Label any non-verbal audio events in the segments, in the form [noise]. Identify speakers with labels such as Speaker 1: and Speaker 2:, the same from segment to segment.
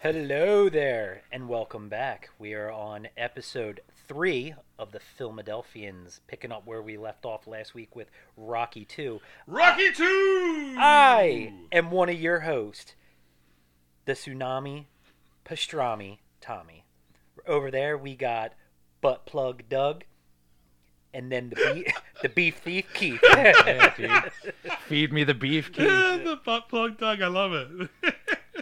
Speaker 1: Hello there, and welcome back. We are on episode three of the Philadelphians, picking up where we left off last week with Rocky 2. Ah.
Speaker 2: Rocky Two. [laughs]
Speaker 1: I am one of your hosts, the Tsunami Pastrami Tommy. Over there, we got Butt Plug Doug, and then the, bee, the Beef Thief Keith.
Speaker 3: Feed me the beef cake.
Speaker 2: Yeah, the butt plug Doug. I love
Speaker 3: [laughs]
Speaker 2: it.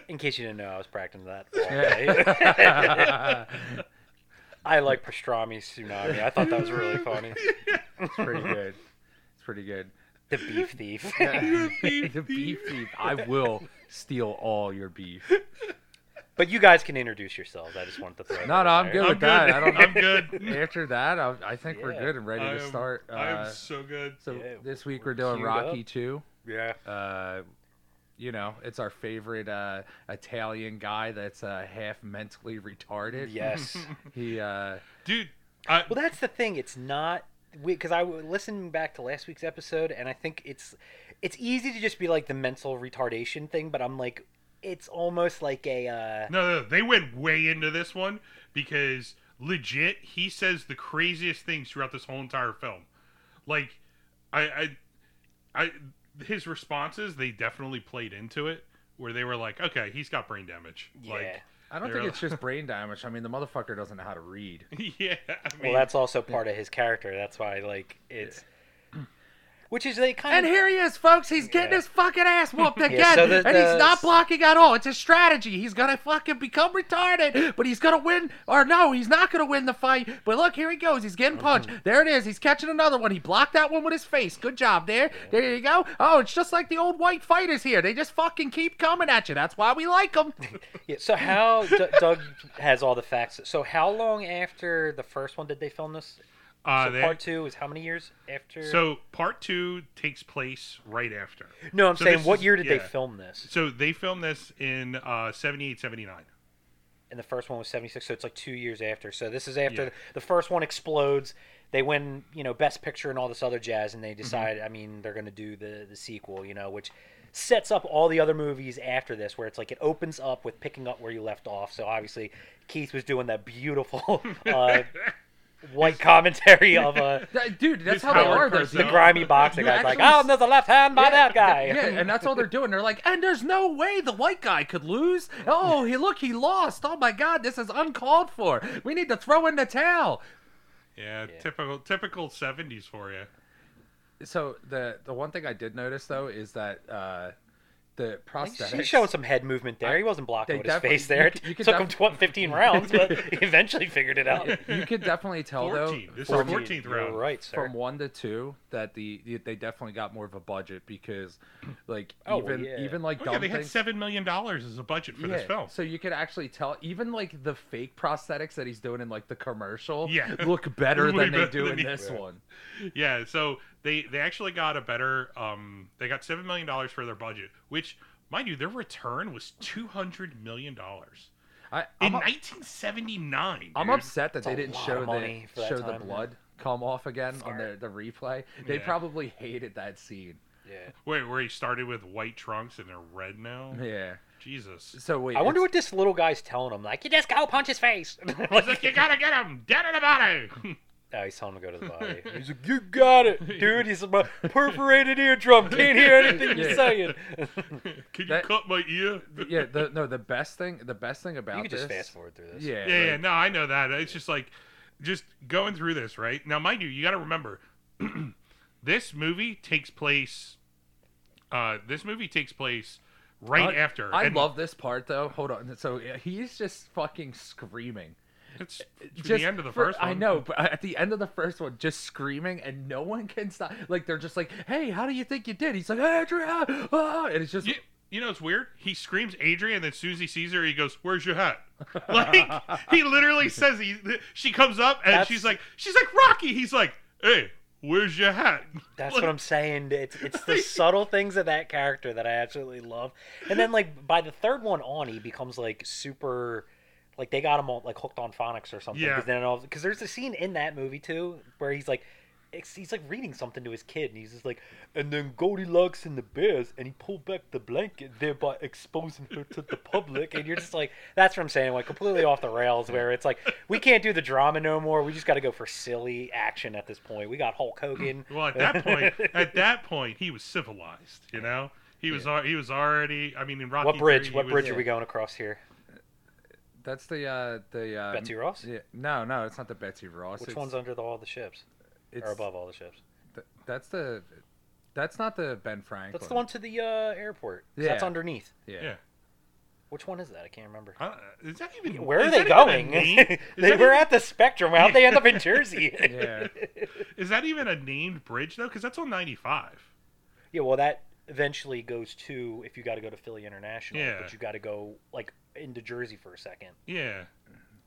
Speaker 1: In case you didn't know, I was practicing that.
Speaker 3: Yeah.
Speaker 1: [laughs] I like pastrami tsunami. I thought that was really funny.
Speaker 3: it's pretty good. It's pretty good.
Speaker 1: The beef
Speaker 2: [laughs]
Speaker 1: thief.
Speaker 2: You're a
Speaker 3: [laughs]
Speaker 2: beef
Speaker 3: the beef thief. I will steal all your beef.
Speaker 1: [laughs] but you guys can introduce yourselves. I just wanted to throw. that
Speaker 3: No, no, I'm
Speaker 1: in
Speaker 3: good
Speaker 1: there.
Speaker 3: with that. I don't.
Speaker 2: I'm
Speaker 3: [laughs]
Speaker 2: good.
Speaker 3: After that, I, I think we're
Speaker 1: Yeah.
Speaker 3: good and ready
Speaker 2: I
Speaker 3: to
Speaker 2: am-
Speaker 3: start. Uh,
Speaker 2: I am so good.
Speaker 3: so
Speaker 1: Yeah,
Speaker 3: this week
Speaker 1: we're
Speaker 3: we're doing
Speaker 1: queued
Speaker 3: Rocky
Speaker 1: up.
Speaker 3: Two.
Speaker 1: Yeah.
Speaker 3: Uh, you know, it's our favorite uh, Italian guy that's uh, half mentally retarded.
Speaker 1: [laughs]
Speaker 3: [laughs]
Speaker 1: Yes.
Speaker 3: He. Uh,
Speaker 2: Dude, I,
Speaker 1: well, that's the thing. It's not because I was listening back to last week's episode, and I think it's it's easy to just be like the mental retardation thing, but I'm like, it's almost like a. Uh,
Speaker 2: no, no, they went way into this one because legit, he says the craziest things throughout this whole entire film. Like, I, I, I his responses, they definitely played into it where they were like, okay, he's got brain damage.
Speaker 1: Yeah.
Speaker 3: I don't
Speaker 2: They're
Speaker 3: think
Speaker 2: all-
Speaker 3: it's just brain damage. I mean, the motherfucker doesn't know how to read.
Speaker 2: Like, [laughs] yeah. I mean,
Speaker 1: well, that's also part of his character. That's why, like, it's. [clears throat] Which is they kind
Speaker 3: And
Speaker 1: of
Speaker 3: here he is, folks. He's getting
Speaker 1: Yeah.
Speaker 3: his fucking
Speaker 1: [laughs]
Speaker 3: ass whooped again,
Speaker 1: so the-
Speaker 3: and he's
Speaker 1: the-
Speaker 3: not blocking at all. It's a strategy. He's gonna fucking become retarded, but he's gonna win. Or no, he's not gonna win the fight. But look, here he goes. He's getting punched.
Speaker 1: Mm-hmm.
Speaker 3: There it is. He's catching another one. He blocked that one with his face. Good job there. There you go. Oh, it's just like the old white fighters here. They just fucking keep coming at you. That's why we
Speaker 1: [laughs]
Speaker 3: like them.
Speaker 1: Yeah, so how
Speaker 3: [laughs]
Speaker 1: D- Doug has all the facts. So how long after the first one did they film this?
Speaker 2: uh,
Speaker 1: so
Speaker 2: they-
Speaker 1: part two is how many years after?
Speaker 2: So part two takes place right after.
Speaker 1: no, I'm
Speaker 2: so
Speaker 1: saying
Speaker 2: this
Speaker 1: what
Speaker 2: is-
Speaker 1: year did they
Speaker 2: yeah.
Speaker 1: film this?
Speaker 2: So they filmed this in uh, 78, 79.
Speaker 1: And the first one was 76, so it's like two years after. So this is after
Speaker 2: Yeah.
Speaker 1: the first one explodes. They win, you know, best picture and all this other jazz, and they
Speaker 2: Mm-hmm.
Speaker 1: decide. I mean, they're going to do the the sequel, you know, which sets up all the other movies after this, where it's like it opens up with picking up where you left off. So obviously, Keith was doing that beautiful. [laughs] Uh, White commentary of
Speaker 3: [laughs]
Speaker 1: a
Speaker 3: Dude,
Speaker 2: that's how they Howard are, though.
Speaker 1: the
Speaker 2: Cosell.
Speaker 1: grimy boxing
Speaker 3: You
Speaker 1: guy's like,
Speaker 3: actually
Speaker 1: oh, there's a left hand by that guy.
Speaker 3: [laughs] Yeah, and that's all they're doing. They're like, and there's no way the white guy could lose. Oh, he look, he lost. Oh my God, this is uncalled for. We need to throw in the towel.
Speaker 2: Yeah, typical typical 70s for you.
Speaker 3: So the the one thing I did notice though is that uh, the prosthetics.
Speaker 1: He's showing some head movement there. He wasn't blocking
Speaker 3: They
Speaker 1: with his
Speaker 3: definitely-
Speaker 1: face there.
Speaker 3: you
Speaker 1: It
Speaker 3: could- [laughs] you could
Speaker 1: took him 12,
Speaker 3: [laughs]
Speaker 1: 15 rounds, but he eventually figured it out.
Speaker 3: you could definitely tell though
Speaker 2: 14. This is 14th
Speaker 1: You're
Speaker 2: round.
Speaker 1: right, sir.
Speaker 3: from one to two that the they definitely got more of a budget because like
Speaker 1: Oh,
Speaker 3: even
Speaker 1: yeah.
Speaker 3: even like
Speaker 2: Oh,
Speaker 3: dumb
Speaker 2: yeah, they had
Speaker 3: things.
Speaker 2: seven million dollars as a budget for this film.
Speaker 3: So you could actually tell even like the fake prosthetics that he's doing in like the commercial
Speaker 2: Yeah.
Speaker 3: look
Speaker 2: [laughs]
Speaker 3: better
Speaker 2: Way
Speaker 3: than they
Speaker 2: better
Speaker 3: do
Speaker 2: than
Speaker 3: in
Speaker 2: he-
Speaker 3: this one.
Speaker 2: Yeah, so they they actually got a better um they got seven million dollars for their budget, which mind you, their return was two hundred million dollars.
Speaker 3: I
Speaker 2: In
Speaker 3: I'm, up-
Speaker 2: nineteen seventy nine.
Speaker 3: I'm upset that
Speaker 1: a
Speaker 3: they didn't
Speaker 1: lot
Speaker 3: show
Speaker 1: of
Speaker 3: the
Speaker 1: money for that
Speaker 3: show the
Speaker 1: time, yeah.
Speaker 3: blood come off again on the,
Speaker 1: Smart.
Speaker 3: the replay. They
Speaker 2: Yeah.
Speaker 3: probably hated that scene.
Speaker 1: Yeah.
Speaker 2: Wait, where he started with white trunks and they're red now?
Speaker 3: Yeah.
Speaker 2: Jesus.
Speaker 3: So wait,
Speaker 1: I wonder
Speaker 3: it's-
Speaker 1: what this little guy's telling him. Like, you just go punch his face. [laughs]
Speaker 2: He's like, You gotta get him dead in the body. [laughs]
Speaker 1: oh, he's telling him to go to the
Speaker 3: [laughs]
Speaker 1: body. He's like, you got it, dude. He's my perforated eardrum. Can't hear anything you're
Speaker 3: [laughs] Yeah.
Speaker 1: saying.
Speaker 2: Can you
Speaker 3: That-
Speaker 2: cut my ear? [laughs]
Speaker 3: yeah, the, no, the best thing, the best thing about
Speaker 1: you could
Speaker 3: this,
Speaker 1: just fast forward through this.
Speaker 3: yeah,
Speaker 2: yeah,
Speaker 3: like-
Speaker 2: yeah, no, I know that. It's just like just going through this, right? Now, mind you, you got to remember [clears throat] this movie takes place uh this movie takes place right
Speaker 3: I-
Speaker 2: after.
Speaker 3: I
Speaker 2: and
Speaker 3: love this part though. Hold on, so yeah, he's just fucking screaming.
Speaker 2: it's to
Speaker 3: just
Speaker 2: the end of the
Speaker 3: for-
Speaker 2: first one.
Speaker 3: I know, but at the end of the first one, just screaming and no one can stop. Like they're just like, "Hey, how do you think you did?" He's like, "Andrew, ah, ah," and it's just
Speaker 2: You, you know it's weird. He screams Adrian, and then Susie sees her. He goes, "Where's your hat?" [laughs] Like he literally says, he, "She comes up and
Speaker 1: That's-
Speaker 2: she's like, she's like Rocky." He's like, "Hey, where's your hat?"
Speaker 1: That's
Speaker 2: [laughs] Like,
Speaker 1: what I'm saying. It's it's
Speaker 2: [laughs]
Speaker 1: the subtle things of that character that I absolutely love. And then like by the third one on, he becomes like super, like they got him all like hooked on phonics or something.
Speaker 2: Yeah.
Speaker 1: Because then because there's a scene in that movie too where he's like, ex- he's like reading something to his kid, and he's just like, and then Goldilocks and the bears, and he pulled back the blanket, thereby exposing her to the public. And you're just like, that's what I'm saying, like completely off the rails, where it's like we can't do the drama no more. We just got to go for silly action at this point. We got Hulk
Speaker 2: [clears throat]
Speaker 1: Hogan.
Speaker 2: Well, at
Speaker 1: [laughs]
Speaker 2: that point, at that point, he was civilized. You know, he was al- he was already. I mean, in Rocky.
Speaker 1: what bridge?
Speaker 2: III, he
Speaker 1: What
Speaker 2: was-
Speaker 1: bridge are we going across here?
Speaker 3: That's the uh the uh,
Speaker 1: Betsy Ross?
Speaker 3: Yeah, no, no, it's not the Betsy Ross.
Speaker 1: Which
Speaker 3: it's,
Speaker 1: one's under the, all the ships
Speaker 3: it's,
Speaker 1: or above all the ships?
Speaker 3: th- that's the, that's not the Ben Franklin.
Speaker 1: That's the one to the uh, airport.
Speaker 3: Yeah.
Speaker 1: That's underneath.
Speaker 3: Yeah.
Speaker 2: Yeah.
Speaker 1: Which one is that? I can't remember.
Speaker 2: Uh, is that even?
Speaker 1: [laughs] Where are
Speaker 2: is
Speaker 1: they
Speaker 2: that even
Speaker 1: going?
Speaker 2: a
Speaker 1: [laughs]
Speaker 2: name?
Speaker 1: they
Speaker 2: Is that
Speaker 1: were
Speaker 2: even-
Speaker 1: at the Spectrum. How'd they end up
Speaker 2: [laughs]
Speaker 1: in Jersey?
Speaker 3: Yeah.
Speaker 2: Is that even a named bridge though? Because that's on ninety five.
Speaker 1: [laughs] Yeah, well, that eventually goes to if you got to go to Philly International,
Speaker 2: Yeah.
Speaker 1: but you got to go like into Jersey for a second.
Speaker 2: Yeah.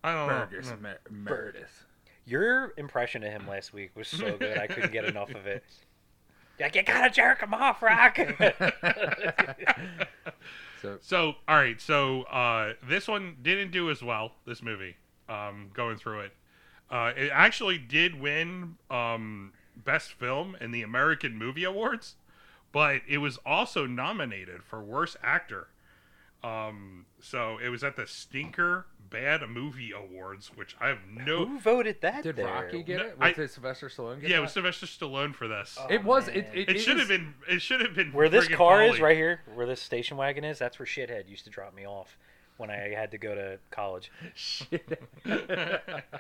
Speaker 2: I don't
Speaker 3: Burgers,
Speaker 2: know. Hmm.
Speaker 3: Mer- Meredith.
Speaker 1: Your impression of him last week was so good, I couldn't get enough of
Speaker 2: [laughs]
Speaker 1: it. Like you gotta jerk him off, Rock. [laughs]
Speaker 3: So
Speaker 2: So, all right. So, uh, this one didn't do as well. This movie, um, going through it, uh, it actually did win um, best film in the American Movie Awards, but it was also nominated for worst actor. Um, so it was at the Stinker Bad Movie Awards, which I have no.
Speaker 1: Who voted that?
Speaker 3: did
Speaker 1: there?
Speaker 3: Rocky get
Speaker 2: No,
Speaker 3: it? Was
Speaker 2: I-
Speaker 3: it Sylvester Stallone? Get
Speaker 2: Yeah, it
Speaker 3: that?
Speaker 2: was Sylvester Stallone for this.
Speaker 1: Oh,
Speaker 3: It was.
Speaker 1: man.
Speaker 3: It, it,
Speaker 2: it should have
Speaker 3: is-
Speaker 2: been. It should have been
Speaker 1: Where this
Speaker 2: friggin'
Speaker 1: car is,
Speaker 2: Polly.
Speaker 1: right here, where this station wagon is, that's where Shithead used to drop me off when I had to go to college.
Speaker 3: Shit.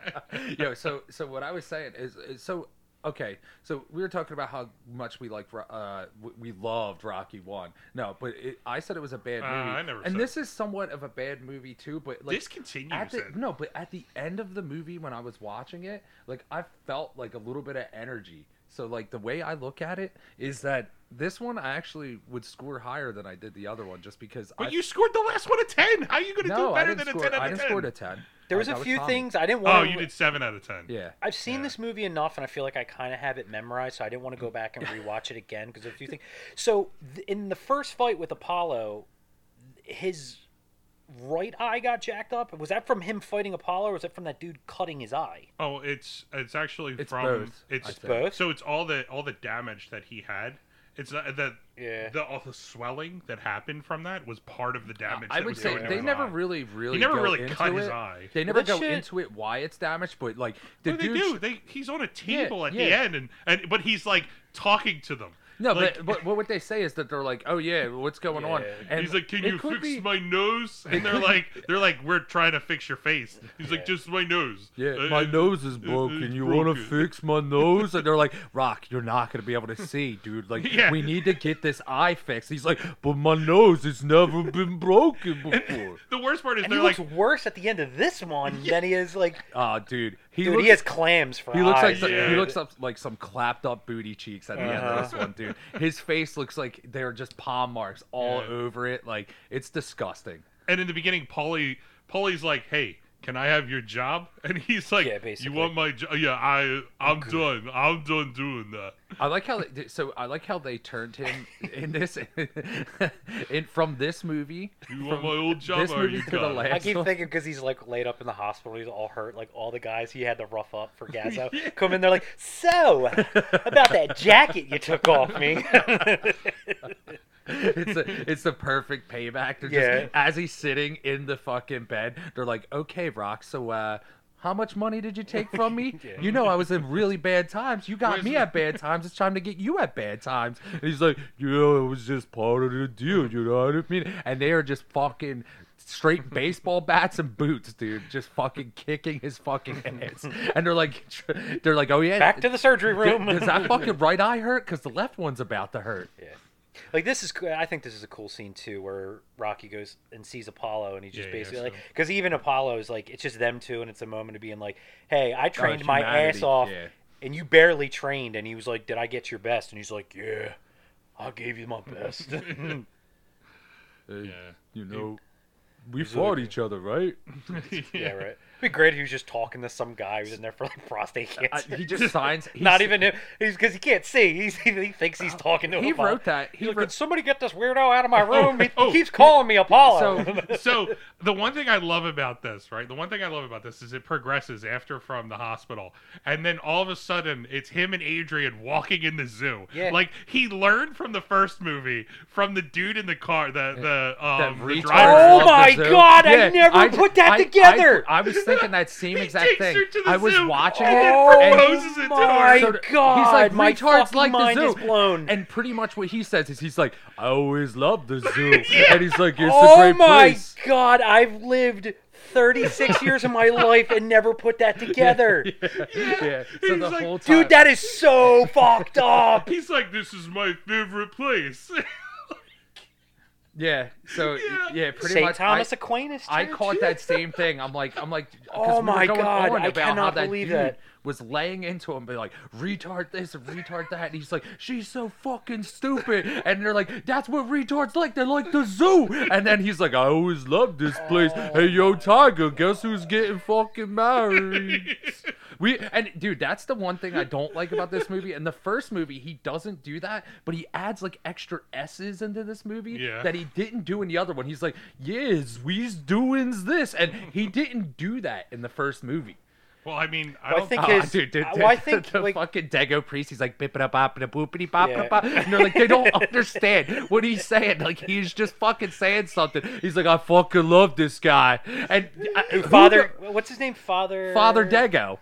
Speaker 3: [laughs] Yo, so so what I was saying is, is so okay. So we were talking about how much we like Ro- uh w- we loved Rocky 1. No, but it, I said it was a bad
Speaker 2: Uh,
Speaker 3: movie.
Speaker 2: I never
Speaker 3: and
Speaker 2: said-
Speaker 3: this is somewhat of a bad movie too, but like
Speaker 2: this
Speaker 3: at
Speaker 2: continues.
Speaker 3: the,
Speaker 2: it.
Speaker 3: no, but at the end of the movie when I was watching it, like I felt like a little bit of energy. So like the way I look at it is that this one I actually would score higher than I did the other one just because I
Speaker 2: But you scored the last one a ten. How are you going to
Speaker 3: no,
Speaker 2: do
Speaker 3: I
Speaker 2: better
Speaker 3: didn't
Speaker 2: than a
Speaker 3: score,
Speaker 2: ten out of
Speaker 3: I didn't
Speaker 2: ten?
Speaker 3: score a 10.
Speaker 1: There was
Speaker 3: Like, I
Speaker 1: a few
Speaker 3: calm.
Speaker 1: things I didn't
Speaker 2: Oh,
Speaker 1: want. to,
Speaker 2: you did seven out of ten.
Speaker 3: Yeah.
Speaker 1: I've seen
Speaker 2: Yeah.
Speaker 1: this movie enough, and I feel like I kind of have it memorized, so I didn't want
Speaker 3: [laughs]
Speaker 1: to go back and rewatch it again because a few things. So th- in the first fight with Apollo, his right eye got jacked up. Was that from him fighting Apollo, or was that from that dude cutting his eye?
Speaker 2: Oh, it's it's actually
Speaker 3: It's
Speaker 2: from
Speaker 3: both, I
Speaker 2: it's
Speaker 3: think.
Speaker 1: Both?
Speaker 2: So it's all the all the damage that he had. It's not that
Speaker 1: Yeah.
Speaker 2: the all the swelling that happened from that was part of the damage.
Speaker 3: I
Speaker 2: that
Speaker 3: would
Speaker 2: was
Speaker 3: say
Speaker 2: going to
Speaker 3: they
Speaker 2: his
Speaker 3: never
Speaker 2: eye.
Speaker 3: really, really.
Speaker 2: never
Speaker 3: go
Speaker 2: really
Speaker 3: into
Speaker 2: cut
Speaker 3: it.
Speaker 2: his eye.
Speaker 3: They never
Speaker 1: that
Speaker 3: go
Speaker 1: shit-
Speaker 3: into it why it's damaged, but like the
Speaker 2: No, they
Speaker 3: dude.
Speaker 2: do. They he's on a table at the
Speaker 3: yeah.
Speaker 2: end, and and but he's like talking to them.
Speaker 3: No,
Speaker 2: like,
Speaker 3: but, but what they say is that they're like, "Oh
Speaker 2: [laughs]
Speaker 3: yeah, what's going on?"
Speaker 1: Yeah.
Speaker 3: And
Speaker 2: He's like, "Can
Speaker 3: it
Speaker 2: you
Speaker 3: could
Speaker 2: fix
Speaker 3: be-
Speaker 2: my nose?" And
Speaker 3: [laughs]
Speaker 2: they're like, "They're like, we're trying to fix your face." He's
Speaker 1: Yeah.
Speaker 2: like, "Just my nose."
Speaker 3: Yeah,
Speaker 2: Uh, uh,
Speaker 3: my nose is
Speaker 2: uh,
Speaker 3: broken.
Speaker 2: it's
Speaker 3: You want to
Speaker 2: broken."
Speaker 3: fix my nose? And they're like, "Rock, you're not gonna be able to see, dude. Like,
Speaker 2: [laughs] Yeah.
Speaker 3: we need to get this eye fixed." He's like, "But my nose has never been broken before."
Speaker 2: The worst part is
Speaker 1: And he
Speaker 2: they're like,
Speaker 1: looks worse at the end of this
Speaker 2: [laughs]
Speaker 1: one than he is like.
Speaker 3: Ah, dude, he
Speaker 1: Dude,
Speaker 3: looks
Speaker 1: he has clams for
Speaker 3: He looks like
Speaker 1: eyes,
Speaker 3: some- he
Speaker 2: yeah.
Speaker 1: dude.
Speaker 3: looks up like some clapped up booty cheeks at the end of this
Speaker 1: Uh-huh.
Speaker 3: one, dude. His face looks like they're just palm marks all
Speaker 2: Yeah.
Speaker 3: over it. Like it's disgusting.
Speaker 2: and in the beginning, Polly, Polly's like, "Hey, can I have your job?" [laughs] And he's like,
Speaker 1: Yeah, basically.
Speaker 2: "You want my job? Yeah, I, I'm done. I'm done doing that."
Speaker 3: I like how they, so I like how they turned him in this [laughs] in from this movie.
Speaker 2: You want my old job?
Speaker 3: This
Speaker 2: or
Speaker 3: movie
Speaker 2: you
Speaker 3: to the
Speaker 2: got it?
Speaker 3: last
Speaker 1: I keep
Speaker 3: one.
Speaker 1: thinking because he's like laid up in the hospital, he's all hurt. Like all the guys he had to rough up
Speaker 3: [laughs]
Speaker 1: for Gazzo come in, they're like, "So, about that jacket you took off me." [laughs]
Speaker 3: it's a, it's the perfect payback. They're just-
Speaker 1: Yeah.
Speaker 3: as he's sitting in the fucking bed, they're like, "Okay, Rock, so uh how much money did you take from me?
Speaker 1: [laughs] Yeah.
Speaker 3: You know I was in really bad times. You got me at bad times. It's time to get you at bad times." And he's like, "You know, it was just part of the deal. You know what I mean?" And they are just fucking straight baseball bats and boots, dude, just fucking kicking his fucking [laughs] ass. And they're like, [laughs] they're like, "Oh yeah,
Speaker 1: Back to the surgery room.
Speaker 3: does that fucking right eye hurt? Because the left one's about to hurt."
Speaker 1: Yeah. [laughs] Like this is, I think this is a cool scene too, where Rocky goes and sees Apollo, and he just
Speaker 2: Yeah, yeah,
Speaker 1: basically
Speaker 2: so-
Speaker 1: like, because even Apollo's like, it's just them two, and it's a moment of being like, hey, I trained my
Speaker 3: humanity,
Speaker 1: ass off,
Speaker 3: yeah.
Speaker 1: and you barely trained, and he was like, did I get your best? And he's like, yeah,
Speaker 3: [laughs]
Speaker 1: I gave you my best. [laughs]
Speaker 3: Uh,
Speaker 2: Yeah.
Speaker 3: You know,
Speaker 4: we fought each other, right?
Speaker 3: [laughs]
Speaker 2: [laughs]
Speaker 1: Yeah, right. It'd be great if he was just talking to some guy who's in there for like prostate
Speaker 3: [laughs] I,
Speaker 1: cancer.
Speaker 3: he just
Speaker 1: [laughs]
Speaker 3: signs. He's,
Speaker 1: Not even him. He's because he can't see. He's, he thinks he's talking to.
Speaker 3: He
Speaker 1: Apollo.
Speaker 3: wrote that. He
Speaker 1: He's like,
Speaker 3: wrote-
Speaker 1: Could somebody get this weirdo out of my room? He,
Speaker 2: oh.
Speaker 1: keeps calling me [laughs] Apollo.
Speaker 3: So-
Speaker 2: so the one thing I love about this, right? The one thing I love about this is it progresses after from the hospital, and then all of a sudden it's him and Adrian walking in the zoo.
Speaker 1: Yeah.
Speaker 2: like he learned from the first movie from the dude in the car, the the um the
Speaker 1: Oh
Speaker 3: retard
Speaker 2: driver.
Speaker 3: loved
Speaker 1: my
Speaker 3: the zoo.
Speaker 1: God, I never
Speaker 3: ju-
Speaker 1: put that
Speaker 3: I- I-
Speaker 1: together.
Speaker 3: I, was thinking that same
Speaker 2: He
Speaker 3: exact
Speaker 2: takes
Speaker 3: thing.
Speaker 2: her to the
Speaker 3: I was
Speaker 2: zoo.
Speaker 3: watching
Speaker 2: And
Speaker 3: it.
Speaker 2: then
Speaker 1: Oh
Speaker 3: and-
Speaker 2: proposes it to
Speaker 1: my
Speaker 2: her.
Speaker 3: So
Speaker 1: God,
Speaker 3: he's like
Speaker 1: my
Speaker 3: retards
Speaker 1: fucking
Speaker 3: like the
Speaker 1: mind
Speaker 3: zoo.
Speaker 1: is blown.
Speaker 3: And pretty much what he says is he's like, I always loved the zoo. And he's like, it's
Speaker 1: oh
Speaker 3: a great
Speaker 1: my
Speaker 3: place.
Speaker 1: God, I've lived
Speaker 3: [laughs]
Speaker 1: 36 years of my life and never put that together.
Speaker 3: Yeah. So
Speaker 2: He's
Speaker 3: the
Speaker 2: like,
Speaker 3: whole time.
Speaker 1: Dude, that is
Speaker 3: [laughs]
Speaker 1: so fucked up.
Speaker 2: He's like, this is my favorite place. [laughs]
Speaker 3: Yeah. So yeah,
Speaker 2: Yeah.
Speaker 3: pretty
Speaker 1: St.
Speaker 3: much.
Speaker 1: Thomas
Speaker 3: I,
Speaker 1: Aquinas.
Speaker 3: I
Speaker 1: Church?
Speaker 3: caught that same thing. I'm like, I'm like, 'cause
Speaker 1: Oh
Speaker 3: we were
Speaker 1: my
Speaker 3: going
Speaker 1: God,
Speaker 3: on
Speaker 1: I
Speaker 3: about how
Speaker 1: cannot
Speaker 3: that
Speaker 1: believe
Speaker 3: dude
Speaker 1: that.
Speaker 3: was laying into him, be like, retard this, retard that, and he's like, she's so fucking stupid, and they're like, that's what retards like, they like the zoo, and then he's like, I always loved this place.
Speaker 1: Oh
Speaker 3: hey, yo, Tiger, guess who's getting fucking married? We and dude, that's the one thing I don't like about this movie. In the first movie, he doesn't do that, but he adds like extra S's into this movie
Speaker 2: Yeah.
Speaker 3: that he didn't do in the other one. He's like, "Yes, we's doings this," and he didn't do that in the first movie.
Speaker 2: [laughs] well, I mean, I
Speaker 1: Well, I
Speaker 2: don't
Speaker 1: think
Speaker 3: Ah,
Speaker 1: his-
Speaker 3: dude, dude,
Speaker 1: uh,
Speaker 3: dude,
Speaker 1: well, I think,
Speaker 3: the
Speaker 1: like-
Speaker 3: fucking Dago priest, he's like bippity boppity boopity bop
Speaker 1: Yeah.
Speaker 3: bop, and they're like they don't understand what he's saying. Like he's just fucking saying something. He's like, "I fucking love this guy," and I- who
Speaker 1: Father, what's his name? Father.
Speaker 3: the- Father Dago.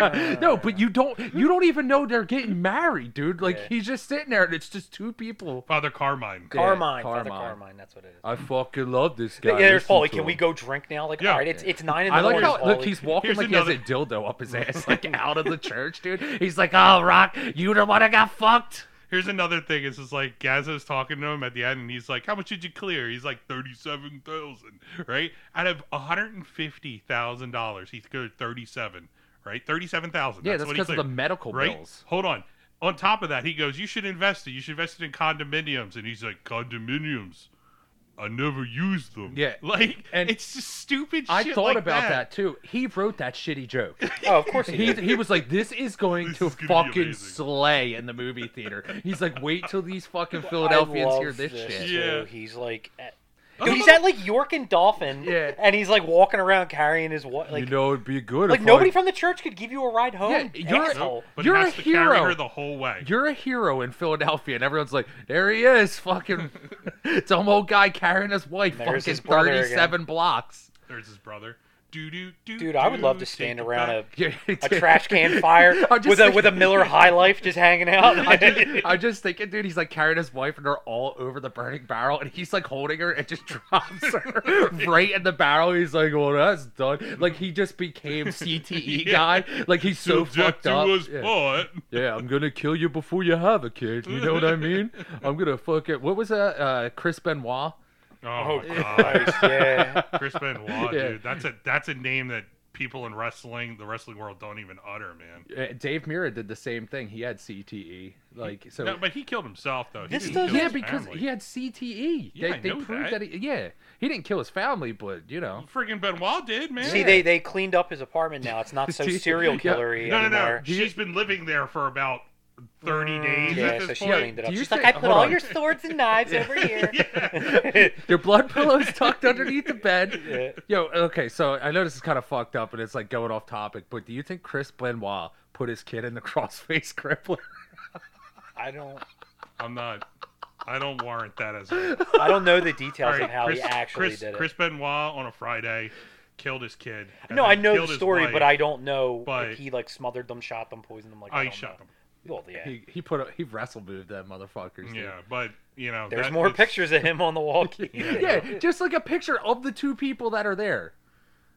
Speaker 3: [laughs] no, but you don't you don't even know they're getting married, dude. Like
Speaker 1: Yeah.
Speaker 3: he's just sitting there and it's just two people.
Speaker 2: Father Carmine.
Speaker 3: Yeah,
Speaker 1: Carmine. Father
Speaker 3: Carmine.
Speaker 1: Carmine. That's what it is.
Speaker 3: I fucking love this guy.
Speaker 1: Yeah, there's
Speaker 3: Listen
Speaker 1: Paulie.
Speaker 3: to
Speaker 1: Can we
Speaker 3: him.
Speaker 1: go drink now? Like,
Speaker 2: Yeah.
Speaker 1: all right, it's it's nine in the
Speaker 3: I like
Speaker 1: morning.
Speaker 3: how look
Speaker 1: Paulie.
Speaker 3: he's walking
Speaker 2: Here's
Speaker 3: like he has a dildo up his ass, like out of the church, dude. He's like, "Oh, Rock, you the one that got fucked."
Speaker 2: Here's another thing. Is it's like Gazzo's talking to him at the end, and he's like, "How much did you clear?" He's like, 37000 right? Out of $150,000, he cleared 37 right? 37000
Speaker 3: Yeah, that's
Speaker 2: what he
Speaker 3: because of the
Speaker 2: cleared,
Speaker 3: medical
Speaker 2: right?
Speaker 3: bills.
Speaker 2: Hold on. On top of that, he goes, "You should invest it. You should invest it in condominiums." And he's like, "Condominiums? I never used them."
Speaker 3: Yeah.
Speaker 2: [laughs] like,
Speaker 3: And
Speaker 2: and it's just stupid.
Speaker 3: I
Speaker 2: shit
Speaker 3: thought
Speaker 2: like
Speaker 3: about that.
Speaker 2: that
Speaker 3: too. He wrote that shitty joke.
Speaker 1: Oh, of course he
Speaker 3: He,
Speaker 1: did.
Speaker 3: he was like, "This is going
Speaker 2: This
Speaker 3: to
Speaker 2: is gonna be
Speaker 3: fucking
Speaker 2: amazing."
Speaker 3: slay in the movie theater." He's like, "Wait till these fucking Philadelphians
Speaker 1: I
Speaker 3: hear
Speaker 1: love
Speaker 3: this, shit." Oh,
Speaker 1: too.
Speaker 2: Yeah.
Speaker 1: He's like, at, dude, he's at like York and Dolphin.
Speaker 3: Yeah.
Speaker 1: And he's like walking around carrying his wa- like
Speaker 4: you know, it'd be good.
Speaker 1: like
Speaker 4: if
Speaker 1: nobody
Speaker 4: I,
Speaker 1: from the church could give you a ride home.
Speaker 3: Yeah, you're-
Speaker 1: asshole.
Speaker 2: But
Speaker 3: You're
Speaker 2: he
Speaker 3: a
Speaker 2: has to carry
Speaker 3: hero.
Speaker 2: her the whole way.
Speaker 3: You're a hero in Philadelphia, and everyone's like, "There he is, fucking [laughs] some old guy carrying his wife,
Speaker 1: There's
Speaker 3: fucking
Speaker 1: his brother again.
Speaker 3: thirty-seven blocks." [laughs]
Speaker 2: There's his brother. Doo doo doo.
Speaker 1: Dude, I would love to
Speaker 2: doo,
Speaker 1: stand
Speaker 2: take it
Speaker 1: around
Speaker 2: back.
Speaker 1: a a trash
Speaker 3: [laughs]
Speaker 1: can fire
Speaker 3: I'm just
Speaker 1: with a
Speaker 3: thinking-
Speaker 1: with a Miller High Life just hanging out.
Speaker 3: [laughs]
Speaker 1: [laughs]
Speaker 3: I just, I'm just thinking, dude, he's like carrying his wife, and they're all over the burning barrel, and he's like holding her and just [laughs] drops
Speaker 1: [laughs]
Speaker 3: her right in the barrel. He's like, "Well, that's done." Like he
Speaker 1: [laughs]
Speaker 3: just became CTE guy. Like he's so
Speaker 2: subject
Speaker 3: fucked
Speaker 2: to
Speaker 3: up.
Speaker 2: was
Speaker 1: [laughs]
Speaker 3: Yeah.
Speaker 2: bought.
Speaker 4: yeah, I'm gonna kill you before you have a kid. You know what
Speaker 2: [laughs]
Speaker 4: I mean?
Speaker 3: I'm gonna fuck it. What was that? Uh, Chris Benoit. Uh,
Speaker 2: Oh, my God.
Speaker 1: Christ,
Speaker 3: [laughs]
Speaker 1: yeah.
Speaker 2: Chris Benoit,
Speaker 3: Yeah.
Speaker 2: dude. That's a that's a name that people in wrestling, the wrestling world, don't even utter, man.
Speaker 3: Uh, Dave Mira did the same thing. He had CTE. Like so.
Speaker 2: No, but he killed himself though. He
Speaker 1: This
Speaker 2: didn't
Speaker 1: does-
Speaker 2: kill
Speaker 3: yeah,
Speaker 2: his
Speaker 3: because
Speaker 2: family.
Speaker 3: he had CTE.
Speaker 2: Yeah,
Speaker 3: they
Speaker 2: I
Speaker 3: they
Speaker 2: know
Speaker 3: proved that.
Speaker 2: that.
Speaker 3: he, yeah, he didn't kill his family, but
Speaker 2: [laughs]
Speaker 3: you know.
Speaker 2: friggin' Benoit did, man.
Speaker 1: See, they they cleaned up his apartment now. It's
Speaker 3: [laughs]
Speaker 1: not so
Speaker 3: Yeah.
Speaker 1: serial killery
Speaker 2: no, no, no.
Speaker 1: anymore.
Speaker 2: She's been living there for about thirty days
Speaker 1: Yeah,
Speaker 2: at this
Speaker 1: so she
Speaker 2: point.
Speaker 1: cleaned it up.
Speaker 3: Mm. do you
Speaker 1: She's like,
Speaker 3: think-
Speaker 1: I put
Speaker 3: hold
Speaker 1: all
Speaker 3: on.
Speaker 1: your swords and knives
Speaker 2: [laughs]
Speaker 1: over here.
Speaker 3: Your blood pillow's tucked underneath the bed.
Speaker 2: [laughs]
Speaker 1: Yeah. [laughs]
Speaker 3: Yo, okay, so I know this is kind of fucked up and it's like going off topic, but do you think Chris Benoit put his kid in the [laughs] crossface crippler?
Speaker 1: I don't
Speaker 2: [laughs] I'm not. I don't warrant that as.
Speaker 3: [laughs]
Speaker 2: A,
Speaker 1: I don't know the
Speaker 2: all
Speaker 1: details
Speaker 2: right,
Speaker 1: of how
Speaker 2: Chris,
Speaker 1: he actually
Speaker 2: Chris,
Speaker 1: did it.
Speaker 2: Chris Benoit on a Friday killed his kid. and
Speaker 1: no,
Speaker 2: then
Speaker 1: I know
Speaker 2: killed
Speaker 1: the
Speaker 2: his
Speaker 1: story,
Speaker 2: wife.
Speaker 1: but I don't know
Speaker 2: but-
Speaker 1: if he like smothered them, shot them, poisoned them. Like
Speaker 2: I
Speaker 1: don't
Speaker 2: shot
Speaker 1: know.
Speaker 2: him.
Speaker 1: Well, yeah.
Speaker 3: He he put a, he wrestle moved that motherfuckers. dude.
Speaker 2: Yeah, but you know,
Speaker 1: There's
Speaker 2: that-
Speaker 1: more
Speaker 2: it's-
Speaker 1: pictures of him on the wall.
Speaker 2: [laughs]
Speaker 1: [laughs]
Speaker 2: Yeah.
Speaker 3: [laughs] Yeah, just like a picture of the two people that are there.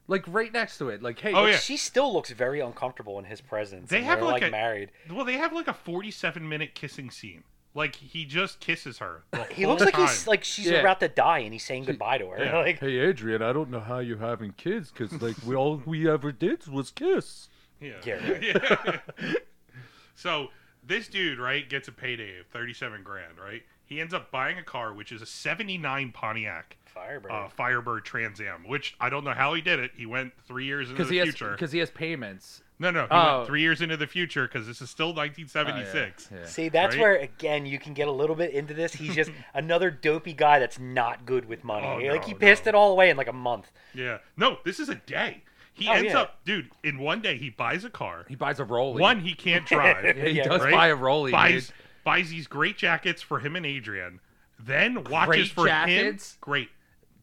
Speaker 3: Like right next to it. Like, hey,
Speaker 2: Oh,
Speaker 3: look,
Speaker 2: yeah.
Speaker 1: She still looks very uncomfortable in his presence.
Speaker 2: They
Speaker 1: and
Speaker 2: have,
Speaker 1: they're,
Speaker 2: like,
Speaker 1: like,
Speaker 2: a-
Speaker 1: married.
Speaker 2: Well, they have like a 47 minute kissing scene. Like he just kisses her. the
Speaker 1: He
Speaker 2: whole
Speaker 1: looks like
Speaker 2: time.
Speaker 1: he's like she's
Speaker 3: Yeah.
Speaker 1: about to die, and he's saying goodbye to her.
Speaker 2: Yeah.
Speaker 1: [laughs] Like,
Speaker 4: Hey, Adrian, I don't know how you're having kids, cause like we all we ever did was kiss.
Speaker 2: yeah.
Speaker 1: Yeah, right.
Speaker 2: [laughs] Yeah. so this dude right gets a payday of 37 grand. Right, he ends up buying a car, which is a 79 Pontiac.
Speaker 1: Firebird.
Speaker 2: uh, Firebird Trans Am, which I don't know how he did it. He went three years into
Speaker 3: because
Speaker 2: the
Speaker 3: he has
Speaker 2: future.
Speaker 3: because he has payments.
Speaker 2: no, no, he
Speaker 3: Oh.
Speaker 2: went three years into the future because this is still
Speaker 3: Oh, yeah,
Speaker 2: 1976.
Speaker 3: yeah.
Speaker 1: See, that's
Speaker 2: Right?
Speaker 1: where again you can get a little bit into this. He's
Speaker 2: [laughs]
Speaker 1: just another dopey guy that's not good with money.
Speaker 2: Oh,
Speaker 1: like he
Speaker 2: no,
Speaker 1: pissed
Speaker 2: no.
Speaker 1: it all away in like a month.
Speaker 2: yeah. No, this is a day. He
Speaker 1: Oh,
Speaker 2: ends
Speaker 1: yeah.
Speaker 2: up, dude, in one day he buys a car.
Speaker 3: He buys a Rolly.
Speaker 2: One, he can't drive.
Speaker 3: Yeah, [laughs] he
Speaker 1: Yeah,
Speaker 3: does
Speaker 2: right?
Speaker 3: buy a Rolly.
Speaker 2: buys
Speaker 3: dude.
Speaker 2: buys these great jackets for him and Adrian. Then watches
Speaker 3: Great
Speaker 2: for
Speaker 3: jackets?
Speaker 2: him. Great,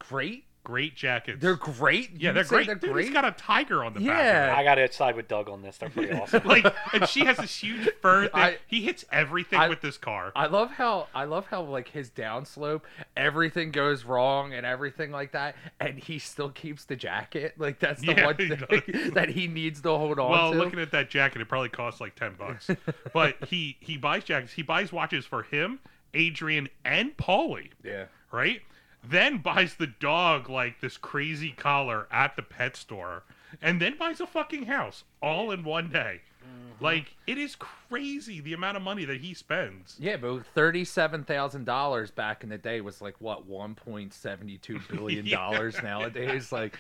Speaker 3: Great.
Speaker 2: great jackets.
Speaker 3: They're great. You
Speaker 2: yeah, they're
Speaker 3: would say
Speaker 2: great.
Speaker 3: They're
Speaker 2: Dude,
Speaker 3: great.
Speaker 2: he's got a tiger on the
Speaker 3: Yeah.
Speaker 2: back.
Speaker 1: I gotta side with Doug on this. They're
Speaker 2: [laughs]
Speaker 1: pretty awesome.
Speaker 2: Like, and she has this
Speaker 3: [laughs]
Speaker 2: huge fur thing.
Speaker 3: I-
Speaker 2: he hits everything
Speaker 3: I-
Speaker 2: with this car.
Speaker 3: I love how I love how like his downslope, everything goes wrong and everything like that, and he still keeps the jacket. Like that's the
Speaker 2: Yeah,
Speaker 3: one
Speaker 2: he
Speaker 3: thing
Speaker 2: does.
Speaker 3: [laughs] that he needs to hold on
Speaker 2: well,
Speaker 3: to.
Speaker 2: looking at that jacket, it probably costs like ten
Speaker 3: [laughs]
Speaker 2: bucks. but he he buys jackets. He buys watches for him, Adrian, and Polly.
Speaker 3: yeah.
Speaker 2: Right. Then buys the dog like this crazy collar at the pet store, and then buys a fucking house all in one day. Like it is crazy the amount of money that he spends.
Speaker 3: Yeah, but thirty-seven thousand dollars back in the day was like what one
Speaker 2: [laughs]
Speaker 3: point seventy-two billion dollars nowadays. Like,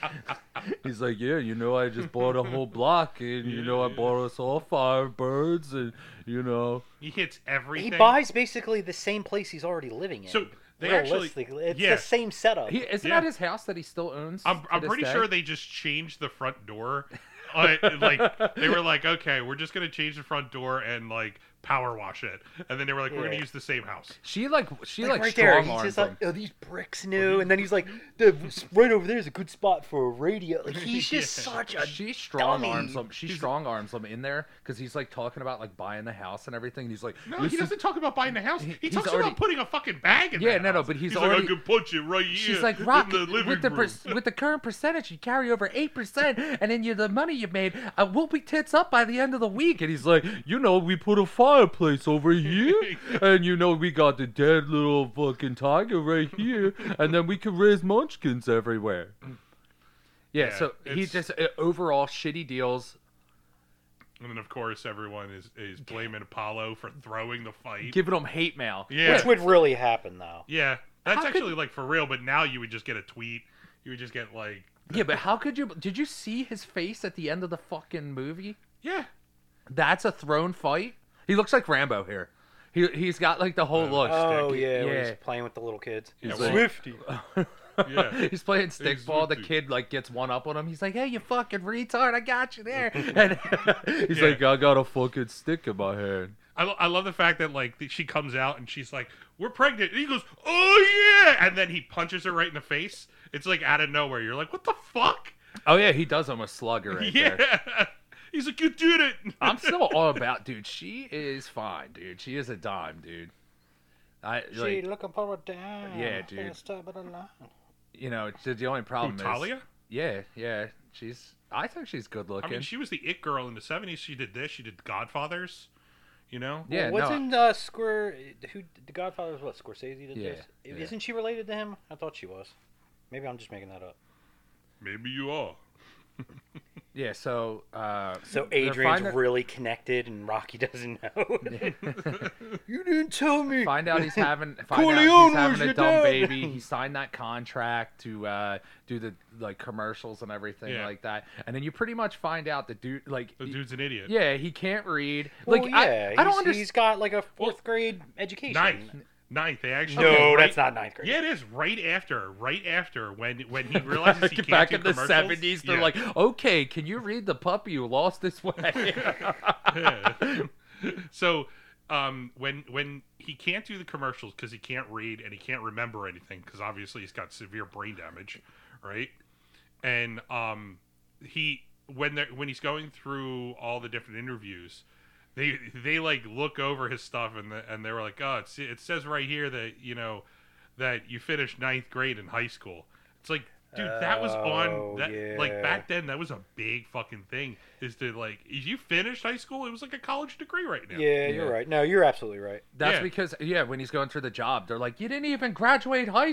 Speaker 4: He's like, yeah, you know, I just bought a whole block, and you know, I bought us all Firebirds, and you know,
Speaker 2: He hits everything.
Speaker 1: he buys basically the same place he's already living in.
Speaker 2: So, they actually-
Speaker 1: realistically, it's
Speaker 2: yeah.
Speaker 1: the same setup.
Speaker 3: he, isn't
Speaker 2: Yeah.
Speaker 3: that his house that he still owns?
Speaker 2: I'm,
Speaker 3: to
Speaker 2: I'm
Speaker 3: this
Speaker 2: pretty
Speaker 3: day?
Speaker 2: sure they just changed the front door. Uh, like they were like, okay, we're just gonna change the front door and like power wash it, and then they were like, we're gonna
Speaker 1: Yeah.
Speaker 2: use the same house.
Speaker 3: she like she
Speaker 1: like,
Speaker 3: like,
Speaker 1: right there,
Speaker 3: strong
Speaker 1: he's
Speaker 3: arms
Speaker 1: just
Speaker 3: him.
Speaker 1: like, "Oh, these bricks new," and then he's like, "The right over there is a good spot for a radio."
Speaker 2: [laughs]
Speaker 1: Like he's just
Speaker 2: Yeah.
Speaker 1: such a
Speaker 3: she strong arms
Speaker 1: dummy.
Speaker 3: him. She strong arms him in there because he's like talking about like buying the house and everything. And he's like,
Speaker 2: No, he
Speaker 4: Listen-
Speaker 2: doesn't talk about buying the house. He
Speaker 3: he's
Speaker 2: talks
Speaker 3: already-
Speaker 2: about putting a fucking bag in.
Speaker 3: Yeah,
Speaker 2: that
Speaker 3: no, no,
Speaker 2: house.
Speaker 3: but he's
Speaker 2: he's like,
Speaker 3: already-
Speaker 2: I could punch it right here.
Speaker 3: She's like,
Speaker 2: in
Speaker 3: Rock,
Speaker 2: the living
Speaker 3: with the
Speaker 2: room."
Speaker 3: per- with the current percentage, you carry over eight percent, and then you the money you made uh, will be tits up by the end of the week.
Speaker 4: and he's like, you know, we put a fireplace
Speaker 2: [laughs]
Speaker 4: over here, and you know, we got the dead little fucking tiger right here, and then we can raise munchkins everywhere.
Speaker 3: Yeah,
Speaker 2: Yeah,
Speaker 3: so he
Speaker 2: it's-
Speaker 3: just uh, overall shitty deals.
Speaker 2: and then of course everyone is is blaming Apollo for throwing the fight.
Speaker 3: giving them hate mail.
Speaker 2: yeah,
Speaker 1: Which would really happen though.
Speaker 2: yeah, that's
Speaker 3: How could-
Speaker 2: actually like for real. But now you would just get a tweet. You would just get like,
Speaker 3: Yeah, but how could you? Did you see his face at the end of the fucking movie?
Speaker 2: yeah,
Speaker 3: That's a thrown fight. He looks like Rambo here. He he's got like the whole look.
Speaker 1: Oh
Speaker 2: Stick.
Speaker 1: yeah, when
Speaker 3: Yeah.
Speaker 1: he's playing with the little kids.
Speaker 2: Yeah, well-
Speaker 1: Swifty.
Speaker 2: yeah.
Speaker 3: [laughs] He's playing stickball. The
Speaker 2: Exactly.
Speaker 3: kid like gets one up on him. He's like, "Hey, you fucking retard! I got you there." [laughs] And
Speaker 4: He's
Speaker 2: Yeah.
Speaker 4: like, I got a fucking stick in my hand.
Speaker 2: I, lo- I love the fact that like th- she comes out and she's like, "We're pregnant," and he goes, "Oh yeah!" and then he punches her right in the face. It's like out of nowhere. You're like, "What the fuck?"
Speaker 3: oh yeah, he does almost slugger right
Speaker 2: [laughs] yeah.
Speaker 3: there.
Speaker 2: He's like, "You did it." [laughs]
Speaker 3: I'm still all about, dude. She is fine, dude. She is a dime, dude. I
Speaker 1: She
Speaker 3: like,
Speaker 1: looking ah, for a dime.
Speaker 3: Yeah, dude.
Speaker 1: Best time of the line.
Speaker 3: you know, it's just the only problem is
Speaker 2: Talia.
Speaker 3: Yeah, yeah. She's. I think she's good
Speaker 2: I
Speaker 3: looking.
Speaker 2: mean, she was the it girl in the '70s. She did this. She did Godfathers. You know.
Speaker 3: yeah, no.
Speaker 1: Wasn't uh, Square who the Godfather was what Scorsese did
Speaker 3: Yeah,
Speaker 1: this?
Speaker 3: yeah.
Speaker 1: Isn't she related to him? I thought she was. Maybe I'm just making that up.
Speaker 2: Maybe you are.
Speaker 3: yeah. So. Uh,
Speaker 1: So
Speaker 3: they're
Speaker 1: Adrian's
Speaker 3: find,
Speaker 1: really connected, and Rocky doesn't know. [laughs] you didn't tell me.
Speaker 3: find out he's
Speaker 2: [laughs]
Speaker 3: having. Find out
Speaker 1: Corleone was
Speaker 3: he's having a
Speaker 1: your
Speaker 3: dumb
Speaker 1: dad.
Speaker 3: baby. He signed that contract to uh, do the like commercials and everything
Speaker 2: Yeah.
Speaker 3: like that, and then you pretty much find out the dude like.
Speaker 2: The dude's an idiot.
Speaker 3: Yeah, he can't read.
Speaker 1: Well,
Speaker 3: like
Speaker 1: yeah,
Speaker 3: I, I don't
Speaker 1: he's- He's
Speaker 3: [laughs] understand.
Speaker 1: got like a fourth grade education.
Speaker 2: Ninth. Ninth. They actually.
Speaker 1: No,
Speaker 2: right-
Speaker 1: that's not ninth grade.
Speaker 2: Yeah, it is right after, right after when when
Speaker 3: [laughs]
Speaker 2: he realizes he can't
Speaker 3: back
Speaker 2: do
Speaker 3: in the
Speaker 2: commercials.
Speaker 3: 70s, they're
Speaker 2: Yeah.
Speaker 3: like, okay, can you read the puppy who lost
Speaker 2: [laughs]
Speaker 3: his way? [laughs]
Speaker 2: Yeah. [laughs] so um, when when he can't do the commercials because he can't read and he can't remember anything because obviously he's got severe brain damage, right? And um, he when they're when he's going through all the different interviews, they they like look over his stuff and the, and they were like, oh, it's, it says right here that you know that you finished ninth grade in high school. It's like. Dude, that was on
Speaker 1: Oh,
Speaker 2: that like
Speaker 1: yeah.
Speaker 2: back then. That was a big fucking thing. Is to like, if you finished high school, it was like a college degree right now.
Speaker 1: Yeah, you're right. No, you're absolutely right.
Speaker 3: That's
Speaker 2: Yeah.
Speaker 3: because yeah, when he's going through the job, they're like, "You didn't even graduate high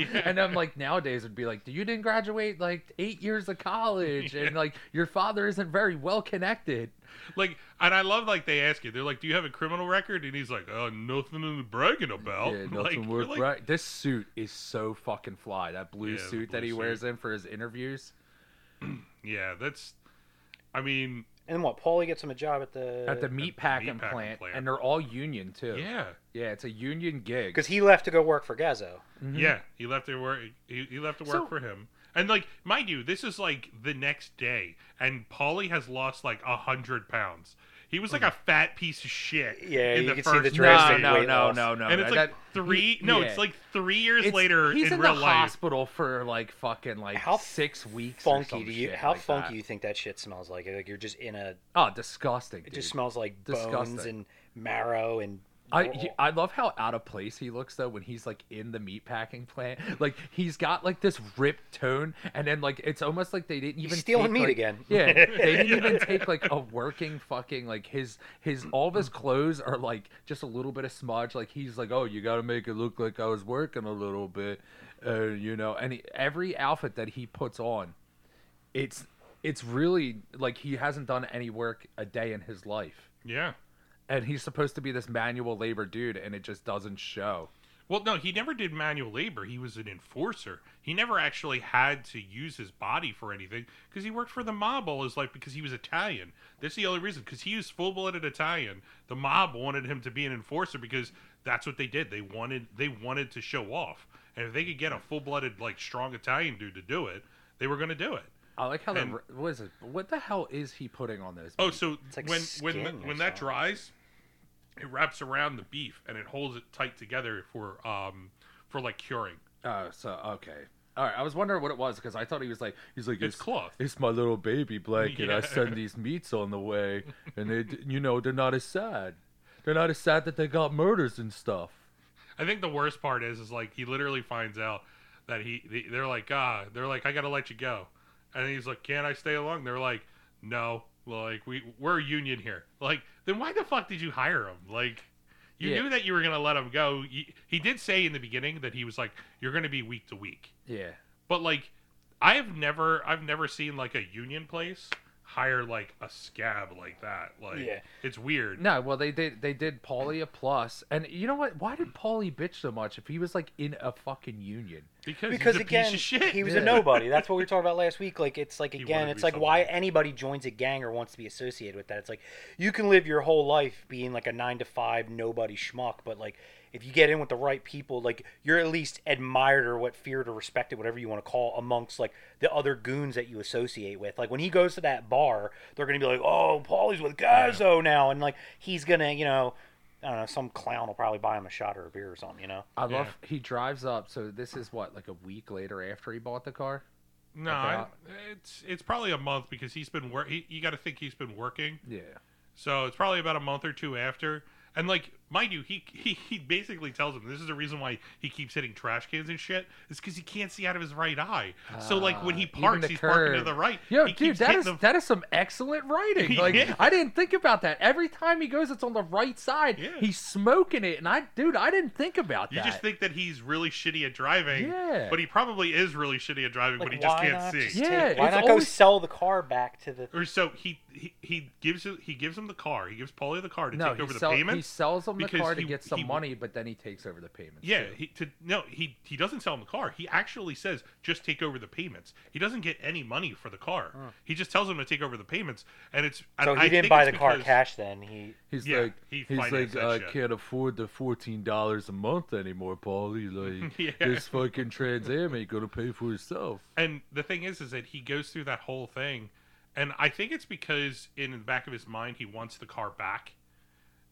Speaker 2: [laughs] Yeah.
Speaker 3: and I'm like, nowadays it'd be like, "You didn't graduate like eight years of college," and like your father isn't very well connected.
Speaker 2: Like, and I love like they ask you, they're like, "Do you have a criminal record?" And he's like, "Oh, nothing to bragging about." [laughs]
Speaker 3: Yeah,
Speaker 2: Like,
Speaker 3: nothing
Speaker 2: you're
Speaker 3: worth
Speaker 2: Oh like,
Speaker 3: right. This suit is so fucking fly. That blue
Speaker 2: Yeah, the
Speaker 3: suit that
Speaker 2: blue
Speaker 3: he
Speaker 2: suit.
Speaker 3: wears in for his interviews
Speaker 2: Yeah, that's. I mean,
Speaker 1: And then what? Paulie gets him a job at the
Speaker 3: at the meat packing
Speaker 2: meatpacking
Speaker 3: plant,
Speaker 2: plant.
Speaker 3: and they're all union too.
Speaker 2: yeah,
Speaker 3: yeah, it's a union gig.
Speaker 1: because he left to go work for Gazzo.
Speaker 2: yeah. He left to work. He, he left to work
Speaker 3: So-
Speaker 2: for him. And like, mind you, this is like the next day, and Paulie has lost like a hundred pounds. He was like a fat piece of shit.
Speaker 1: Hmm. Yeah,
Speaker 2: in
Speaker 1: you
Speaker 2: the
Speaker 1: can see
Speaker 2: first
Speaker 1: the
Speaker 3: no,
Speaker 1: drastic
Speaker 3: no,
Speaker 1: weight
Speaker 3: no,
Speaker 1: loss.
Speaker 3: no, no.
Speaker 2: and it's
Speaker 3: that-
Speaker 2: like
Speaker 3: that-
Speaker 2: three.
Speaker 3: he-
Speaker 2: no,
Speaker 3: yeah.
Speaker 2: it's like three years
Speaker 3: It's-
Speaker 2: later
Speaker 3: He's in,
Speaker 2: real
Speaker 3: the
Speaker 2: life.
Speaker 3: hospital for like fucking like
Speaker 1: How
Speaker 3: six weeks. or
Speaker 1: Funky?
Speaker 3: some
Speaker 1: Do you?
Speaker 3: shit
Speaker 1: How
Speaker 3: like
Speaker 1: funky
Speaker 3: that.
Speaker 1: you think that shit smells like? Like you're just in a.
Speaker 3: Oh, disgusting!
Speaker 1: It just
Speaker 3: dude.
Speaker 1: smells like bones
Speaker 3: Disgusting.
Speaker 1: and marrow and.
Speaker 3: I he- I love how out of place he looks though when he's like in the meatpacking plant. [laughs] Like he's got like this ripped tone, and then like it's almost like they didn't even
Speaker 1: stealing
Speaker 3: take,
Speaker 1: meat
Speaker 3: like-
Speaker 1: again. [laughs]
Speaker 3: Yeah, they didn't even take like a working fucking like his his all of his clothes are like just a little bit of smudge. Like he's like, oh, you gotta make it look like I was working a little bit, uh, you know. And he, every outfit that he puts on, it's it's really like he hasn't done any work a day in his life
Speaker 2: Yeah.
Speaker 3: and he's supposed to be this manual labor dude and it just doesn't show
Speaker 2: Well, no, he never did manual labor. He was an enforcer. He never actually had to use his body for anything because he worked for the mob all his life because he was Italian. That's the only reason because he was full blooded Italian. The mob wanted him to be an enforcer because that's what they did. They wanted they wanted to show off, and if they could get a full blooded like strong Italian dude to do it, they were going to do it.
Speaker 3: i like how
Speaker 2: And-
Speaker 3: the what is it what the hell is he putting on those
Speaker 2: Oh,
Speaker 3: meat?
Speaker 2: so
Speaker 1: like
Speaker 2: when when
Speaker 1: skin
Speaker 2: the-
Speaker 1: or
Speaker 2: when that
Speaker 1: something.
Speaker 2: dries, it wraps around the beef and it holds it tight together for um for like curing.
Speaker 3: oh so okay all right i was wondering what it was because i thought he was like
Speaker 4: He's like,
Speaker 2: It's cloth.
Speaker 4: It's my little baby blanket.
Speaker 2: Yeah.
Speaker 4: I send these meats on the way, and they, d- you know, they're not as sad. They're not as sad that they got murders and stuff.
Speaker 2: I think the worst part is is like he literally finds out that he they- they're like ah they're like I gotta let you go, and he's like can I stay along? They're like no like we we're a union here like then why the fuck did you hire him like. You
Speaker 3: Yeah.
Speaker 2: knew that you were going to let him go. He, he did say in the beginning that he was like, "You're going to be week to week."
Speaker 3: yeah
Speaker 2: But like, I have never, I've never seen like a union place hire like a scab like that. Like,
Speaker 1: Yeah.
Speaker 2: it's weird.
Speaker 3: no well they did they did paulie a plus and you know what why did paulie bitch so much if he was like in a fucking union
Speaker 2: because
Speaker 1: Because
Speaker 2: he's a
Speaker 1: again,
Speaker 2: piece of shit.
Speaker 1: he was
Speaker 3: Yeah.
Speaker 1: a nobody. That's what we were talking about last week. Like it's like
Speaker 2: He
Speaker 1: again,
Speaker 2: wanted to
Speaker 1: it's
Speaker 2: be
Speaker 1: like why
Speaker 2: somebody.
Speaker 1: anybody joins a gang or wants to be associated with that. It's like you can live your whole life being like a nine to five nobody schmuck, but like if you get in with the right people, like you're at least admired or what feared or respected, whatever you want to call, amongst like the other goons that you associate with. Like when he goes to that bar, they're gonna be like, "Oh, Paulie's with Gazzo now," and like he's gonna, you know, I don't know, some clown will probably buy him a shot or a beer or something, you know.
Speaker 3: i
Speaker 2: Yeah.
Speaker 3: love he drives up so this is what like a week later after he bought the car
Speaker 2: no, I, it's it's probably a month because he's been work. He, you got to think he's been working,
Speaker 3: yeah
Speaker 2: so it's probably about a month or two after. And like, mind you, he he, he basically tells him this is the reason why he keeps hitting trash cans and shit. Is because he can't see out of his right eye. so like when he
Speaker 3: Ah, Even
Speaker 2: parks,
Speaker 3: the
Speaker 2: he's parking to
Speaker 3: curb.
Speaker 2: the right.
Speaker 3: Yo,
Speaker 2: he
Speaker 3: dude,
Speaker 2: keeps
Speaker 3: that
Speaker 2: hitting
Speaker 3: is
Speaker 2: the-
Speaker 3: that is some excellent
Speaker 2: [laughs]
Speaker 3: writing. Like
Speaker 2: Yeah.
Speaker 3: I didn't think about that. Every time he goes, it's on the right side.
Speaker 2: Yeah.
Speaker 3: He's smoking it, and I, dude, I didn't think about
Speaker 2: You
Speaker 3: that.
Speaker 2: just think that he's really shitty at driving,
Speaker 3: Yeah.
Speaker 2: but he probably is really shitty at driving, but he
Speaker 1: Like,
Speaker 2: just
Speaker 1: why
Speaker 2: can't
Speaker 1: not
Speaker 2: see.
Speaker 1: just
Speaker 3: Yeah,
Speaker 1: take- why
Speaker 3: it's
Speaker 1: not go
Speaker 3: always-
Speaker 1: sell the car back to the?
Speaker 2: Or so he, he he gives it- he gives him the car. He gives Paulie the car to
Speaker 3: no,
Speaker 2: take
Speaker 3: he,
Speaker 2: over the
Speaker 3: sell-
Speaker 2: payment.
Speaker 3: he sells him the
Speaker 2: because
Speaker 3: car to
Speaker 2: he-
Speaker 3: get some
Speaker 2: he-
Speaker 3: money, but then he takes over the payments.
Speaker 2: yeah,
Speaker 3: too.
Speaker 2: he to no he he doesn't sell him the car. He actually says just take over the payments. He doesn't get any money for the car. He just tells him to take over the payments, and it's
Speaker 1: So
Speaker 2: and
Speaker 1: he
Speaker 2: I
Speaker 1: didn't
Speaker 2: think
Speaker 1: buy
Speaker 2: it's
Speaker 1: the car
Speaker 2: because-
Speaker 1: cash. Then he
Speaker 4: He's
Speaker 2: Yeah,
Speaker 4: like,
Speaker 2: he
Speaker 4: he's
Speaker 2: financed
Speaker 4: like,
Speaker 2: that
Speaker 4: I
Speaker 2: shit.
Speaker 4: can't afford the fourteen dollars a month
Speaker 2: [laughs]
Speaker 4: anymore, Paulie. Like
Speaker 2: Yeah.
Speaker 4: this fucking Trans Am ain't gonna pay for itself.
Speaker 2: And the thing is, is that he goes through that whole thing, and I think it's because in the back of his mind he wants the car back.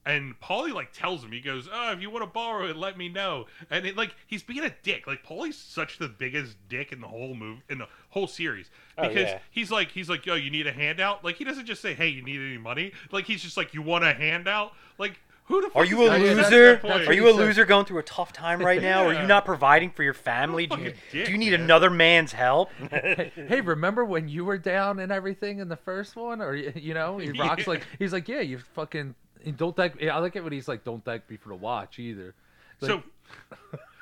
Speaker 2: And Paulie like tells him, he goes, "Oh, if you want to borrow it, let me know." And it like he's being a dick. Like Paulie's such the biggest dick in the whole move in the whole series
Speaker 1: Oh,
Speaker 2: because
Speaker 1: yeah.
Speaker 2: he's like he's like, "Yo, you need a handout?" Like he doesn't just say, "Hey, you need any money?" Like he's just like, "You want a handout?" Like who the fuck
Speaker 1: are you a
Speaker 2: is that
Speaker 3: that's-
Speaker 1: loser?
Speaker 2: at that
Speaker 3: that's
Speaker 2: point?
Speaker 1: Are
Speaker 3: what
Speaker 1: you
Speaker 3: he
Speaker 1: a
Speaker 3: said.
Speaker 1: loser going through a tough time right now? Are
Speaker 2: [laughs] Yeah.
Speaker 1: you not providing for your family? Do you,
Speaker 2: fucking
Speaker 1: do
Speaker 2: dick,
Speaker 1: you need
Speaker 2: man.
Speaker 1: another man's
Speaker 2: [laughs]
Speaker 1: help?
Speaker 3: hey, remember when you were down and everything in the first one? Or
Speaker 2: [laughs]
Speaker 3: you know, he rocks like he's like, yeah, you fucking and don't thank. Yeah, I like it when he's like, don't thank me for the watch either. Like,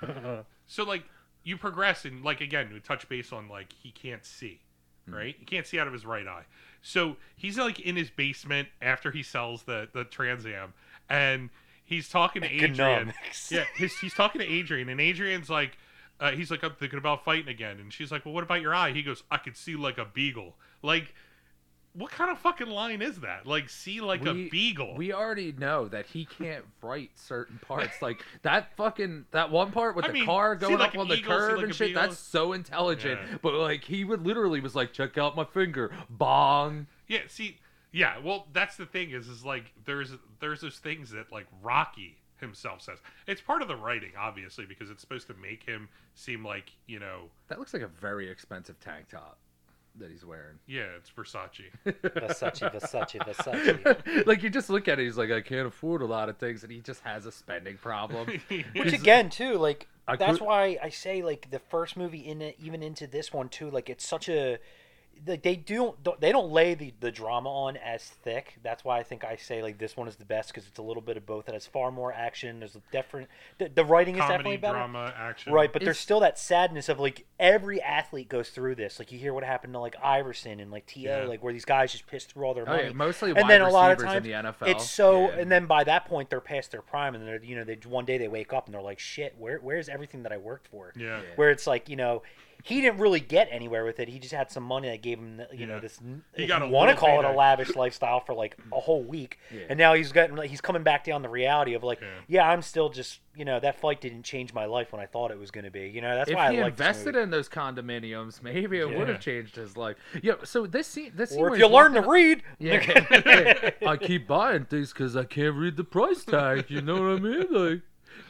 Speaker 2: so
Speaker 3: [laughs]
Speaker 2: so like you progress and like again we touch base on like he can't see
Speaker 3: Mm-hmm.
Speaker 2: right? He can't see out of his right eye. So he's like in his basement after he sells the the Trans Am, and he's talking to
Speaker 3: [laughs]
Speaker 2: Adrian.
Speaker 1: Economics.
Speaker 2: Yeah, his, he's talking to Adrian, and Adrian's like, uh, he's like, I'm thinking about fighting again, and she's like, Well, what about your eye? He goes, I could see like a beagle. Like, what kind of fucking line is that? Like, see like a beagle.
Speaker 3: We already know that he can't write certain parts.
Speaker 2: [laughs]
Speaker 3: Like that fucking that one part with
Speaker 2: I
Speaker 3: the
Speaker 2: mean,
Speaker 3: car
Speaker 2: see,
Speaker 3: going
Speaker 2: like,
Speaker 3: up
Speaker 2: an
Speaker 3: on the
Speaker 2: eagle, see,
Speaker 3: curb
Speaker 2: like,
Speaker 3: and
Speaker 2: a
Speaker 3: shit.
Speaker 2: beagle.
Speaker 3: That's so intelligent.
Speaker 2: Yeah.
Speaker 3: But like he would literally was like, check out my finger, bong.
Speaker 2: Yeah, see, yeah, well, that's the thing is, is like there's there's those things that like Rocky himself says. It's part of the writing, obviously, because it's supposed to make him seem like you know,
Speaker 3: That looks like a very expensive tank top that he's wearing.
Speaker 2: yeah, it's
Speaker 1: [laughs]
Speaker 2: Versace.
Speaker 1: Versace, Versace,
Speaker 2: [laughs]
Speaker 1: Versace.
Speaker 3: [laughs] like you just look at it, he's like, I can't afford a lot of things, and he just has a spending problem.
Speaker 1: Which
Speaker 3: He's-
Speaker 1: again, too, like
Speaker 3: I
Speaker 1: that's
Speaker 3: could-
Speaker 1: why I say like the first movie in it, even into this one too, like it's such a like they do don't they don't lay the the drama on as thick. That's why I think I say like this one is the best because it's a little bit of both. It has far more action. There's a different the, the writing is
Speaker 2: Comedy,
Speaker 1: definitely better.
Speaker 2: drama, action.
Speaker 1: Right, but there's
Speaker 3: It's-
Speaker 1: still that sadness of like every athlete goes through this. Like you hear what happened to like Iverson and like To,
Speaker 2: Yeah.
Speaker 1: like where these guys just pissed through all their
Speaker 3: Oh, yeah,
Speaker 1: money.
Speaker 3: mostly
Speaker 1: and
Speaker 3: wide
Speaker 1: then a lot of
Speaker 3: receivers in
Speaker 1: times
Speaker 3: the NFL.
Speaker 1: it's so.
Speaker 3: Yeah.
Speaker 1: And then by that point they're past their prime, and they're you know they one day they wake up and they're like shit, where where's everything that I worked for?
Speaker 2: Yeah.
Speaker 3: Yeah.
Speaker 1: Where it's like you know he didn't really get anywhere with it. He just had some money that gave him you
Speaker 2: Yeah.
Speaker 1: know this.
Speaker 2: He
Speaker 1: if
Speaker 2: got
Speaker 1: you
Speaker 2: a
Speaker 1: want to
Speaker 2: little
Speaker 1: call it a
Speaker 2: payday.
Speaker 1: lavish lifestyle for like a whole week,
Speaker 3: Yeah.
Speaker 1: and now he's getting like, he's coming back down the reality of like
Speaker 2: Yeah.
Speaker 1: yeah, I'm still just you know that fight didn't change my life when I thought it was going to be. You know that's
Speaker 3: if
Speaker 1: why
Speaker 3: he
Speaker 1: I like
Speaker 3: invested in those condominiums, maybe it would
Speaker 2: Yeah.
Speaker 3: have changed his life. Yeah. So this scene, this scene
Speaker 1: Or
Speaker 3: where
Speaker 1: if you
Speaker 3: he's
Speaker 1: learn to
Speaker 3: walking-
Speaker 1: read, [laughs]
Speaker 3: Yeah. Yeah. [laughs]
Speaker 4: I keep buying things because I can't read the price tag. You know what I mean? Like,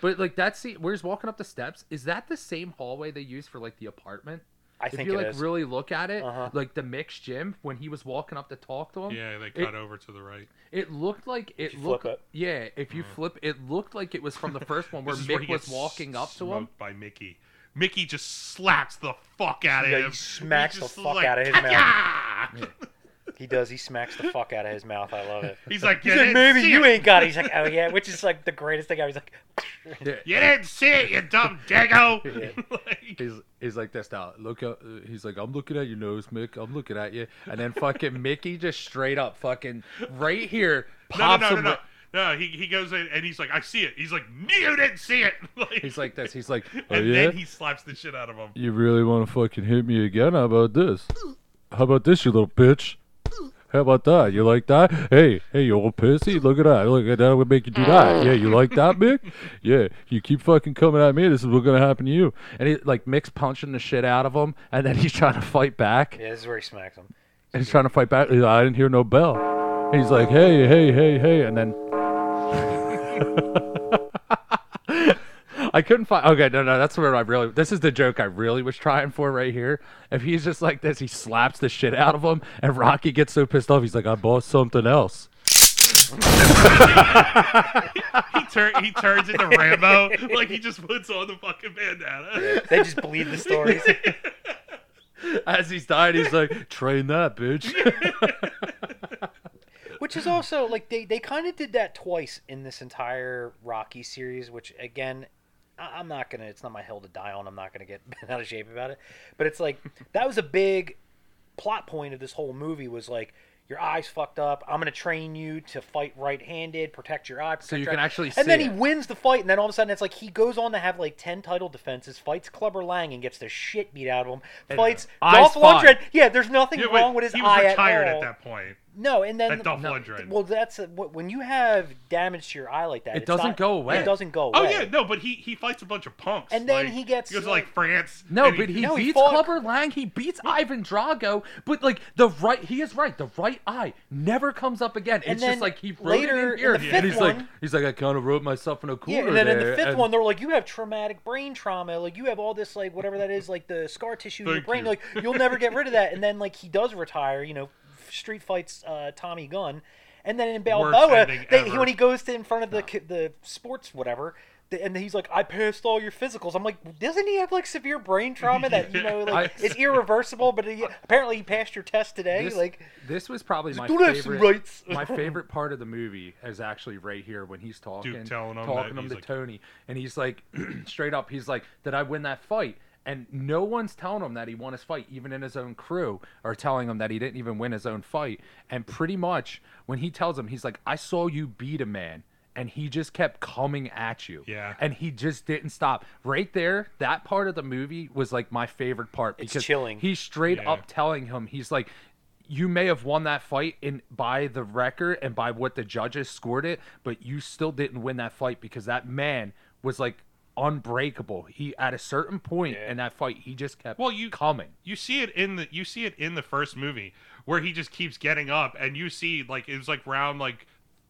Speaker 3: But like that scene where he's walking up the steps, is that the same hallway they use for like the apartment?
Speaker 1: I
Speaker 3: If
Speaker 1: think
Speaker 3: you
Speaker 1: it
Speaker 3: like
Speaker 1: is.
Speaker 3: really look at it,
Speaker 1: Uh-huh.
Speaker 3: like the mixed gym when he was walking up to talk to him,
Speaker 2: Yeah, they
Speaker 3: It-
Speaker 2: cut over to the right.
Speaker 3: it looked like it
Speaker 1: you
Speaker 3: looked
Speaker 1: flip it.
Speaker 3: yeah. If you flip, it looked like it was from the
Speaker 2: [laughs]
Speaker 3: first one where
Speaker 2: Mm. This is where
Speaker 3: Mick
Speaker 2: he
Speaker 3: was
Speaker 2: gets
Speaker 3: walking up to him.
Speaker 2: smoked by Mickey. Mickey just slaps the fuck out of
Speaker 1: Yeah, he
Speaker 2: him.
Speaker 1: smacks
Speaker 2: He's just
Speaker 1: the fuck
Speaker 2: like,
Speaker 1: out of his mouth.
Speaker 2: "Ka-ya!"
Speaker 1: He does. He smacks the fuck out of his mouth. I love it.
Speaker 2: [laughs] He's like,
Speaker 1: He's
Speaker 2: you
Speaker 1: like,
Speaker 2: didn't
Speaker 1: maybe
Speaker 2: see
Speaker 1: you
Speaker 2: it.
Speaker 1: ain't got it. He's [laughs] like, oh yeah, which is like the greatest thing. I was like,
Speaker 2: You didn't see it, you
Speaker 1: [laughs]
Speaker 2: dumb dago. [laughs] Like,
Speaker 4: he's he's like this now. Look up. He's like, I'm looking at your nose, Mick. I'm looking at you.
Speaker 3: And then fucking Mickey just straight up fucking right here
Speaker 2: no,
Speaker 3: pops
Speaker 2: no, no, no,
Speaker 3: him.
Speaker 2: no.
Speaker 3: ri-
Speaker 2: No, he, he goes in and he's like, I see it. He's like, you didn't see it. [laughs] Like,
Speaker 3: He's like this. He's like,
Speaker 4: Oh,
Speaker 2: and
Speaker 4: yeah?
Speaker 2: then he slaps the shit out of him.
Speaker 4: You really want to fucking hit me again? How about this? How about this, you little bitch? How about that? You like that? Hey, hey, you old pissy! Look at that! Look at that! Would make you
Speaker 3: [laughs]
Speaker 4: do that? Yeah, you like that, Mick? Yeah, you keep fucking coming at me. This is what's gonna happen to you.
Speaker 3: and he like Mick's punching the shit out of him, and then he's trying to fight back.
Speaker 1: yeah, this is where he smacks him.
Speaker 3: And he's trying to fight back. He's like, I didn't hear no bell.
Speaker 4: And he's like, hey, hey, hey, hey, and then
Speaker 3: [laughs] I couldn't find. Okay, no, no, that's where I really. This is the joke I really was trying for right here. If he's just like this, he slaps the shit out of him, and Rocky gets so pissed off. He's like, I bought something else.
Speaker 2: He turn he turns into Rambo. [laughs] Like he just puts on the fucking bandana.
Speaker 1: [laughs] They just believe the stories.
Speaker 3: [laughs] As he's dying, he's like, train that, [laughs] bitch.
Speaker 1: which is also like they, they kind of did that twice in this entire rocky series which again I- i'm not gonna it's not my hill to die on i'm not gonna get [laughs] bent out of shape about it but it's like that was a big plot point of this whole movie was like your eyes fucked up i'm gonna train you to fight right-handed protect your eye protect
Speaker 3: you
Speaker 1: your
Speaker 3: can
Speaker 1: eye."
Speaker 3: actually
Speaker 1: and then
Speaker 3: see
Speaker 1: he
Speaker 3: it.
Speaker 1: wins the fight and then all of a sudden it's like he goes on to have like 10 title defenses fights clubber lang and gets the shit beat out of him fights
Speaker 3: eyes
Speaker 1: dolph
Speaker 3: fine.
Speaker 1: lundgren yeah there's nothing
Speaker 2: Yeah, wait,
Speaker 1: wrong with his
Speaker 2: he was
Speaker 1: eye
Speaker 2: retired
Speaker 1: at,
Speaker 2: at,
Speaker 1: all.
Speaker 2: that point.
Speaker 1: No, and then
Speaker 2: At Dolph
Speaker 3: no,
Speaker 2: Lundgren.
Speaker 1: well, that's a, wh- when you have damage to your eye like that.
Speaker 3: It
Speaker 1: it's
Speaker 3: doesn't
Speaker 1: not-
Speaker 3: go away.
Speaker 1: It doesn't go away.
Speaker 2: oh yeah, no, but he he fights a bunch of punks.
Speaker 1: And then
Speaker 2: like,
Speaker 1: he gets,
Speaker 2: he goes to,
Speaker 1: like-
Speaker 2: like France.
Speaker 3: No,
Speaker 2: and
Speaker 3: but he
Speaker 1: No, he
Speaker 3: beats
Speaker 1: fought-
Speaker 3: Clubber Lang. He beats Ivan Drago. But like the right, he is right. The right eye never comes up again. It's
Speaker 1: then
Speaker 3: just like he wrote
Speaker 1: later
Speaker 3: it
Speaker 1: in
Speaker 3: in here.
Speaker 1: the
Speaker 3: and
Speaker 1: fifth
Speaker 3: he's like,
Speaker 1: one-
Speaker 4: he's like, I kind of wrote myself in a corner
Speaker 1: Yeah, and then in
Speaker 4: there,
Speaker 1: the fifth
Speaker 4: and-
Speaker 1: one, they're like, "You have traumatic brain trauma. Like you have all this, like whatever that is, like the scar tissue in your
Speaker 2: Thank
Speaker 1: brain.
Speaker 2: you.
Speaker 1: Like you'll never get rid of that." And then like he does retire. You know, street fights uh, Tommy Gunn, and then in Balboa,
Speaker 2: ending
Speaker 1: they,
Speaker 2: ever.
Speaker 1: when he goes to in front of the ki- the sports whatever. the- And he's like, I passed all your physicals. I'm like, doesn't he have like severe brain trauma that you know, like
Speaker 3: I-
Speaker 1: it's irreversible? But he, apparently, he passed your test today.
Speaker 3: This,
Speaker 1: like,
Speaker 3: this was probably my
Speaker 1: "Don't have some
Speaker 3: favorite.
Speaker 1: rights."
Speaker 3: my favorite part of the movie is actually right here when he's talking,
Speaker 2: telling him
Speaker 3: talking
Speaker 2: that he's
Speaker 3: him to
Speaker 2: like-
Speaker 3: [clears throat] Tony, and he's like, straight up, he's like, "Did I win that fight?" and no one's telling him that he won his fight, even in his own crew are telling him that he didn't even win his own fight. And pretty much when he tells him, he's like, "I saw you beat a man." And he just kept coming at you.
Speaker 2: Yeah.
Speaker 3: And he just didn't stop. Right there, that part of the movie was like my favorite part
Speaker 1: It's
Speaker 3: because
Speaker 1: chilling.
Speaker 3: he's straight
Speaker 2: Yeah.
Speaker 3: up telling him, he's like, you may have won that fight in by the record and by what the judges scored it, but you still didn't win that fight because that man was like unbreakable. He at a certain point in that fight, he just kept
Speaker 2: Well, you-
Speaker 3: coming.
Speaker 2: you see it in the you see it in the first movie where he just keeps getting up and you see like it was like round like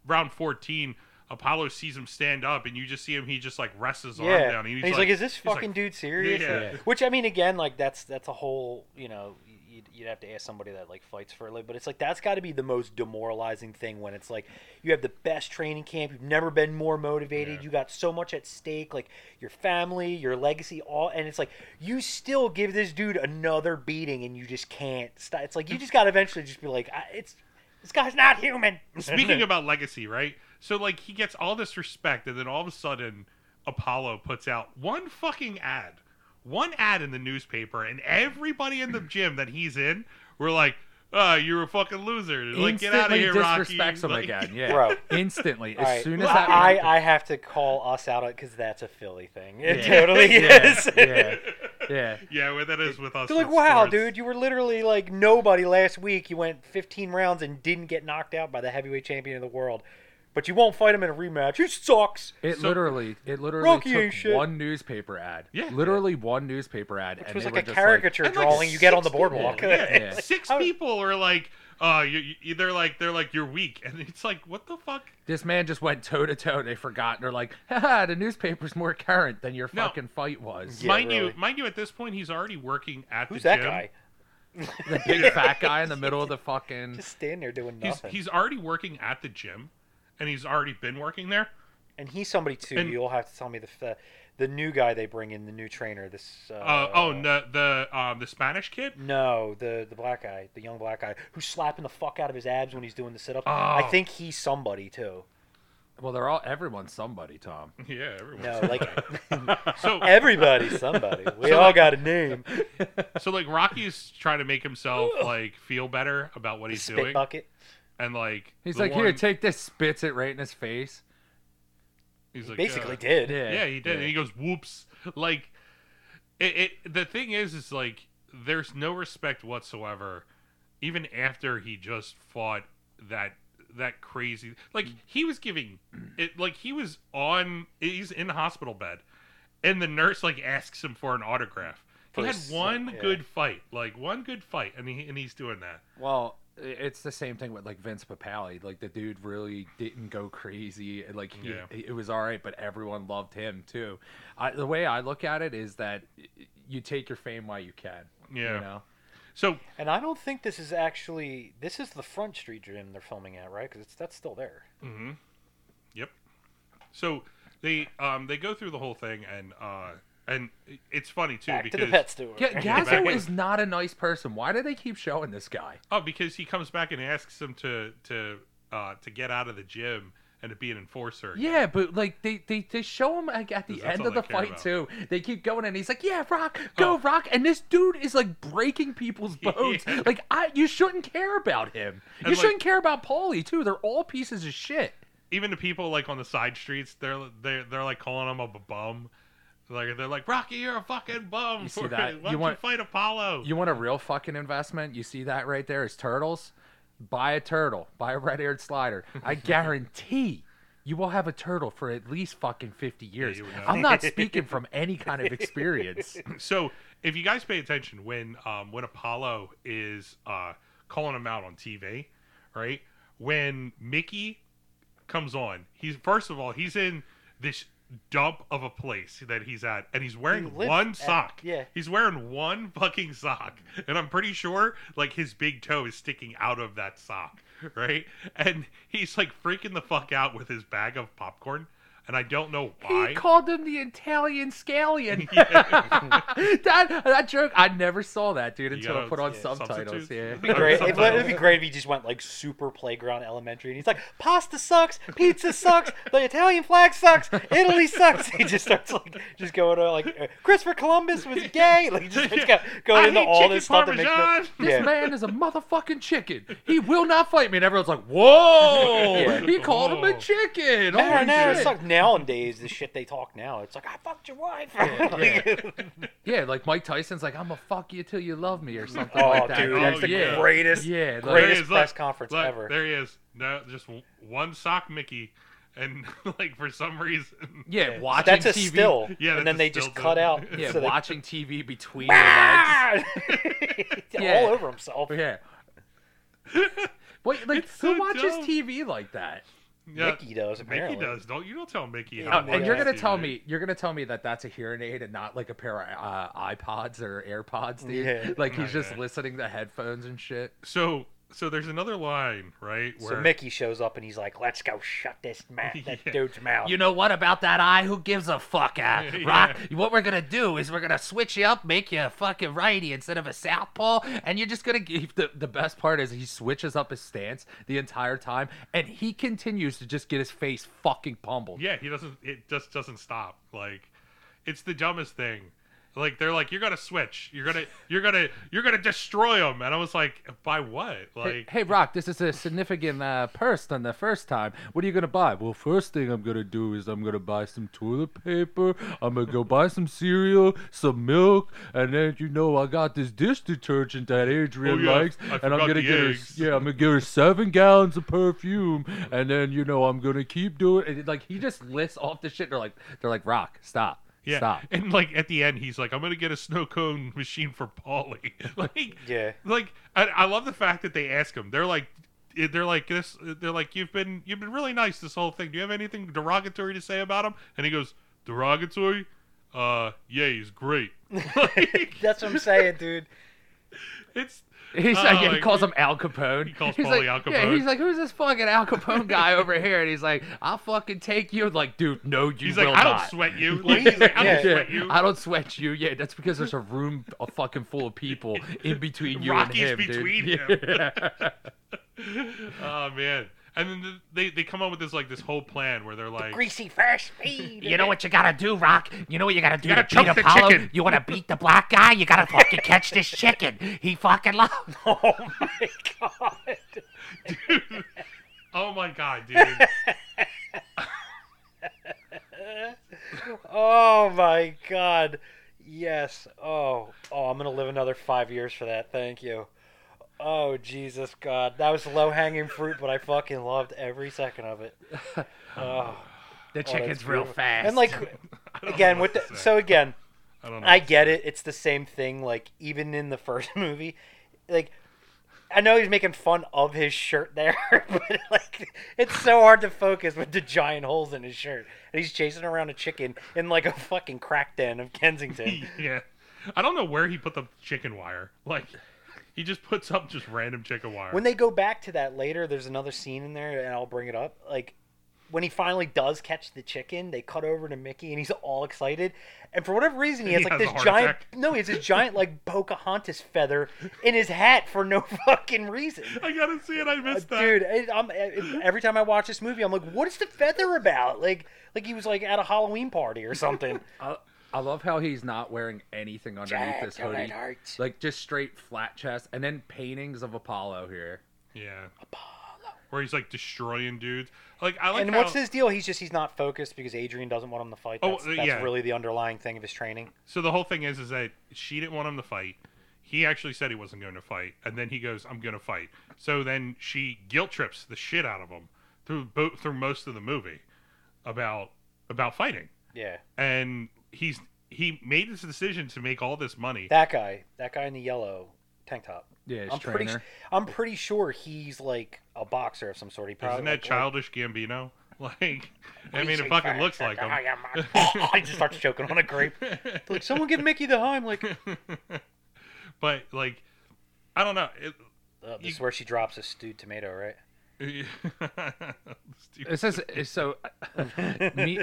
Speaker 2: round 14 apollo sees him stand up and you just see him he just like rests his arm
Speaker 1: Yeah,
Speaker 2: down
Speaker 1: and he's, like, "Is this
Speaker 2: he's like,
Speaker 1: fucking dude serious?"
Speaker 2: Yeah. Yeah.
Speaker 1: Which I mean, again, like that's that's a whole you know you'd, you'd have to ask somebody that like fights for a living, but it's like that's got to be the most demoralizing thing when it's like you have the best training camp, you've never been more motivated,
Speaker 2: Yeah.
Speaker 1: you got so much at stake, like your family, your legacy, all, and it's like you still give this dude another beating, and you just can't stop. It's like you just got to eventually just be like, I, "It's this guy's not human." [laughs]
Speaker 2: Speaking about legacy, right? So like he gets all this respect, and then all of a sudden, Apollo puts out one fucking ad, one ad in the newspaper, and everybody
Speaker 1: [clears throat]
Speaker 2: in the gym that he's in were like, "Uh, you're a fucking loser! Like get out of
Speaker 3: Instantly
Speaker 2: here, Rocky!"
Speaker 3: disrespects him
Speaker 2: Like-
Speaker 3: again. Yeah.
Speaker 1: Bro.
Speaker 3: Instantly. As
Speaker 1: All right.
Speaker 3: soon as that
Speaker 1: I, I, I have to call us out because that's a Philly thing. It
Speaker 3: Yeah.
Speaker 1: totally
Speaker 3: yeah,
Speaker 1: is. [laughs]
Speaker 3: yeah. Yeah.
Speaker 2: [laughs] Yeah, well, that is with us.
Speaker 1: They're like,
Speaker 2: with
Speaker 1: wow,
Speaker 2: sports.
Speaker 1: dude, you were literally like nobody last week. You went 15 rounds and didn't get knocked out by the heavyweight champion of the world, but you won't fight him in a rematch. You sucks.
Speaker 3: It
Speaker 2: So-
Speaker 3: literally, it literally
Speaker 1: Rocky ain't
Speaker 3: took
Speaker 1: shit.
Speaker 3: one newspaper ad.
Speaker 2: Yeah.
Speaker 3: Literally one newspaper ad,
Speaker 1: Which
Speaker 3: and
Speaker 1: was
Speaker 3: they
Speaker 1: like a
Speaker 3: were just
Speaker 1: caricature
Speaker 2: And, like,
Speaker 1: drawing you get on the
Speaker 2: six
Speaker 1: boardwalk.
Speaker 2: people- Yeah, [laughs]
Speaker 3: Yeah.
Speaker 2: six
Speaker 1: How-
Speaker 2: people are like, "Uh, you, you, they're like, they're like, you're weak," and it's like, what the fuck?
Speaker 3: This man just went toe to toe. They forgot. They're like, [laughs] haha, the newspaper's more current than your
Speaker 2: No.
Speaker 3: fucking fight was.
Speaker 1: Yeah,
Speaker 2: mind
Speaker 1: really.
Speaker 2: you, mind you, at this point, he's already working
Speaker 1: [laughs]
Speaker 2: at
Speaker 1: Who's
Speaker 2: the
Speaker 1: that
Speaker 2: gym.
Speaker 1: guy?
Speaker 3: The big fat
Speaker 2: [laughs]
Speaker 3: guy in the middle of the fucking.
Speaker 1: Just standing there doing
Speaker 2: He's
Speaker 1: nothing.
Speaker 2: he's already working at the gym, and he's already been working there.
Speaker 1: and he's somebody too.
Speaker 2: and-
Speaker 1: You'll have to tell me the the, the new guy they bring in, the new trainer. This. Uh,
Speaker 2: Uh, oh, the the um, the Spanish kid.
Speaker 1: No, the the black guy, the young black guy who's slapping the fuck out of his abs when he's doing the sit up.
Speaker 2: Oh.
Speaker 1: I think he's somebody too.
Speaker 3: Well, they're all everyone's somebody, Tom.
Speaker 2: Yeah, everyone. [laughs]
Speaker 1: No, like [laughs]
Speaker 2: So
Speaker 1: everybody's somebody. We all got a name.
Speaker 2: so like Rocky's trying to
Speaker 1: [laughs]
Speaker 2: make himself like feel better about what [laughs] he's
Speaker 1: Spit
Speaker 2: doing,
Speaker 1: bucket.
Speaker 2: and like
Speaker 3: He's
Speaker 2: the
Speaker 3: like,
Speaker 2: one-
Speaker 3: here, take this. Spits it right in his face.
Speaker 2: He's like,
Speaker 1: Basically
Speaker 2: uh,
Speaker 1: did.
Speaker 3: Yeah.
Speaker 2: Yeah, he did. And he goes, "Whoops!" Like, it, it. The thing is, is like, there's no respect whatsoever, even after he just fought that that crazy. Like, he
Speaker 1: [clears throat]
Speaker 2: was giving it. Like, he was on. He's in the hospital bed, and the nurse like asks him for an autograph. He
Speaker 1: For
Speaker 2: had
Speaker 1: s-
Speaker 2: one
Speaker 1: yeah.
Speaker 2: good fight, like one good fight, and he and he's doing that.
Speaker 3: Well, i- it's the same thing with like Vince Papali. Like the dude really didn't go crazy. and, Like he,
Speaker 2: Yeah.
Speaker 3: it was all right, but everyone loved him too. I, the way I look at it is that y- you take your fame while you can.
Speaker 2: Yeah.
Speaker 3: You know?
Speaker 2: So
Speaker 1: And I don't think this is actually this is the Front Street gym they're filming at, right? Because that's still there.
Speaker 2: Yep. So they um they go through the whole thing and uh and it's funny too
Speaker 1: Back
Speaker 2: because
Speaker 1: to the pet store.
Speaker 3: Ga-
Speaker 2: back
Speaker 3: Gazzo
Speaker 2: in.
Speaker 3: is not a nice person. Why do they keep showing this guy?
Speaker 2: oh because he comes back and asks him to to uh to get out of the gym and to be an enforcer. again.
Speaker 3: Yeah, but like they they, they show him like at the
Speaker 2: That's
Speaker 3: end
Speaker 2: all
Speaker 3: of the
Speaker 2: they care
Speaker 3: fight
Speaker 2: about.
Speaker 3: too. They keep going and he's like, "Yeah, rock, go rock!" And this dude is like breaking people's bones.
Speaker 2: [laughs] Yeah.
Speaker 3: Like I, you shouldn't care about him.
Speaker 2: And,
Speaker 3: you
Speaker 2: like-
Speaker 3: shouldn't care about Paulie too. They're all pieces of shit.
Speaker 2: Even the people like on the side streets, they're they're they're like calling him a b- bum. Like they're like Rocky, you're a fucking bum. [laughs]
Speaker 3: You see
Speaker 2: for-
Speaker 3: that?
Speaker 2: Why
Speaker 3: You
Speaker 2: don't you,
Speaker 3: want-
Speaker 2: fight Apollo?
Speaker 3: You want a real fucking investment? You see that right there is turtles. Buy a turtle. Buy a red-haired slider.
Speaker 2: [laughs]
Speaker 3: I guarantee you will have a turtle for at least fucking 50 years.
Speaker 2: you would know. [laughs]
Speaker 3: I'm not speaking from any kind of experience.
Speaker 2: So if you guys pay attention when um when Apollo is uh calling him out on TV, right? When Mickey comes on, he's first of all, he's in this dump of a place that he's at and he's wearing
Speaker 1: He lives
Speaker 2: one
Speaker 1: at-
Speaker 2: sock.
Speaker 1: yeah.
Speaker 2: He's wearing one fucking sock. And I'm pretty sure like his big toe is sticking out of that sock, right? And he's like freaking the fuck out with his bag of popcorn. and I don't know
Speaker 3: He
Speaker 2: why.
Speaker 3: called him the
Speaker 2: [laughs]
Speaker 3: Italian scallion. [laughs] that that joke, I never saw that, dude,
Speaker 2: You
Speaker 3: until I
Speaker 2: gotta-
Speaker 3: put on
Speaker 2: yeah,
Speaker 3: subtitles.
Speaker 2: substitutes. [laughs]
Speaker 3: Yeah.
Speaker 1: It'd be great. It'd,
Speaker 2: Sometimes.
Speaker 1: it'd be great if he just went like super playground elementary, and he's like, "Pasta sucks, pizza sucks, [laughs] the Italian flag sucks, Italy sucks." [laughs] He just starts like just going on like uh, Christopher Columbus
Speaker 2: [laughs]
Speaker 1: was gay, like just, just go, going
Speaker 2: I
Speaker 1: into
Speaker 2: hate
Speaker 1: all
Speaker 2: chicken
Speaker 1: this stuff that makes
Speaker 2: parmesan.
Speaker 1: no-
Speaker 3: This
Speaker 1: yeah.
Speaker 3: man is a motherfucking chicken. He will not fight me. And everyone's like, whoa!
Speaker 1: Yeah.
Speaker 3: He called him a
Speaker 2: Whoa.
Speaker 3: chicken. Holy
Speaker 1: Marinara
Speaker 3: shit.
Speaker 1: sucks. Nowadays, the shit they talk now, it's like I fucked your wife. Like-
Speaker 3: [laughs] Yeah, like Mike Tyson's like, I'm gonna fuck you till you love me or something
Speaker 1: oh,
Speaker 3: like that.
Speaker 1: dude,
Speaker 2: Oh,
Speaker 1: that's the
Speaker 2: yeah.
Speaker 1: greatest,
Speaker 3: Yeah, like-
Speaker 2: There he
Speaker 1: greatest
Speaker 2: is,
Speaker 1: press
Speaker 2: look,
Speaker 1: conference
Speaker 2: look,
Speaker 1: ever.
Speaker 2: There he is. No, just w- one sock Mickey, and [laughs] like for some reason, [laughs]
Speaker 3: Yeah, watching
Speaker 1: That's a
Speaker 3: TV.
Speaker 1: still,
Speaker 2: Yeah, that's
Speaker 1: and then
Speaker 2: a
Speaker 1: they
Speaker 2: still
Speaker 1: just
Speaker 2: too.
Speaker 1: cut out. [laughs]
Speaker 3: Yeah,
Speaker 1: so they-
Speaker 3: watching TV between your legs.
Speaker 1: [laughs]
Speaker 3: Yeah.
Speaker 1: all over himself.
Speaker 3: Yeah. Wait, like
Speaker 2: It's
Speaker 3: who
Speaker 2: so
Speaker 3: watches
Speaker 2: dumb.
Speaker 3: TV like that?
Speaker 2: yeah,
Speaker 1: Mickey does apparently.
Speaker 2: Mickey does. Don't you don't tell Mickey.
Speaker 1: Yeah,
Speaker 2: how
Speaker 3: Oh,
Speaker 2: to
Speaker 1: no,
Speaker 2: watch
Speaker 3: and you're
Speaker 1: yeah.
Speaker 3: gonna
Speaker 2: TV.
Speaker 3: tell me you're gonna tell me that that's a hearing aid and not like a pair of uh, iPods or AirPods, dude.
Speaker 1: Yeah.
Speaker 3: Like he's
Speaker 2: Oh,
Speaker 3: just
Speaker 2: yeah.
Speaker 3: listening to headphones and shit.
Speaker 2: So so there's another line right where
Speaker 1: So Mickey shows up and he's like, "Let's go shut this
Speaker 2: [laughs]
Speaker 1: ma- that
Speaker 2: Yeah.
Speaker 1: dude's mouth." [laughs]
Speaker 3: You know what about that eye? Who gives
Speaker 2: [laughs]
Speaker 3: a fuck, uh,
Speaker 2: Yeah.
Speaker 3: Rock? What we're gonna do is we're gonna switch you up, make you a fucking righty instead of a southpaw, and you're just gonna give the the best part is he switches up his stance the entire time, and he continues to just get his face fucking pummeled.
Speaker 2: yeah he doesn't it just doesn't stop like it's the dumbest thing like they're like you're gonna switch you're gonna you're gonna you're gonna destroy him and I was like by what
Speaker 3: Hey,
Speaker 2: like
Speaker 3: hey, Rock, this is a significant uh, purse than the first time.
Speaker 4: What are you gonna buy? Well, first thing I'm gonna do is I'm gonna buy some toilet paper. I'm gonna go buy some cereal, some milk, and then you know I got this dish detergent that Adrian
Speaker 2: Oh, yeah,
Speaker 4: likes,
Speaker 2: I
Speaker 4: and
Speaker 2: forgot
Speaker 4: I'm gonna
Speaker 2: the
Speaker 4: get
Speaker 2: eggs.
Speaker 4: her. Yeah, I'm gonna give her seven gallons of perfume, and then you know I'm gonna keep doing.
Speaker 3: And, like he just lists off the shit. They're like, they're like, Rock, stop,
Speaker 2: yeah
Speaker 3: stop.
Speaker 2: and like at the end he's like I'm gonna get a snow cone [laughs] machine for Polly [laughs] like
Speaker 1: Yeah.
Speaker 2: like I, I love the fact that they ask him they're like eh, they're like this they're like you've been you've been really nice this whole thing do you have anything derogatory to say about him and he goes derogatory uh yeah he's great [laughs] like,
Speaker 1: That's what I'm saying, dude.
Speaker 2: it's
Speaker 3: He's
Speaker 2: Oh,
Speaker 3: like, yeah, he
Speaker 2: like,
Speaker 3: calls him Al Capone.
Speaker 2: he calls
Speaker 3: he's
Speaker 2: Paulie
Speaker 3: like,
Speaker 2: Al
Speaker 3: Yeah,
Speaker 2: Capone.
Speaker 3: he's like, who's this fucking Al Capone guy [laughs] over here? And he's like, I'll fucking take you. Like, dude, no, you
Speaker 2: He's
Speaker 3: will
Speaker 2: like, I
Speaker 3: not."
Speaker 2: don't sweat
Speaker 3: [laughs]
Speaker 2: you. Like, he's like, I don't
Speaker 1: Yeah.
Speaker 2: sweat you.
Speaker 3: I don't sweat you. Yeah, that's because there's a room a fucking full of people in between you
Speaker 2: Rocky's
Speaker 3: and him. dude.
Speaker 2: between
Speaker 3: Yeah.
Speaker 2: [laughs] oh man! And then th- they they come up with this like this whole plan where they're [laughs] like,
Speaker 1: Greasy fast speed.
Speaker 3: [laughs] You know what you gotta do, Rock. You know what you gotta do
Speaker 2: gotta
Speaker 3: to beat
Speaker 2: choke the
Speaker 3: Apollo.
Speaker 2: chicken.
Speaker 3: You wanna beat the black guy? You gotta fucking catch this chicken. He
Speaker 1: [laughs]
Speaker 3: fucking loves.
Speaker 1: Oh my god.
Speaker 2: "Oh my god, dude!"
Speaker 1: Oh my god. Yes. Oh. Oh, I'm gonna live another five years for that. Thank you. Oh Jesus God, that was low hanging fruit, but I fucking loved every second of
Speaker 2: [laughs]
Speaker 1: it. Oh,
Speaker 3: The
Speaker 1: oh, that's
Speaker 3: chicken's real
Speaker 1: beautiful.
Speaker 3: fast.
Speaker 1: And
Speaker 2: [laughs]
Speaker 1: like,
Speaker 2: don't
Speaker 1: again
Speaker 2: know
Speaker 1: with
Speaker 2: what
Speaker 1: the
Speaker 2: to say.
Speaker 1: so again,
Speaker 2: I
Speaker 1: [laughs]
Speaker 2: don't know.
Speaker 1: I get it. It's the same thing. Like even in the first [laughs] movie, like I know he's making fun of his shirt there, [laughs] but like it's so hard to focus with the giant holes in his shirt, and he's chasing around a chicken in like a fucking crack den of
Speaker 2: [laughs]
Speaker 1: Kensington.
Speaker 2: yeah, I don't know where he put the chicken wire. Like, he just puts up just random chicken wire.
Speaker 1: when they go back to that later, there's another scene in there, and I'll bring it up. Like when he finally does catch the chicken, they cut over to Mickey, and he's all excited. And for whatever reason, he has
Speaker 2: He
Speaker 1: like
Speaker 2: has a
Speaker 1: this
Speaker 2: heart
Speaker 1: giant
Speaker 2: attack.
Speaker 1: [laughs] no, he has this giant like Pocahontas feather in his hat for no [laughs] fucking reason.
Speaker 2: I gotta see it. I missed that.
Speaker 1: Uh, Dude, it, I'm, it- every time I watch this movie, I'm like, what is the feather about? Like, like he was like at a Halloween party or something.
Speaker 3: I, I love how he's not wearing anything underneath
Speaker 1: Jack
Speaker 3: this
Speaker 1: of
Speaker 3: hoodie.
Speaker 1: an art.
Speaker 3: Like just straight flat chest, and then paintings of Apollo here.
Speaker 2: Yeah. Where he's like destroying dudes. Like, [laughs] I like
Speaker 1: and
Speaker 2: how,
Speaker 1: what's his deal? He's just he's not focused because Adrian doesn't want him to fight.
Speaker 2: Oh,
Speaker 1: That's,
Speaker 2: uh,
Speaker 1: that's
Speaker 2: yeah.
Speaker 1: really the underlying thing of his training.
Speaker 2: So the whole thing is, is that she didn't want him to fight. He actually said he wasn't going to fight, and then he goes, "I'm going to fight." So then she guilt trips the shit out of him through bo- through most of the movie about about fighting,
Speaker 1: Yeah,
Speaker 2: and he's he made this decision to make all this money.
Speaker 1: that guy, that guy in the yellow tank top.
Speaker 3: Yeah, his
Speaker 1: I'm pretty,
Speaker 3: trainer.
Speaker 1: I'm pretty sure he's like a boxer of some sort. He probably
Speaker 2: Isn't that
Speaker 1: like- [laughs]
Speaker 2: childish Gambino? [laughs] Like, I mean,
Speaker 1: Greasy
Speaker 2: it fucking
Speaker 1: fat
Speaker 2: [laughs] looks
Speaker 1: shit. [laughs]
Speaker 2: like him. [laughs]
Speaker 1: he just starts choking on a grape. [laughs] Like someone give Mickey the
Speaker 2: [laughs]
Speaker 1: Heimlich. Like,
Speaker 2: But like, I don't know. It,
Speaker 1: Uh, this
Speaker 2: You-
Speaker 1: is where she drops a stewed tomato, right?
Speaker 2: [laughs] Stupid.
Speaker 3: It says
Speaker 1: [laughs]
Speaker 3: so. Me,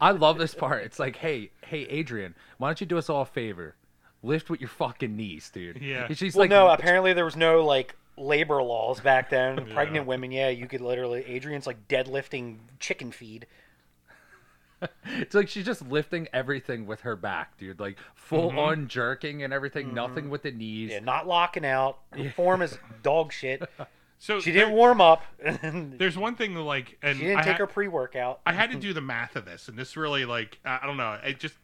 Speaker 3: I love this part. It's like, hey, hey, Adrian, why don't you do us all a favor? Lift with your fucking knees, dude.
Speaker 2: Yeah.
Speaker 3: And she's
Speaker 1: well,
Speaker 3: like,
Speaker 1: no, apparently there was no like labor laws back then.
Speaker 2: [laughs]
Speaker 1: Pregnant women, yeah, you could literally. Adrian's like deadlifting chicken feed.
Speaker 3: it's like she's just lifting everything with her back, dude. Like full on jerking and everything. Nothing with the knees.
Speaker 1: Mm-hmm. Yeah, not locking out. Her form
Speaker 3: [laughs]
Speaker 1: is dog shit.
Speaker 2: So
Speaker 1: She
Speaker 2: there-
Speaker 1: didn't warm up. [laughs] she
Speaker 2: there's one thing like, and
Speaker 1: didn't
Speaker 2: I
Speaker 1: take
Speaker 2: ha-
Speaker 1: her pre-workout.
Speaker 2: I had to do the math of this, and this really like I I don't know. It just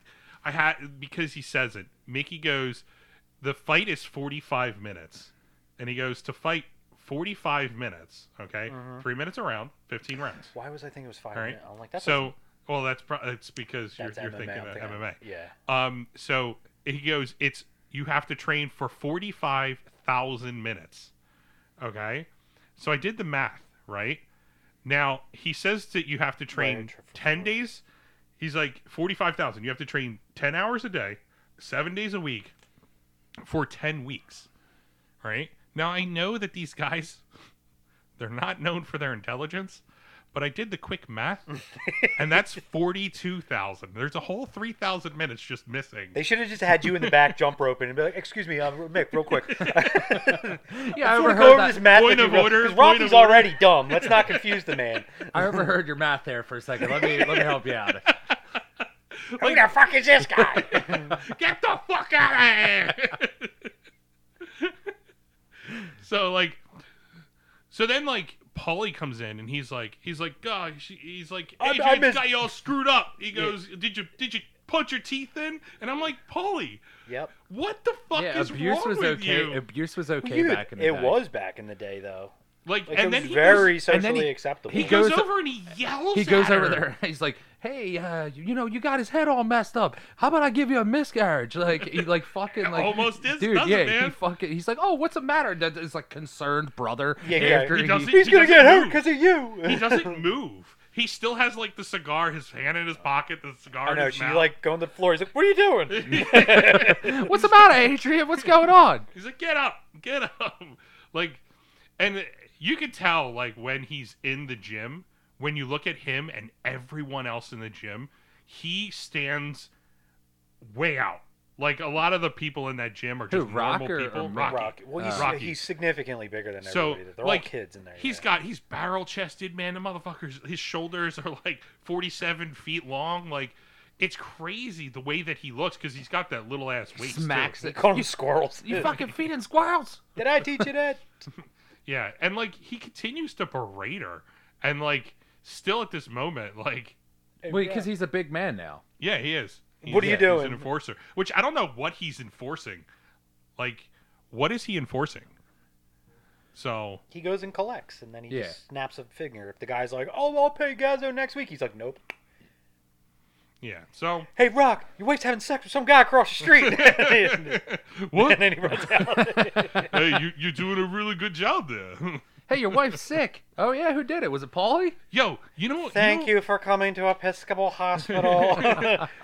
Speaker 2: I had because he says it. Mickey goes, the fight is forty five minutes, and he goes to fight forty five minutes. Okay,
Speaker 1: Mm-hmm.
Speaker 2: three minutes a round, fifteen rounds.
Speaker 1: Why was I thinking it was five?
Speaker 2: All right.
Speaker 1: minutes? I'm like, that's
Speaker 2: so well, that's pro- it's because you're,
Speaker 1: that's
Speaker 2: you're
Speaker 1: MMA.
Speaker 2: thinking
Speaker 1: I'm
Speaker 2: of
Speaker 1: thinking-
Speaker 2: MMA.
Speaker 1: Yeah.
Speaker 2: Um, so he goes, it's you have to train for forty five thousand minutes. Okay, so I did the math right. Now he says that you have to train
Speaker 1: Right, for
Speaker 2: ten
Speaker 1: sure.
Speaker 2: days. He's like forty five thousand. You have to train ten hours a day, seven days a week, for ten weeks. Right now, I know that these guys, [laughs] they're not known for their intelligence, but I did the
Speaker 1: [laughs]
Speaker 2: quick math, and that's forty-two thousand. There's a whole three thousand minutes just missing.
Speaker 1: They should have just had you in the back jump roping and be like, "Excuse me, um, Mick, real
Speaker 2: [laughs]
Speaker 1: quick." [laughs]
Speaker 3: Yeah,
Speaker 1: Let's
Speaker 3: I overheard
Speaker 1: go over
Speaker 3: that.
Speaker 1: this math
Speaker 2: Point
Speaker 1: with you
Speaker 2: of
Speaker 1: real-
Speaker 2: order,
Speaker 1: 'cause
Speaker 2: point
Speaker 1: Rocky's
Speaker 2: of order.
Speaker 1: already dumb. Let's not confuse the
Speaker 2: [laughs]
Speaker 1: man.
Speaker 3: I overheard your math there for a second. Let me let me help you out.
Speaker 1: Who the fuck is this guy?
Speaker 2: [laughs] Get the fuck out of here. [laughs] so like, so then like Polly comes in and he's like, he's like, God, she, he's like,
Speaker 1: I- I
Speaker 2: Adrian's
Speaker 1: miss-
Speaker 2: got you all screwed up. He goes, did you did you punch your teeth in? And I'm like, Polly,
Speaker 1: yep.
Speaker 2: what the fuck
Speaker 3: Yeah,
Speaker 2: is
Speaker 3: abuse
Speaker 2: wrong
Speaker 3: was
Speaker 2: with
Speaker 3: okay.
Speaker 2: you?
Speaker 3: Abuse was okay
Speaker 1: Dude,
Speaker 3: back in the
Speaker 1: it
Speaker 3: day.
Speaker 1: was back in the day, though.
Speaker 2: Like,
Speaker 1: Like,
Speaker 2: and
Speaker 1: it
Speaker 2: then
Speaker 1: was
Speaker 2: he
Speaker 1: very
Speaker 2: goes,
Speaker 1: socially
Speaker 3: and then he-
Speaker 1: acceptable.
Speaker 3: he
Speaker 1: [laughs]
Speaker 2: he goes
Speaker 3: goes-
Speaker 2: over and he yells.
Speaker 3: He goes
Speaker 2: at
Speaker 3: over
Speaker 2: her.
Speaker 3: there. [laughs] He's like, "Hey, uh, you, you know, you got his head all messed up. How about I give you a miscarriage?" Like he like fucking like
Speaker 2: Almost is,
Speaker 3: dude.
Speaker 2: doesn't
Speaker 3: Yeah,
Speaker 2: it, man?
Speaker 3: he fucking. He's like, "Oh, what's the matter?" That is like concerned brother.
Speaker 1: Yeah, yeah,
Speaker 3: after
Speaker 2: he
Speaker 3: he-
Speaker 2: doesn't-
Speaker 1: He's
Speaker 2: He
Speaker 1: gonna get
Speaker 2: doesn't
Speaker 1: hurt
Speaker 2: move.
Speaker 1: because of you.
Speaker 2: [laughs] He doesn't move. He still has like the cigar, his hand in his pocket, the
Speaker 1: [laughs]
Speaker 2: cigar.
Speaker 1: I
Speaker 2: in
Speaker 1: know.
Speaker 2: his
Speaker 1: She's
Speaker 2: mouth.
Speaker 1: like going to the floor. He's like, "What are you doing?"
Speaker 3: [laughs] What's the matter, Adrian? What's
Speaker 2: [laughs]
Speaker 3: going on?
Speaker 2: [laughs] He's like, get up, get up. Like, and you could tell, like, when he's in the gym, when you look at him and everyone else in the gym, he stands way out. Like, a lot of the people in that gym are just
Speaker 3: Who, Rock
Speaker 2: normal
Speaker 3: or-
Speaker 2: people.
Speaker 3: or Mick?
Speaker 2: Rocky.
Speaker 1: Rocky. Well, he's,
Speaker 2: Rocky.
Speaker 1: he's significantly bigger than
Speaker 2: So,
Speaker 1: everybody. They're
Speaker 2: like,
Speaker 1: all kids in there.
Speaker 2: He's
Speaker 1: yeah.
Speaker 2: got, he's barrel chested, man. The motherfuckers, his shoulders are like [laughs] 47 feet long. Like, it's crazy the way that he looks because he's got that little ass waist. too.
Speaker 3: Smacks
Speaker 1: They
Speaker 3: it.
Speaker 1: call him squirrels.
Speaker 3: You fucking feeding squirrels.
Speaker 1: Did I teach you that?
Speaker 2: Yeah, and like he continues to berate her, and like still at this moment, like
Speaker 3: Wait, because he's a big man now.
Speaker 2: yeah, he is. He's-
Speaker 1: What are you
Speaker 2: yeah, He's
Speaker 1: doing?
Speaker 2: an enforcer, which I don't know what he's enforcing. Like, what is he enforcing? So
Speaker 1: he goes and collects, and then he
Speaker 3: Yeah.
Speaker 1: just snaps a finger. If the guy's like, "Oh, I'll pay Gazzo next week," he's like, "Nope."
Speaker 2: yeah, so
Speaker 1: Hey, Rock, your wife's having sex with some guy across the street.
Speaker 4: [laughs]
Speaker 1: [laughs] and
Speaker 2: [laughs]
Speaker 1: [laughs]
Speaker 2: what?
Speaker 1: then he runs out.
Speaker 2: hey, you, you're doing a really good job there. [laughs]
Speaker 3: Hey,
Speaker 1: [laughs]
Speaker 3: your wife's sick. Oh yeah, who did it? Was it Polly?
Speaker 2: Yo, you know what?
Speaker 1: Thank
Speaker 2: know-
Speaker 1: you for coming to Episcopal
Speaker 4: [laughs]
Speaker 1: Hospital.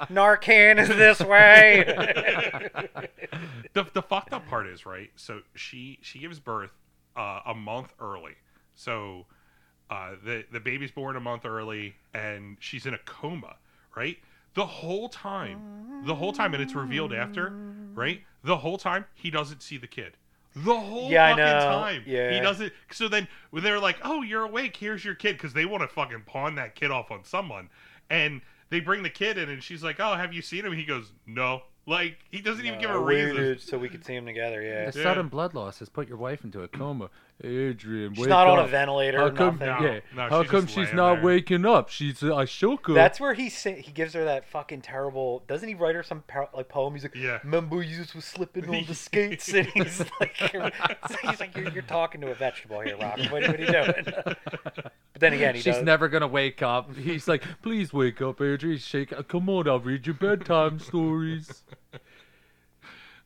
Speaker 1: Narcan is this way.
Speaker 2: the, the fucked up part is right so she she gives birth uh, a month early so uh, the the baby's born a month early and she's in a coma right the whole time the whole time and it's revealed after right the whole time he doesn't see the kid the whole
Speaker 1: Yeah, I
Speaker 2: fucking
Speaker 1: know.
Speaker 2: time he
Speaker 1: Yeah.
Speaker 2: doesn't so then when they're like oh you're awake here's your kid because they want to fucking pawn that kid off on someone and they bring the kid in and she's like oh have you seen him he goes no like he doesn't even give
Speaker 1: I
Speaker 2: a reason
Speaker 1: waited Uh, so we could see him together. Yeah,
Speaker 3: The sudden blood loss has put your wife into a coma. Adrian,
Speaker 1: she's
Speaker 4: wake
Speaker 1: not on a
Speaker 4: up.
Speaker 1: ventilator.
Speaker 4: How
Speaker 1: Or
Speaker 4: come?
Speaker 1: nothing.
Speaker 2: No,
Speaker 4: yeah.
Speaker 2: no,
Speaker 4: How
Speaker 2: she's
Speaker 4: come
Speaker 2: just
Speaker 4: she's
Speaker 2: laying
Speaker 4: not
Speaker 2: there.
Speaker 4: waking up? She's
Speaker 3: uh,
Speaker 4: a shoku.
Speaker 1: That's where he sa- he gives her that fucking terrible. Doesn't he write her some par- like poem? He's like,
Speaker 2: Yeah.
Speaker 1: "Remember, you was slipping on the skates,"
Speaker 2: [laughs]
Speaker 1: and he's like, [laughs] "He's like, you're, you're talking to a vegetable here, Rock. What, what are you doing?"
Speaker 2: [laughs]
Speaker 1: but then again, he
Speaker 3: She's
Speaker 1: does.
Speaker 3: never gonna wake up.
Speaker 4: He's like, please wake up, Adrian. Shake. Come on, I'll read you bedtime stories.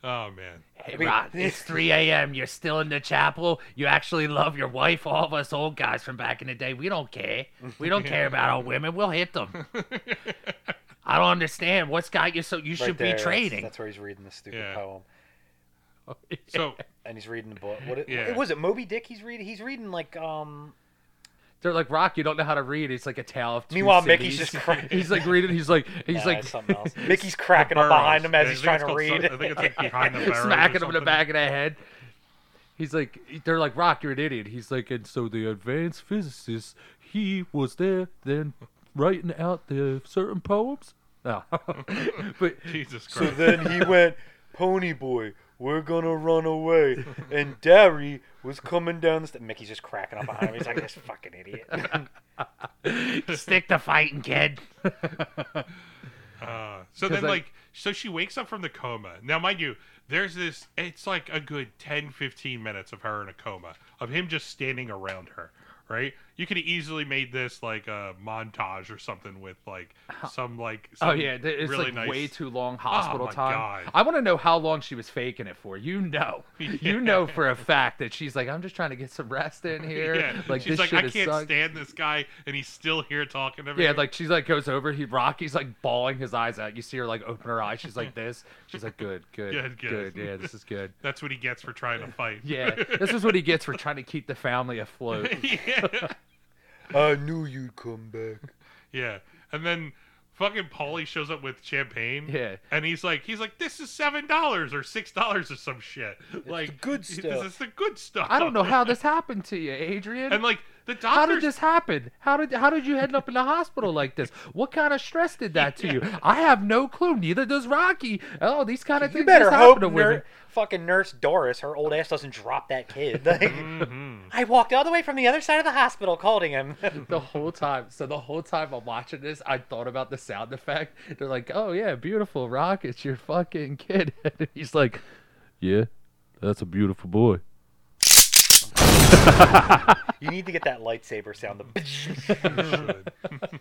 Speaker 2: Oh man. [laughs]
Speaker 3: Hey,
Speaker 1: Wait.
Speaker 3: Rod, it's 3 a.m. You're still in the chapel. You actually love your wife. All of us old guys from back in the day, we don't care.
Speaker 2: [laughs]
Speaker 3: We don't care about our women. We'll hit them. I don't understand. What's got you so you
Speaker 1: right
Speaker 3: should
Speaker 1: there,
Speaker 3: be
Speaker 1: that's-
Speaker 3: trading?
Speaker 1: That's where he's reading the stupid
Speaker 2: Yeah.
Speaker 1: poem,
Speaker 2: So
Speaker 1: and he's reading the book. What it,
Speaker 2: Yeah.
Speaker 1: what was it? Moby Dick. He's reading. He's reading like um,
Speaker 3: [laughs] They're like, Rock, you don't know how to read. It's like a tale of two
Speaker 1: Meanwhile, Mickey's
Speaker 3: cities."
Speaker 1: just crying.
Speaker 3: [laughs] He's like reading. He's like, he's
Speaker 1: Nah,
Speaker 3: like
Speaker 1: it's uh, something
Speaker 3: [laughs]
Speaker 1: else. Mickey's cracking up behind him as he's trying to read.
Speaker 2: I think it's like behind the
Speaker 3: [laughs]
Speaker 2: barrels. or
Speaker 3: smacking him in the
Speaker 2: something.
Speaker 3: back of the head. He's like, they're like, Rock, you're an idiot. He's like,
Speaker 4: and so the advanced physicist, he was there then writing out the certain poems. No,
Speaker 3: Oh. [laughs] but
Speaker 2: Jesus
Speaker 1: So
Speaker 2: Christ.
Speaker 1: then he went, Pony Boy, we're gonna run away. And Derry was coming down the st-" Mickey's just cracking up behind him. He's like, this fucking idiot.
Speaker 3: [laughs] stick to fighting, kid.
Speaker 2: Uh, so then,
Speaker 3: I-
Speaker 2: like, so she wakes up from the coma. Now, mind you, there's this, it's like a good 10, 15 minutes of her in a coma, of him just standing around her, right? You could have easily made this like a montage or something with
Speaker 3: [laughs]
Speaker 2: like some, like, some
Speaker 3: Oh yeah, th- it's
Speaker 2: really
Speaker 3: like
Speaker 2: nice. Oh,
Speaker 3: way too long hospital
Speaker 2: my
Speaker 3: time.
Speaker 2: God.
Speaker 3: I want to know how long she was faking it for.
Speaker 2: [laughs]
Speaker 3: You know, you know for a fact that she's like, I'm just trying to get some rest in
Speaker 2: [laughs]
Speaker 3: here.
Speaker 2: [laughs] Yeah.
Speaker 3: [laughs] Like
Speaker 2: She's
Speaker 3: this
Speaker 2: like,
Speaker 3: shit
Speaker 2: I
Speaker 3: is
Speaker 2: can't
Speaker 3: sucked.
Speaker 2: stand this guy, and he's still here talking to me.
Speaker 3: yeah, like she's like goes over. He Rocky's like bawling his eyes out. You see her like open her eyes. She's like this. She's like good, good,
Speaker 2: Good, good.
Speaker 3: Yeah, this is good.
Speaker 2: that's what he gets for trying to fight.
Speaker 3: [laughs] Yeah, this is what he gets for trying to keep the family afloat.
Speaker 2: [laughs] yeah.
Speaker 1: I knew you'd come back.
Speaker 2: Yeah. And then fucking Paulie shows up with champagne.
Speaker 3: Yeah.
Speaker 2: And he's like, he's like, this is seven dollars or six dollars or some shit. like
Speaker 1: good
Speaker 2: he-
Speaker 1: stuff.
Speaker 2: This is the good stuff.
Speaker 3: I don't know how this happened to you, Adrian.
Speaker 2: And like the doctor.
Speaker 3: how did this happen? How did how did you end up in the hospital like this? What kind of stress did that to you? I have no clue. Neither does Rocky. Oh, these kind of
Speaker 1: You
Speaker 3: things
Speaker 1: better
Speaker 3: just
Speaker 1: hope
Speaker 3: happen to women.
Speaker 1: ner- fucking nurse Doris, her old ass doesn't drop that kid. [laughs] Like,
Speaker 2: Mm-hmm.
Speaker 1: I walked all the way from the other side of the hospital holding him.
Speaker 3: The whole time. So the whole time I'm watching this, I thought about the sound effect. They're like, "Oh yeah, beautiful Rock, it's your fucking kid." [laughs] And he's like,
Speaker 4: yeah, that's a beautiful boy.
Speaker 1: you need to get that lightsaber sound. The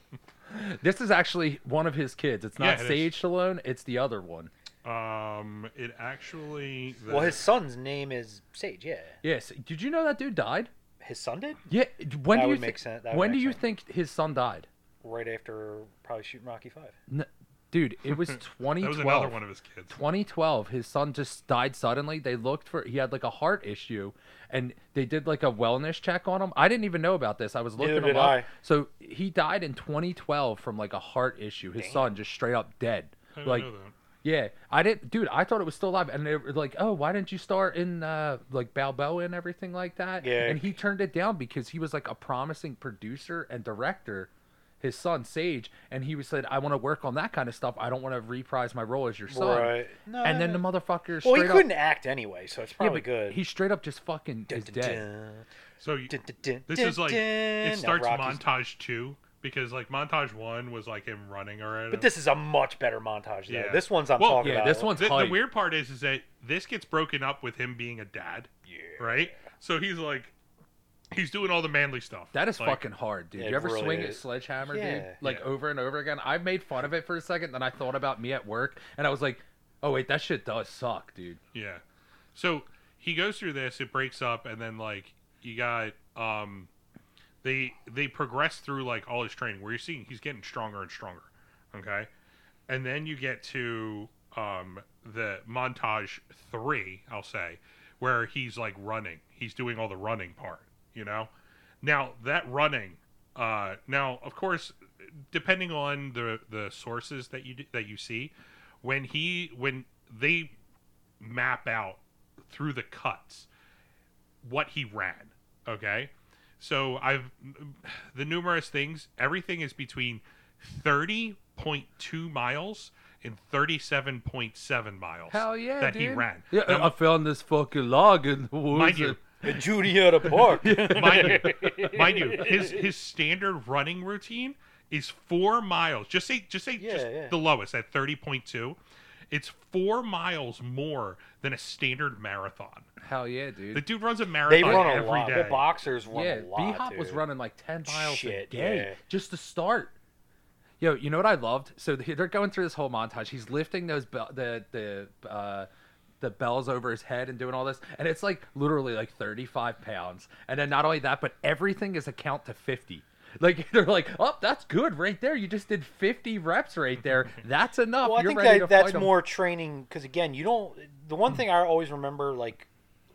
Speaker 3: "This is actually one of his kids. It's not
Speaker 2: Yeah, it is.
Speaker 3: Sage Stallone. It's the other one."
Speaker 2: um, it actually. The,
Speaker 1: well, his son's name is Sage. Yeah,
Speaker 3: Yes. Did you know that dude died?
Speaker 1: his son did
Speaker 3: Yeah. When
Speaker 1: That
Speaker 3: do you
Speaker 1: would
Speaker 3: thi-
Speaker 1: make sen- that would
Speaker 3: when
Speaker 1: make
Speaker 3: do you
Speaker 1: sense.
Speaker 3: think his son died?
Speaker 1: right after probably shooting Rocky Five.
Speaker 3: N- dude, it
Speaker 2: [laughs]
Speaker 3: was
Speaker 2: that
Speaker 3: 2012.
Speaker 2: was another one of his kids.
Speaker 3: 2012 his son just died suddenly they looked for he had like a heart issue and they did like a wellness check on him i didn't even know about this i was looking
Speaker 1: Neither
Speaker 3: him
Speaker 1: did
Speaker 3: up
Speaker 1: I.
Speaker 3: so he died in 2012 from like a heart issue his son just straight up dead
Speaker 2: I didn't
Speaker 3: like
Speaker 2: know that.
Speaker 3: yeah i didn't dude i thought it was still alive and they were like oh why didn't you start in uh like balboa and everything like that
Speaker 1: Yeah.
Speaker 3: and he turned it down because he was like a promising producer and director his son sage and he was said i want to work on that kind of stuff i don't want to reprise my role as your son
Speaker 1: Right. No,
Speaker 3: and then
Speaker 1: no.
Speaker 3: the motherfucker
Speaker 1: Well,
Speaker 3: straight
Speaker 1: he
Speaker 3: up,
Speaker 1: couldn't act anyway, so it's
Speaker 3: yeah,
Speaker 1: probably
Speaker 3: but
Speaker 1: good.
Speaker 3: He straight up just fucking
Speaker 1: Dun,
Speaker 3: is
Speaker 1: dun,
Speaker 3: dead.
Speaker 1: dun.
Speaker 2: So you-
Speaker 1: Dun, dun, dun,
Speaker 2: this
Speaker 1: dun,
Speaker 2: is like
Speaker 1: dun.
Speaker 2: it
Speaker 1: No,
Speaker 2: starts
Speaker 1: Rocky's-
Speaker 2: montage two because like montage one was like him running around.
Speaker 1: But this is a much better montage. Though.
Speaker 2: Yeah.
Speaker 1: This one's I'm
Speaker 2: Well,
Speaker 1: talking
Speaker 3: Yeah,
Speaker 1: about.
Speaker 3: this one's
Speaker 2: the, the
Speaker 3: hype.
Speaker 2: weird part is is that this gets broken up with him being a dad right so he's like he's doing all the manly stuff
Speaker 3: That is
Speaker 2: Like,
Speaker 3: fucking hard, dude.
Speaker 1: It
Speaker 3: You ever
Speaker 1: really
Speaker 3: swing a
Speaker 1: is.
Speaker 3: sledgehammer, dude?
Speaker 1: Yeah.
Speaker 3: Like
Speaker 2: Yeah.
Speaker 3: over and over again. I made fun of it for a second, then I thought about me at work, and I was like, "Oh wait, that shit does suck, dude."
Speaker 2: yeah so he goes through this it breaks up and then like you got um they they progress through like all his training where you're seeing he's getting stronger and stronger okay and then you get to um the montage three i'll say where he's like running he's doing all the running part you know now that running uh now of course depending on the the sources that you that you see when he when they map out through the cuts what he ran. Okay. So I've the numerous things, everything is between 30.2 miles and 37.7 miles
Speaker 3: Hell yeah,
Speaker 2: that he
Speaker 3: dude.
Speaker 2: ran.
Speaker 4: Yeah, I found this fucking log in the woods.
Speaker 2: Mind you,
Speaker 1: The Judy at a park.
Speaker 2: mind you, mind you, his his standard running routine is four miles. Just say, just say,
Speaker 1: Yeah,
Speaker 2: just
Speaker 1: yeah.
Speaker 2: the lowest at thirty point two. It's four miles more than a standard marathon.
Speaker 3: Hell yeah, dude.
Speaker 2: The dude runs a marathon
Speaker 1: they run a
Speaker 2: every
Speaker 1: lot.
Speaker 2: day.
Speaker 1: The boxers run
Speaker 3: yeah,
Speaker 1: a lot.
Speaker 3: B Hop
Speaker 1: dude.
Speaker 3: was running like ten miles
Speaker 1: Shit,
Speaker 3: a day
Speaker 1: yeah.
Speaker 3: just to start. Yo, you know what I loved? So th- they're going through this whole montage. He's lifting those bell the the uh, the bells over his head and doing all this, and it's like literally like thirty five pounds. And then not only that, but everything is a count to fifty. Like [laughs] they're like, oh, that's good right there. You just did fifty reps right
Speaker 4: [laughs]
Speaker 3: there. That's enough.
Speaker 1: Well, I
Speaker 3: You're
Speaker 1: think
Speaker 3: ready to
Speaker 1: that that's
Speaker 3: fight Hmm. 'em."
Speaker 1: more training because again, you don't. The one thing I always remember, like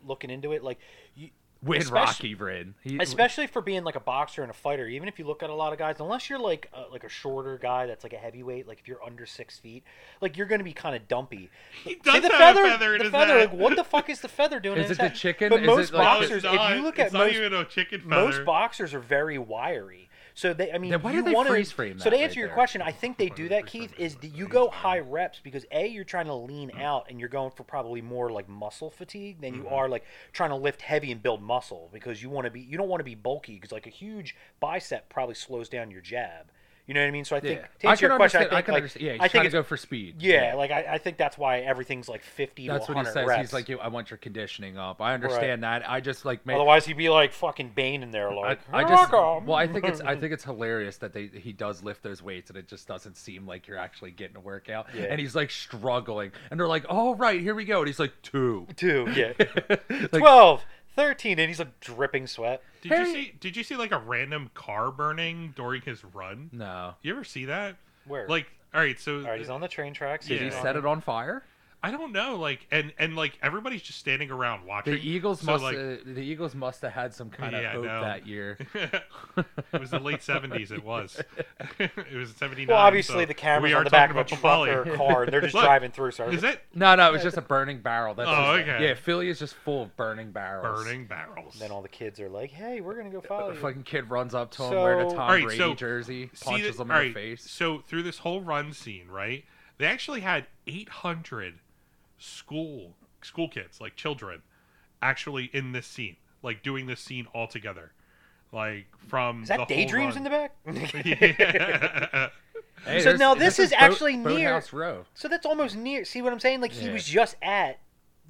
Speaker 1: looking into it, like you,
Speaker 3: Win
Speaker 4: Especially-
Speaker 3: Rocky Rin. He-
Speaker 4: especially for being like a boxer and a fighter even if you look at a lot of guys unless you're like a, like a shorter guy that's like a heavyweight like if you're under six feet like you're gonna be kind
Speaker 2: [laughs]
Speaker 4: of dumpy
Speaker 2: He does
Speaker 4: See, the
Speaker 2: have
Speaker 4: feather,
Speaker 2: a feather in
Speaker 4: the
Speaker 2: his
Speaker 4: feather
Speaker 2: hat.
Speaker 4: like what the fuck is the feather
Speaker 3: [laughs]
Speaker 4: doing
Speaker 3: Is
Speaker 4: in his
Speaker 3: it the
Speaker 4: hat?
Speaker 3: chicken?
Speaker 4: but
Speaker 3: Is
Speaker 4: most
Speaker 3: it, like-
Speaker 2: No, it's
Speaker 4: boxers
Speaker 2: not.
Speaker 4: if you look at
Speaker 2: it's
Speaker 4: most,
Speaker 2: not even a chicken feather.
Speaker 4: most boxers are very wiry so they i mean
Speaker 3: Then why
Speaker 4: you
Speaker 3: did they
Speaker 4: wanna,
Speaker 3: freeze frame that
Speaker 4: so to answer
Speaker 3: right
Speaker 4: your
Speaker 3: there?
Speaker 4: question i think they do that
Speaker 2: Freeze frame
Speaker 4: keith
Speaker 2: it.
Speaker 4: is that you go high reps because a you're trying to lean
Speaker 2: Mm-hmm.
Speaker 4: out and you're going for probably more like muscle fatigue than you are like trying to lift heavy and build muscle because you want to be you don't want to be bulky because like a huge bicep probably slows down your jab you know what i mean so i think
Speaker 3: Yeah.
Speaker 4: to
Speaker 3: I
Speaker 4: answer your
Speaker 3: can
Speaker 4: question i
Speaker 3: understand-
Speaker 4: think
Speaker 3: I can
Speaker 4: like,
Speaker 3: understand. Yeah, he's
Speaker 4: I
Speaker 3: trying
Speaker 4: think
Speaker 3: to
Speaker 4: it's,
Speaker 3: go for speed.
Speaker 4: yeah, like I, I think that's why everything's like 50
Speaker 3: That's
Speaker 4: to
Speaker 3: what he
Speaker 4: 100
Speaker 3: says.
Speaker 4: reps
Speaker 3: He's like, "You- I want your conditioning up. I understand that. I just like made.
Speaker 4: otherwise he'd be like fucking bane in there
Speaker 3: I,
Speaker 4: like
Speaker 3: I
Speaker 4: "Here
Speaker 3: just
Speaker 4: come."
Speaker 3: well, I think it's
Speaker 4: [laughs]
Speaker 3: I think it's hilarious that they he does lift those weights and it just doesn't seem like you're actually getting a workout.
Speaker 4: Yeah.
Speaker 3: And he's like struggling, and they're like, "All right, here we go." And he's like, two.
Speaker 4: two
Speaker 3: [laughs]
Speaker 4: yeah
Speaker 3: Like,
Speaker 4: 12, 13, and he's like dripping sweat.
Speaker 2: Did
Speaker 3: Harry-
Speaker 2: you see? Did you see like a random car burning during his run?
Speaker 3: no.
Speaker 2: You ever see that?
Speaker 4: Where?
Speaker 2: Like, all right, so
Speaker 4: all right, he's on the train tracks.
Speaker 2: Did
Speaker 3: Did
Speaker 4: he's
Speaker 3: he
Speaker 2: Yeah.
Speaker 4: on-
Speaker 3: set it on fire?
Speaker 2: I don't know, like, and and like everybody's just standing around watching.
Speaker 3: The Eagles
Speaker 2: so,
Speaker 3: must
Speaker 2: like,
Speaker 3: uh, the Eagles must have had some kind
Speaker 2: Yeah, I
Speaker 3: of hope
Speaker 2: know.
Speaker 3: that
Speaker 2: [laughs]
Speaker 3: year.
Speaker 2: it was the late seventies. It
Speaker 3: [laughs]
Speaker 2: was. [laughs] it was seventy nine.
Speaker 4: Well, obviously
Speaker 2: so
Speaker 4: the cameras
Speaker 2: we
Speaker 4: on
Speaker 2: are
Speaker 4: the back of
Speaker 2: talking
Speaker 4: a
Speaker 2: about
Speaker 4: truck or
Speaker 2: Papali.
Speaker 4: a car, and they're
Speaker 2: [laughs]
Speaker 4: just
Speaker 2: Look,
Speaker 4: driving through. So
Speaker 2: Is that
Speaker 3: No, no, it was just a burning barrel. That's
Speaker 2: Oh,
Speaker 3: his-
Speaker 2: okay.
Speaker 3: Yeah, Philly is just full of burning barrels.
Speaker 2: burning barrels?
Speaker 4: then all the kids are like, "Hey, we're gonna go follow
Speaker 3: The
Speaker 4: you."
Speaker 3: fucking kid runs up to him wearing a
Speaker 4: So-
Speaker 3: Tom
Speaker 2: Alright,
Speaker 3: Brady
Speaker 2: so-
Speaker 3: jersey,
Speaker 2: See
Speaker 3: punches
Speaker 2: that-
Speaker 3: him in
Speaker 2: all right,
Speaker 3: the face.
Speaker 2: So through this whole run scene, right? They actually had 800 school school kids, like children, actually in this scene, like doing this scene all together, like from
Speaker 4: Is that daydreams in
Speaker 2: [laughs]
Speaker 4: the back? [laughs]
Speaker 2: back?
Speaker 3: Hey,
Speaker 4: So
Speaker 3: there's-
Speaker 4: now this is
Speaker 3: Boat-
Speaker 4: actually near-
Speaker 3: Boathouse Row.
Speaker 4: so that's almost near. See what I'm saying? Like he
Speaker 3: Yeah.
Speaker 4: was just at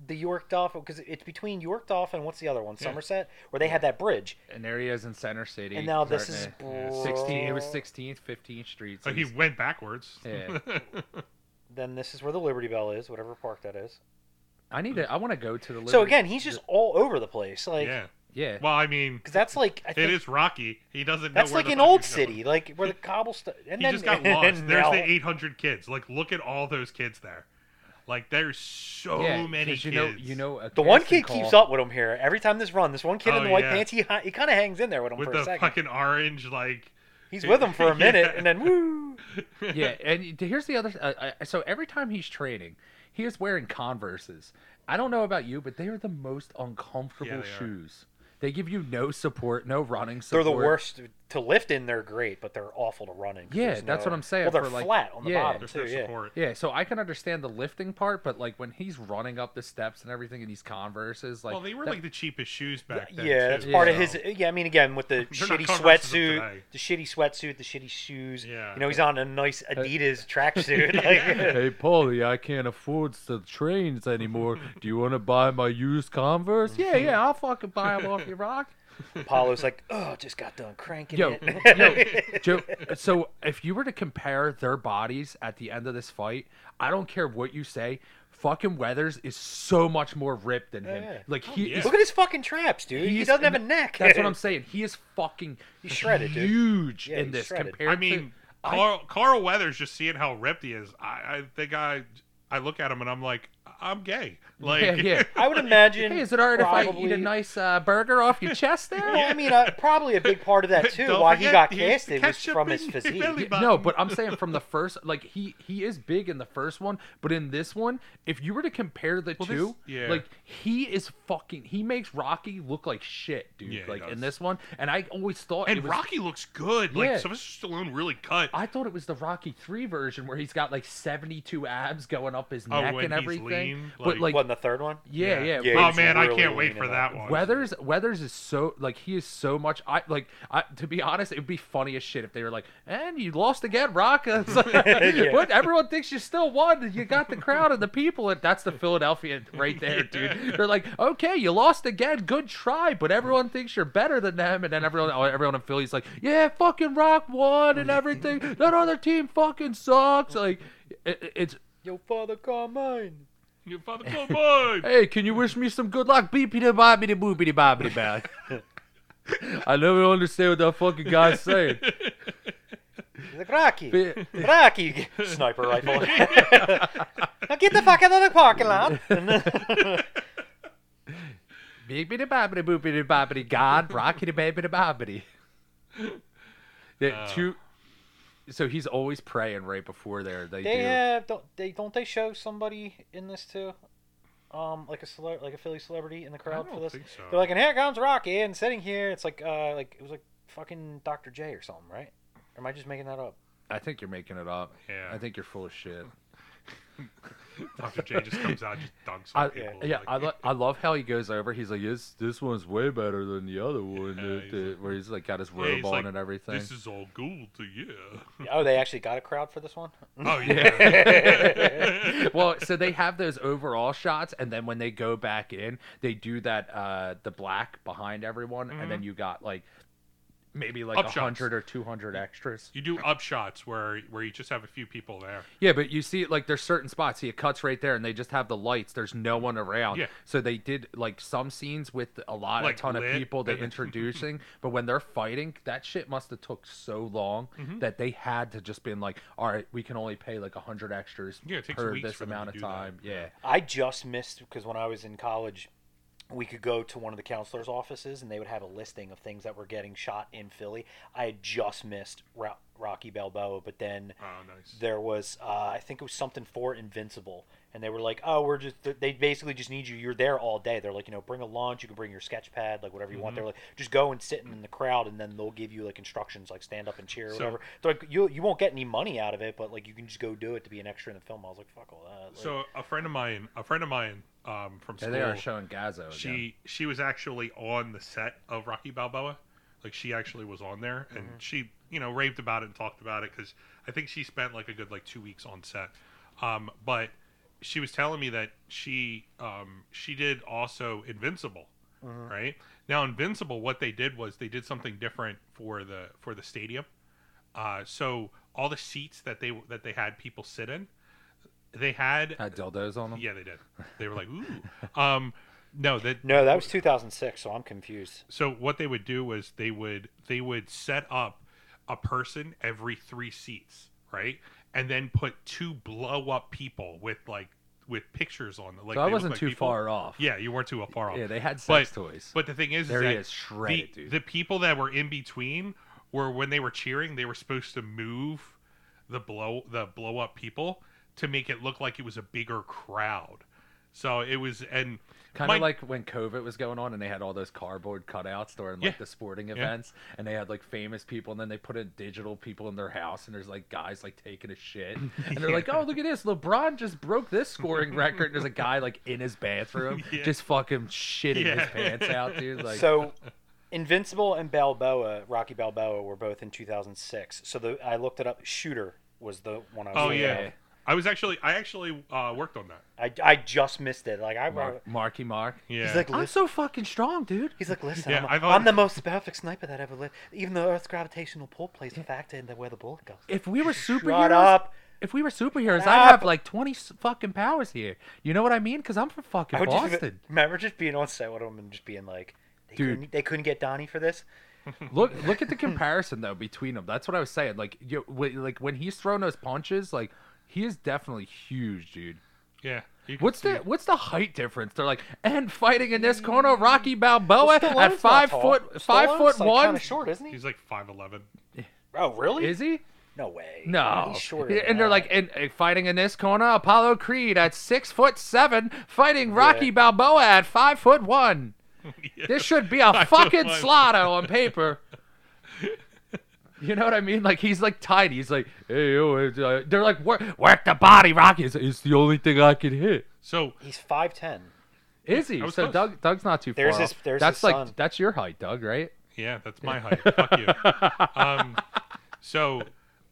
Speaker 4: the Yorkdorf because it's between Yorkdorf and what's the other one, Somerset, where they had that bridge.
Speaker 3: And there he is in Center City.
Speaker 4: And now this is
Speaker 3: starting at 16. It was
Speaker 4: bro-
Speaker 3: 16th, 15th Street.
Speaker 2: so Oh, he
Speaker 3: he's-
Speaker 2: went backwards. [laughs]
Speaker 3: Yeah.
Speaker 4: Then this is where the Liberty Bell is, whatever park that is.
Speaker 3: I need to. I want to go to the.
Speaker 4: So
Speaker 3: Liberty-
Speaker 4: again, he's just all over the place, like
Speaker 2: yeah.
Speaker 3: yeah.
Speaker 2: Well, I mean,
Speaker 4: because that's like I think
Speaker 2: it is rocky. He doesn't. Know
Speaker 4: that's
Speaker 2: where
Speaker 4: like
Speaker 2: the
Speaker 4: an
Speaker 2: fuck
Speaker 4: old
Speaker 2: he's going.
Speaker 4: city, like where the cobblestone. And
Speaker 2: He
Speaker 4: then
Speaker 2: just
Speaker 4: [laughs]
Speaker 2: got
Speaker 4: and
Speaker 2: lost. There's
Speaker 4: now-
Speaker 2: the 800 kids. Like, look at all those kids there. Like, there's so
Speaker 3: yeah,
Speaker 2: many
Speaker 3: 'cause
Speaker 2: kids.
Speaker 3: you know, you know, a
Speaker 4: The one
Speaker 3: casting
Speaker 4: kid keeps
Speaker 3: call-
Speaker 4: up with him here every time this run. This one kid
Speaker 2: Oh,
Speaker 4: in the white
Speaker 2: yeah.
Speaker 4: pants, he hi- he kind of hangs in there with him
Speaker 2: with
Speaker 4: for a
Speaker 2: the
Speaker 4: second.
Speaker 2: fucking orange, like.
Speaker 4: He's with him for a minute,
Speaker 2: [laughs] Yeah.
Speaker 4: and then woo.
Speaker 3: yeah, and here's the other. Uh, I, so every time he's training, he is wearing Converse's. I don't know about you, but they are the most uncomfortable
Speaker 2: Yeah, they are.
Speaker 3: shoes. They give you no support, no running
Speaker 4: They're
Speaker 3: support.
Speaker 4: the worst to lift in. They're great, but they're awful to run in. 'cause
Speaker 3: Yeah,
Speaker 4: there's
Speaker 3: that's
Speaker 4: no-
Speaker 3: what I'm saying,
Speaker 4: Well, they're
Speaker 3: for, like-
Speaker 4: flat on the
Speaker 3: yeah.
Speaker 4: bottom
Speaker 2: There's
Speaker 4: too.
Speaker 2: no
Speaker 4: yeah.
Speaker 2: support.
Speaker 3: Yeah, so I can understand the lifting part, but like when he's running up the steps and everything in these Converse's, like
Speaker 2: well, they were
Speaker 3: that-
Speaker 2: like the cheapest shoes back then.
Speaker 4: yeah,
Speaker 2: too,
Speaker 4: that's part of
Speaker 2: so-
Speaker 4: his. Yeah, I mean, again,
Speaker 2: [laughs]
Speaker 4: with the
Speaker 2: not
Speaker 4: shitty
Speaker 2: Converses of today.
Speaker 4: sweatsuit, the shitty sweatsuit, the shitty shoes.
Speaker 2: Yeah.
Speaker 4: you know, he's on a nice
Speaker 3: Uh, [laughs]
Speaker 4: Adidas
Speaker 2: [laughs]
Speaker 4: tracksuit. Like,
Speaker 5: Hey, Paulie, I can't afford the trains anymore. Do you want to buy my used Converse?
Speaker 3: yeah, yeah, I'll fucking buy them off you, Rock.
Speaker 4: Apollo's like, oh, just got done cranking
Speaker 3: Yo,
Speaker 4: it.
Speaker 3: yo, Joe. So if you were to compare their bodies at the end of this fight, I don't care what you say. Fucking Weathers is so much more ripped than him.
Speaker 4: yeah.
Speaker 3: Like he
Speaker 2: yeah.
Speaker 3: is
Speaker 4: Look at his fucking traps, dude. He
Speaker 3: He's-
Speaker 4: doesn't have a neck.
Speaker 3: That's what I'm saying. He is fucking
Speaker 4: He's shredded, dude.
Speaker 3: huge
Speaker 4: Yeah,
Speaker 3: in
Speaker 4: he's
Speaker 3: this
Speaker 4: shredded.
Speaker 3: compared
Speaker 2: I
Speaker 3: to-
Speaker 2: mean,
Speaker 3: I-
Speaker 2: Carl, Carl Weathers just seeing how ripped he is. I, I think I, I look at him and I'm like, I'm
Speaker 4: [laughs]
Speaker 2: gay. Like,
Speaker 3: [laughs] yeah, yeah.
Speaker 4: [laughs] I would imagine.
Speaker 3: Hey, is it alright if I eat
Speaker 4: probably-
Speaker 3: a nice uh, burger off your chest there?
Speaker 4: Well, I mean, uh, probably a big part of
Speaker 3: [laughs]
Speaker 4: that too,
Speaker 2: Don't
Speaker 4: why he got
Speaker 2: forget, he used to
Speaker 4: casted was
Speaker 2: catch up
Speaker 4: from his
Speaker 2: in your
Speaker 4: physique.
Speaker 2: belly
Speaker 3: Yeah, No,
Speaker 2: button.
Speaker 3: but I'm saying from the first, like he he is big in the first one, but in this one, if you were to compare the
Speaker 2: Well, this-
Speaker 3: two,
Speaker 2: yeah.
Speaker 3: like he is fucking, he makes Rocky look like shit, dude.
Speaker 2: Yeah, he
Speaker 3: like in
Speaker 2: does.
Speaker 3: this one, and I always
Speaker 2: [laughs]
Speaker 3: thought
Speaker 2: and
Speaker 3: it was,
Speaker 2: Rocky looks good.
Speaker 3: Yeah.
Speaker 2: Like, Sylvester Stallone really cut.
Speaker 3: I thought it was the Rocky three version where he's got like 72 abs going up his
Speaker 2: Oh,
Speaker 3: neck
Speaker 2: when
Speaker 3: and
Speaker 2: he's
Speaker 3: everything.
Speaker 2: lean,
Speaker 3: but
Speaker 2: like-
Speaker 3: like,
Speaker 4: What in the
Speaker 3: [laughs]
Speaker 4: third one?
Speaker 3: yeah, yeah,
Speaker 4: Yeah,
Speaker 3: but-
Speaker 2: oh
Speaker 4: he's
Speaker 2: man, I
Speaker 4: really
Speaker 2: can't wait
Speaker 4: leaning
Speaker 2: for
Speaker 4: in
Speaker 2: that
Speaker 4: that
Speaker 2: one.
Speaker 3: Weathers Weathers is so like he is so much I like I to be honest it would be funny as shit if they were like and you lost again Rock [laughs] It's like, but everyone thinks you still won you got the crowd and the people and that's the Philadelphia right there dude they're like okay you lost again good try but everyone thinks you're better than them and then everyone oh, everyone in Philly's like yeah fucking Rock won and everything that other team fucking sucks like it, it's
Speaker 4: Yo, father, call mine.
Speaker 2: Your father
Speaker 4: [laughs]
Speaker 2: called mine.
Speaker 3: hey can you wish me some good luck beepity bobbity boobity bobbity bad. [laughs]
Speaker 5: I never understand what that fucking guy's
Speaker 2: [laughs]
Speaker 5: saying.
Speaker 4: He's like Rocky,
Speaker 5: Be-
Speaker 3: [laughs]
Speaker 4: Rocky, sniper
Speaker 2: [laughs]
Speaker 3: [laughs]
Speaker 4: rifle. [laughs] now get the fuck out of the parking lot.
Speaker 3: Bibbidi bobbidi boobidi bobbidi God rockety babbity bobbity. Yeah,
Speaker 2: Oh.
Speaker 3: two. So he's always praying right before there. They,
Speaker 4: They
Speaker 3: do.
Speaker 4: have don't they don't they show somebody in this too? Um, like a cele- like a Philly celebrity in the crowd for
Speaker 2: don't
Speaker 4: this.
Speaker 2: think so.
Speaker 4: They're like, and here comes Rocky, and sitting here, it's like uh, like it was like fucking Dr. J or something, right? Or am I just making that up?
Speaker 3: I think you're making it up.
Speaker 2: Yeah.
Speaker 3: I think you're full of shit.
Speaker 2: Dr. J just comes out, just dunks
Speaker 3: I,
Speaker 2: on people.
Speaker 3: yeah,
Speaker 2: like,
Speaker 3: I, lo- I love how he goes over. He's like, this, this one's way better than the other one,
Speaker 2: Yeah,
Speaker 3: that-
Speaker 2: he's
Speaker 3: that- where he's like got his
Speaker 2: Yeah,
Speaker 3: robe
Speaker 2: he's
Speaker 3: on
Speaker 2: like,
Speaker 3: and everything.
Speaker 2: This is all gold,
Speaker 3: [laughs]
Speaker 2: yeah.
Speaker 4: Oh, they actually got a crowd for this one.
Speaker 2: Oh yeah.
Speaker 3: well, so they have those overall shots, and then when they go back in, they do that uh the black behind everyone, and then you got like maybe like a
Speaker 2: Upshots.
Speaker 3: hundred or two hundred extras.
Speaker 2: [laughs] you do upshots where where you just have a few people there.
Speaker 3: Yeah, but you see, like there's certain spots. See, it cuts right there, and they just have the lights. There's no one around.
Speaker 2: Yeah.
Speaker 3: So they did like some scenes with a lot,
Speaker 2: Like,
Speaker 3: a ton
Speaker 2: lit,
Speaker 3: of people. They
Speaker 2: and- [laughs]
Speaker 3: introducing, but when they're fighting, that shit must have took so long
Speaker 2: Mm-hmm.
Speaker 3: that they had to just been like, all right, we can only pay like a hundred extras
Speaker 2: Yeah, it takes
Speaker 3: per
Speaker 2: weeks
Speaker 3: this
Speaker 2: for them to
Speaker 3: amount
Speaker 2: do
Speaker 3: of
Speaker 2: that.
Speaker 3: time. Yeah.
Speaker 4: I just missed because when I was in college, we could go to one of the counselors' offices and they would have a listing of things that were getting shot in Philly. I had just missed Ro- Rocky Balboa, but then
Speaker 2: Oh, nice.
Speaker 4: there was uh, I think it was something for Invincible, and they were like, "Oh, we're just they basically just need you. You're there all day. They're like, you know, bring a lunch. You can bring your sketch pad, like whatever you
Speaker 2: Mm-hmm.
Speaker 4: want. They're like, just go and sit in the crowd, and then they'll give you like instructions, like stand up and cheer, or
Speaker 2: So-
Speaker 4: whatever. They're like, you you won't get any money out of it, but like you can just go do it to be an extra in the film. I was like, fuck all that. Like,
Speaker 2: So a friend of mine, a friend of mine um, from
Speaker 3: Yeah,
Speaker 2: school,
Speaker 3: they are showing Gazo.
Speaker 2: she
Speaker 3: again.
Speaker 2: she was actually on the set of Rocky Balboa. Like she actually was on there, and she you know raved about it and talked about it because I think she spent like a good like two weeks on set. Um, but she was telling me that she um, she did also Invincible, right? Now Invincible, what they did was they did something different for the for the stadium. Uh, so all the seats that they that they had people sit in, they had
Speaker 3: had dildos on them.
Speaker 2: yeah, they did. They were like, ooh. Um, no, that
Speaker 4: no, that was 2006, so I'm confused.
Speaker 2: so what they would do was they would they would set up a person every three seats, right? And then put two blow up people with like with pictures on them. Like
Speaker 3: so I
Speaker 2: they look
Speaker 3: wasn't
Speaker 2: like
Speaker 3: too
Speaker 2: people.
Speaker 3: far off.
Speaker 2: Yeah, you weren't too far off.
Speaker 3: Yeah, they had sex
Speaker 2: But-
Speaker 3: toys.
Speaker 2: But the thing is,
Speaker 3: There
Speaker 2: is
Speaker 3: he
Speaker 2: that
Speaker 3: is, shredded,
Speaker 2: the,
Speaker 3: dude.
Speaker 2: the people that were in between were when they were cheering, they were supposed to move the blow the blow up people to make it look like it was a bigger crowd. So it was and
Speaker 3: Kind of
Speaker 2: my-
Speaker 3: like when COVID was going on and they had all those cardboard cutouts during
Speaker 2: Yeah.
Speaker 3: like the sporting events and they had like famous people and then they put in digital people in their house and there's like guys like taking a shit [laughs] and they're like, oh, look at this. LeBron just broke this [laughs] scoring record. And there's a guy like in his [laughs] bathroom
Speaker 2: Yeah.
Speaker 3: just fucking shitting
Speaker 2: Yeah.
Speaker 3: his pants out, dude. Like, [laughs]
Speaker 4: so, Invincible and Balboa, Rocky Balboa, were both in 2006. So the I looked it up. Shooter was the one I was.
Speaker 2: Oh
Speaker 4: thinking
Speaker 2: yeah.
Speaker 4: of.
Speaker 2: I was actually I actually uh, worked on that.
Speaker 4: I, I just missed it. Like I,
Speaker 3: Mark, Marky Mark.
Speaker 2: Yeah.
Speaker 4: he's like
Speaker 3: I'm
Speaker 4: listen,
Speaker 3: so fucking strong, dude.
Speaker 4: he's like listen.
Speaker 2: Yeah,
Speaker 4: I'm,
Speaker 2: I've
Speaker 4: I'm
Speaker 2: always-
Speaker 4: the most perfect sniper that ever lived. Even though Earth's gravitational pull plays a factor in the where the bullet goes.
Speaker 3: If we were superheroes,
Speaker 4: up.
Speaker 3: if we were superheroes,
Speaker 4: Shut
Speaker 3: I'd have
Speaker 4: up.
Speaker 3: like 20 s- fucking powers here. You know what I mean? Because I'm from fucking
Speaker 4: I would just
Speaker 3: Boston.
Speaker 4: remember just being on set with him and just being like, they
Speaker 3: Dude.
Speaker 4: couldn't they couldn't get Donnie for this.
Speaker 3: Look, look
Speaker 4: [laughs]
Speaker 3: at the comparison though between them. That's what I was saying. Like, you, wh- like when he's throwing those punches, like he is definitely huge, dude.
Speaker 2: Yeah. You can
Speaker 3: What's
Speaker 2: see
Speaker 3: the
Speaker 2: it.
Speaker 3: what's the height difference? They're like, and fighting in this corner, Rocky Balboa
Speaker 4: Mm. Stallone's
Speaker 3: Oh, at
Speaker 4: not
Speaker 3: five
Speaker 4: tall.
Speaker 3: foot five
Speaker 4: Stallone's,
Speaker 3: foot
Speaker 4: like,
Speaker 3: one.
Speaker 4: Kinda short, isn't he?
Speaker 2: He's like 5'11.
Speaker 4: Oh really?
Speaker 3: Is he?
Speaker 4: No way.
Speaker 3: No.
Speaker 4: He's shorter.
Speaker 3: Yeah,
Speaker 4: than
Speaker 3: [laughs] and they're
Speaker 4: that.
Speaker 3: like, and uh, fighting in this corner, Apollo Creed at six foot seven, fighting Rocky Balboa at five foot
Speaker 4: [laughs]
Speaker 3: one.
Speaker 2: Yeah.
Speaker 3: This should be a
Speaker 2: Five foot
Speaker 3: fucking
Speaker 2: one.
Speaker 3: slaughter on paper. You know what I mean? Like he's like tight. He's like, hey, yo, it's, uh," they're like, work, work the body, Rocky. It's, it's the only thing I can hit.
Speaker 2: So
Speaker 4: He's five ten.
Speaker 3: Is he?
Speaker 2: I
Speaker 3: So
Speaker 2: was close.
Speaker 3: Doug, Doug's not too
Speaker 4: There's
Speaker 3: far.
Speaker 4: his-
Speaker 3: off.
Speaker 4: there's
Speaker 3: that's
Speaker 4: his
Speaker 3: like
Speaker 4: son.
Speaker 3: that's your height, Doug, right?
Speaker 2: yeah, that's my height. Fuck you. Um, so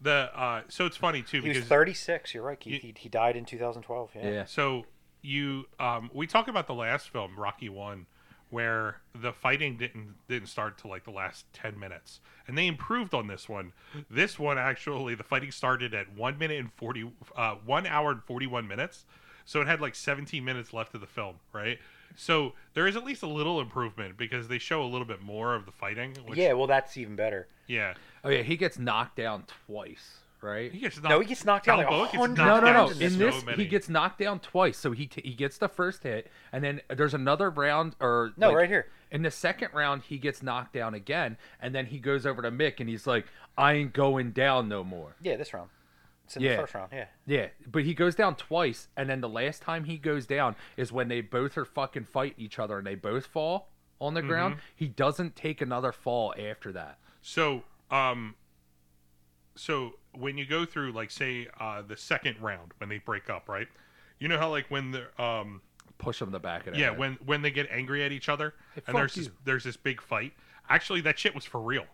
Speaker 2: the uh, so it's funny too
Speaker 4: He was
Speaker 2: because
Speaker 4: 36. You're right, Keith. he, he died in 2012. Yeah.
Speaker 3: Yeah.
Speaker 2: so you um, we talk about the last film Rocky One, where the fighting didn't didn't start till like the last ten minutes, and they improved on this one. This one actually the fighting started at one minute and forty uh, one hour and forty one minutes, so it had like seventeen minutes left of the film, right? So there is at least a little improvement because they show a little bit more of the fighting. Which,
Speaker 4: yeah. Well, that's even better.
Speaker 2: yeah.
Speaker 3: Oh yeah, he gets knocked down twice, right?
Speaker 2: He gets knocked.
Speaker 4: No, he gets knocked out like
Speaker 2: Balboa gets
Speaker 4: 100
Speaker 3: No,
Speaker 2: knocked
Speaker 3: no,
Speaker 2: down
Speaker 3: no.
Speaker 4: in
Speaker 3: In
Speaker 2: so
Speaker 3: this,
Speaker 2: many.
Speaker 3: he gets knocked down twice. So he t- he gets the first hit, and then there's another round, or
Speaker 4: No,
Speaker 3: like,
Speaker 4: right here.
Speaker 3: In the second round, he gets knocked down again, and then he goes over to Mick, and he's like, "I ain't going down no more."
Speaker 4: Yeah, this round. It's in
Speaker 3: Yeah.
Speaker 4: the first round. Yeah.
Speaker 3: Yeah, but he goes down twice, and then the last time he goes down is when they both are fucking fighting each other, and they both fall on the
Speaker 2: Mm-hmm.
Speaker 3: ground. He doesn't take another fall after that.
Speaker 2: So, um, so when you go through, like, say, uh, the second round when they break up, right? You know how, like, when the um,
Speaker 3: Push him in the back of the
Speaker 2: yeah,
Speaker 3: head.
Speaker 2: when when they get angry at each other
Speaker 3: Hey,
Speaker 2: and there's
Speaker 3: fuck
Speaker 2: this,
Speaker 3: you.
Speaker 2: there's this big fight. Actually, that shit was for real.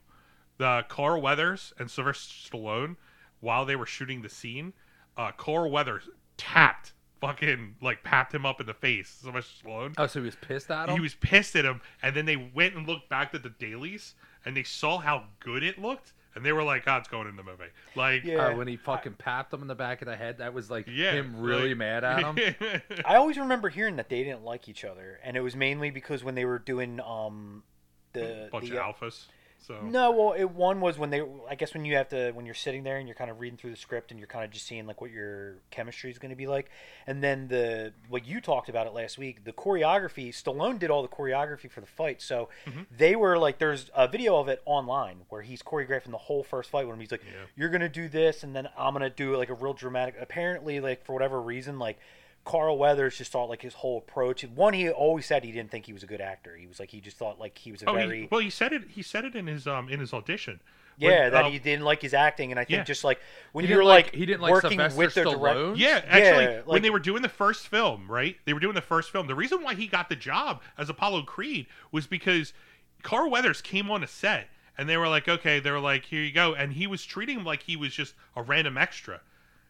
Speaker 2: The Carl Weathers and Sylvester Stallone, while they were shooting the scene, uh, Carl Weathers tapped fucking like papped him up in the face. Sylvester Stallone.
Speaker 3: oh, so he was pissed at him.
Speaker 2: He was pissed at him, and then they went and looked back at the dailies, and they saw how good it looked, and they were like, "Ah, it's going in the movie." Like, [laughs]
Speaker 4: Yeah.
Speaker 3: Oh, when he fucking papped him in the back of the head, that was like
Speaker 2: yeah,
Speaker 3: him really
Speaker 2: like- [laughs]
Speaker 3: mad at him.
Speaker 4: I always remember hearing that they didn't like each other, and it was mainly because when they were doing um the
Speaker 2: Bunch
Speaker 4: the, uh,
Speaker 2: of alphas. So
Speaker 4: No, well, it, one was when they. I guess when you have to, when you're sitting there and you're kind of reading through the script and you're kind of just seeing like what your chemistry is going to be like, and then the what you talked about it last week, the choreography. Stallone did all the choreography for the fight, so
Speaker 2: Mm-hmm.
Speaker 4: they were like, there's a video of it online where he's choreographing the whole first fight with him. He's like, you're gonna do this, and then I'm gonna do like a real dramatic. Apparently, like for whatever reason, like. Carl Weathers just thought like his whole approach. One, he always said he didn't think he was a good actor. He was like he just thought like he was a
Speaker 2: Oh,
Speaker 4: very
Speaker 2: he, well, he said it. He said it in his um in his audition. When,
Speaker 4: yeah, that
Speaker 2: um,
Speaker 4: he didn't like his acting, and I think
Speaker 2: yeah.
Speaker 4: just like when
Speaker 3: He
Speaker 4: you're
Speaker 3: didn't like-
Speaker 4: like
Speaker 3: he didn't like
Speaker 4: working
Speaker 3: Sylvester
Speaker 4: with the
Speaker 3: Stallone?
Speaker 4: director.
Speaker 2: Yeah, actually,
Speaker 4: Yeah,
Speaker 2: when
Speaker 4: like-
Speaker 2: they were doing the first film, right? They were doing the first film. The reason why he got the job as Apollo Creed was because Carl Weathers came on a set and they were like, okay, they were like, here you go. And he was treating him like he was just a random extra,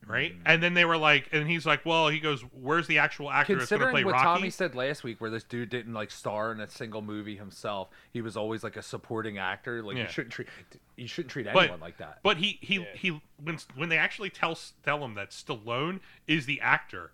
Speaker 2: right?
Speaker 4: Mm.
Speaker 2: And then they were like, and he's like, well, he goes, where's the actual actor that's going to play
Speaker 3: Considering what
Speaker 2: Rocky?
Speaker 3: Tommy said last week, where this dude didn't like star in a single movie himself, he was always like a supporting actor. Like
Speaker 2: Yeah.
Speaker 3: you shouldn't treat you shouldn't treat
Speaker 2: But-
Speaker 3: anyone like that.
Speaker 2: But he he he when when they actually tell tell him that Stallone is the actor,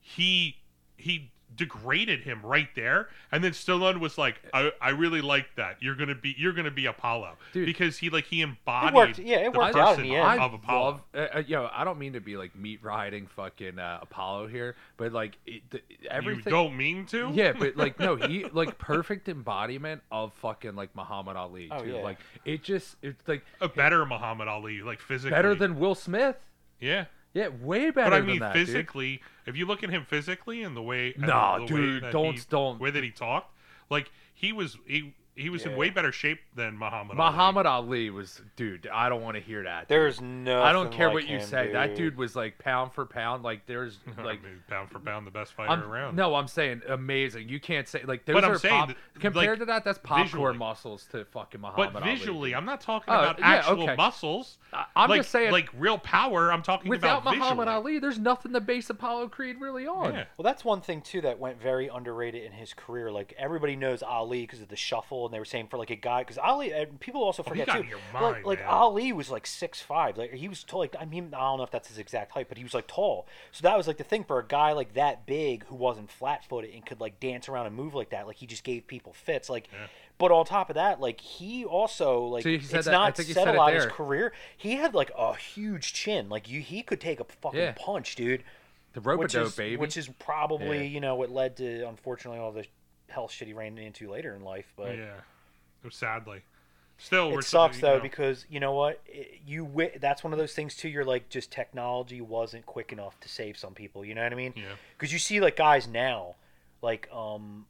Speaker 2: he he degraded him right there, and then Stallone was like, "I, I really like that. You're gonna be you're gonna be Apollo
Speaker 3: Dude.
Speaker 2: because he like he embodied
Speaker 4: worked- yeah, it
Speaker 2: the
Speaker 4: worked out in
Speaker 2: person
Speaker 4: the end.
Speaker 2: of Apollo.
Speaker 3: love, uh, uh, yo, I don't mean to be like meat riding fucking uh, Apollo here, but like it, the,
Speaker 2: You
Speaker 3: everything.
Speaker 2: don't mean to?
Speaker 3: yeah, but like no, he like perfect embodiment of fucking like Muhammad Ali
Speaker 4: Oh,
Speaker 3: too.
Speaker 4: yeah.
Speaker 3: Like it just it's like
Speaker 2: a better Muhammad Ali, like physically
Speaker 3: better than Will Smith.
Speaker 2: yeah.
Speaker 3: Yeah, way better
Speaker 2: But I
Speaker 3: than
Speaker 2: mean,
Speaker 3: that, dude.
Speaker 2: physically, if you look at him physically and the way, and
Speaker 3: Nah,
Speaker 2: the way
Speaker 3: dude,
Speaker 2: that
Speaker 3: don't-
Speaker 2: he,
Speaker 3: don't.
Speaker 2: way that he talked, like he was he he was in
Speaker 4: Yeah.
Speaker 2: way better shape than Muhammad. Ali.
Speaker 3: Muhammad Ali was, dude. I don't want to hear that.
Speaker 4: There's no.
Speaker 3: I don't care what you say. That dude was like pound for pound.
Speaker 2: [laughs]
Speaker 3: Like there's like.
Speaker 2: I mean, pound for pound, the best fighter
Speaker 3: I'm,
Speaker 2: around.
Speaker 3: No, I'm saying amazing. You can't say like those
Speaker 2: I'm
Speaker 3: are
Speaker 2: saying
Speaker 3: pop,
Speaker 2: that, like,
Speaker 3: compared to that. That's popcorn
Speaker 2: visually.
Speaker 3: muscles to fucking Muhammad
Speaker 2: but
Speaker 3: Ali.
Speaker 2: visually, I'm not talking
Speaker 3: Oh,
Speaker 2: about
Speaker 3: yeah,
Speaker 2: actual
Speaker 3: okay.
Speaker 2: muscles.
Speaker 3: I- I'm
Speaker 2: like,
Speaker 3: just saying-
Speaker 2: like real power. I'm talking
Speaker 3: without
Speaker 2: about
Speaker 3: Muhammad
Speaker 2: visually.
Speaker 3: Ali, there's nothing to base Apollo Creed really on.
Speaker 2: Yeah.
Speaker 4: Well, that's one thing too that went very underrated in his career. Like everybody knows Ali because of the shuffle, and they were saying for like a guy because Ali. And people also
Speaker 3: Oh,
Speaker 2: he
Speaker 4: forget
Speaker 2: got
Speaker 4: too.
Speaker 2: in your mind,
Speaker 4: like, like
Speaker 2: man.
Speaker 4: Ali was like six five. Like he was tall. Like I mean, I don't know if that's his exact height, but he was like tall. So that was like the thing for a guy like that big who wasn't flat footed and could like dance around and move like that. Like he just gave people fits. Like, but on top of that, like he also like
Speaker 3: See, he
Speaker 4: it's
Speaker 3: said that- I
Speaker 4: not
Speaker 3: think he
Speaker 4: said
Speaker 3: said
Speaker 4: a
Speaker 3: it
Speaker 4: lot his
Speaker 3: there.
Speaker 4: career. He had like a huge chin. Like you, he could take a fucking
Speaker 3: Yeah.
Speaker 4: punch, dude
Speaker 3: The rope
Speaker 4: which is,
Speaker 3: baby.
Speaker 4: which is probably
Speaker 3: Yeah.
Speaker 4: you know what led to unfortunately all the health shit he ran into later in life. But
Speaker 2: Yeah. So Sadly, still, we're
Speaker 4: it sucks
Speaker 2: you
Speaker 4: though
Speaker 2: know,
Speaker 4: because you know what It- you wi- that's one of those things too. You're like just technology wasn't quick enough to save some people. You know what I mean?
Speaker 2: Yeah.
Speaker 4: Because you see like guys now, like um,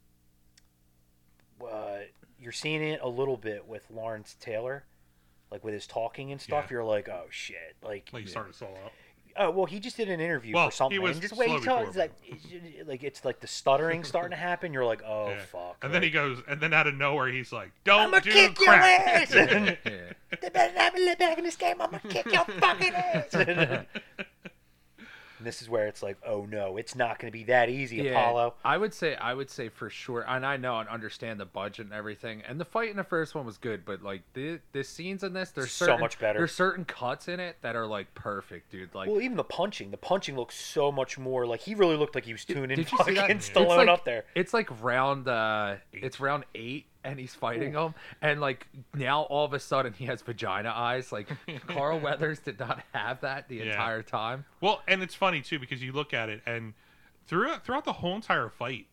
Speaker 4: uh, you're seeing it a little bit with Lawrence Taylor. Like with his talking and stuff,
Speaker 2: Yeah.
Speaker 4: you're like, oh shit! Like,
Speaker 2: like starting us all out.
Speaker 4: Oh well, he just did an interview
Speaker 2: Well,
Speaker 4: for something.
Speaker 2: he was
Speaker 4: and just the way he
Speaker 2: slowly
Speaker 4: tells, it's
Speaker 2: forward.
Speaker 4: like, like it's like
Speaker 2: [laughs]
Speaker 4: the stuttering starting to happen. You're like, oh
Speaker 2: Yeah.
Speaker 4: fuck.
Speaker 2: And then he goes, and then out of nowhere, he's like, "Don't
Speaker 4: I'ma
Speaker 2: do
Speaker 4: kick your
Speaker 2: crack." [laughs]
Speaker 4: ass.
Speaker 3: yeah.
Speaker 4: they better not be back in this game. I'm gonna kick your fucking ass. [laughs] And this is where it's like, oh no, it's not gonna be that easy, Apollo.
Speaker 3: I would say I would say for sure, and I know and understand the budget and everything. And the fight in the first one was good, but like the the scenes in this, there's
Speaker 4: So
Speaker 3: certain,
Speaker 4: much better.
Speaker 3: There's certain cuts in it that are like perfect, dude. Like
Speaker 4: Well, even the punching, the punching looks so much more like he really looked like he was tuning
Speaker 3: did you see
Speaker 4: [laughs] fucking
Speaker 3: that? It's
Speaker 4: Stallone
Speaker 3: like-
Speaker 4: up there.
Speaker 3: It's like round uh it's round eight and he's fighting him, and like now all of a sudden he has vagina eyes.
Speaker 4: [laughs]
Speaker 3: Like Carl Weathers did not have that the
Speaker 2: Yeah.
Speaker 3: entire time.
Speaker 2: Well, and it's funny too because you look at it and throughout throughout the whole entire fight,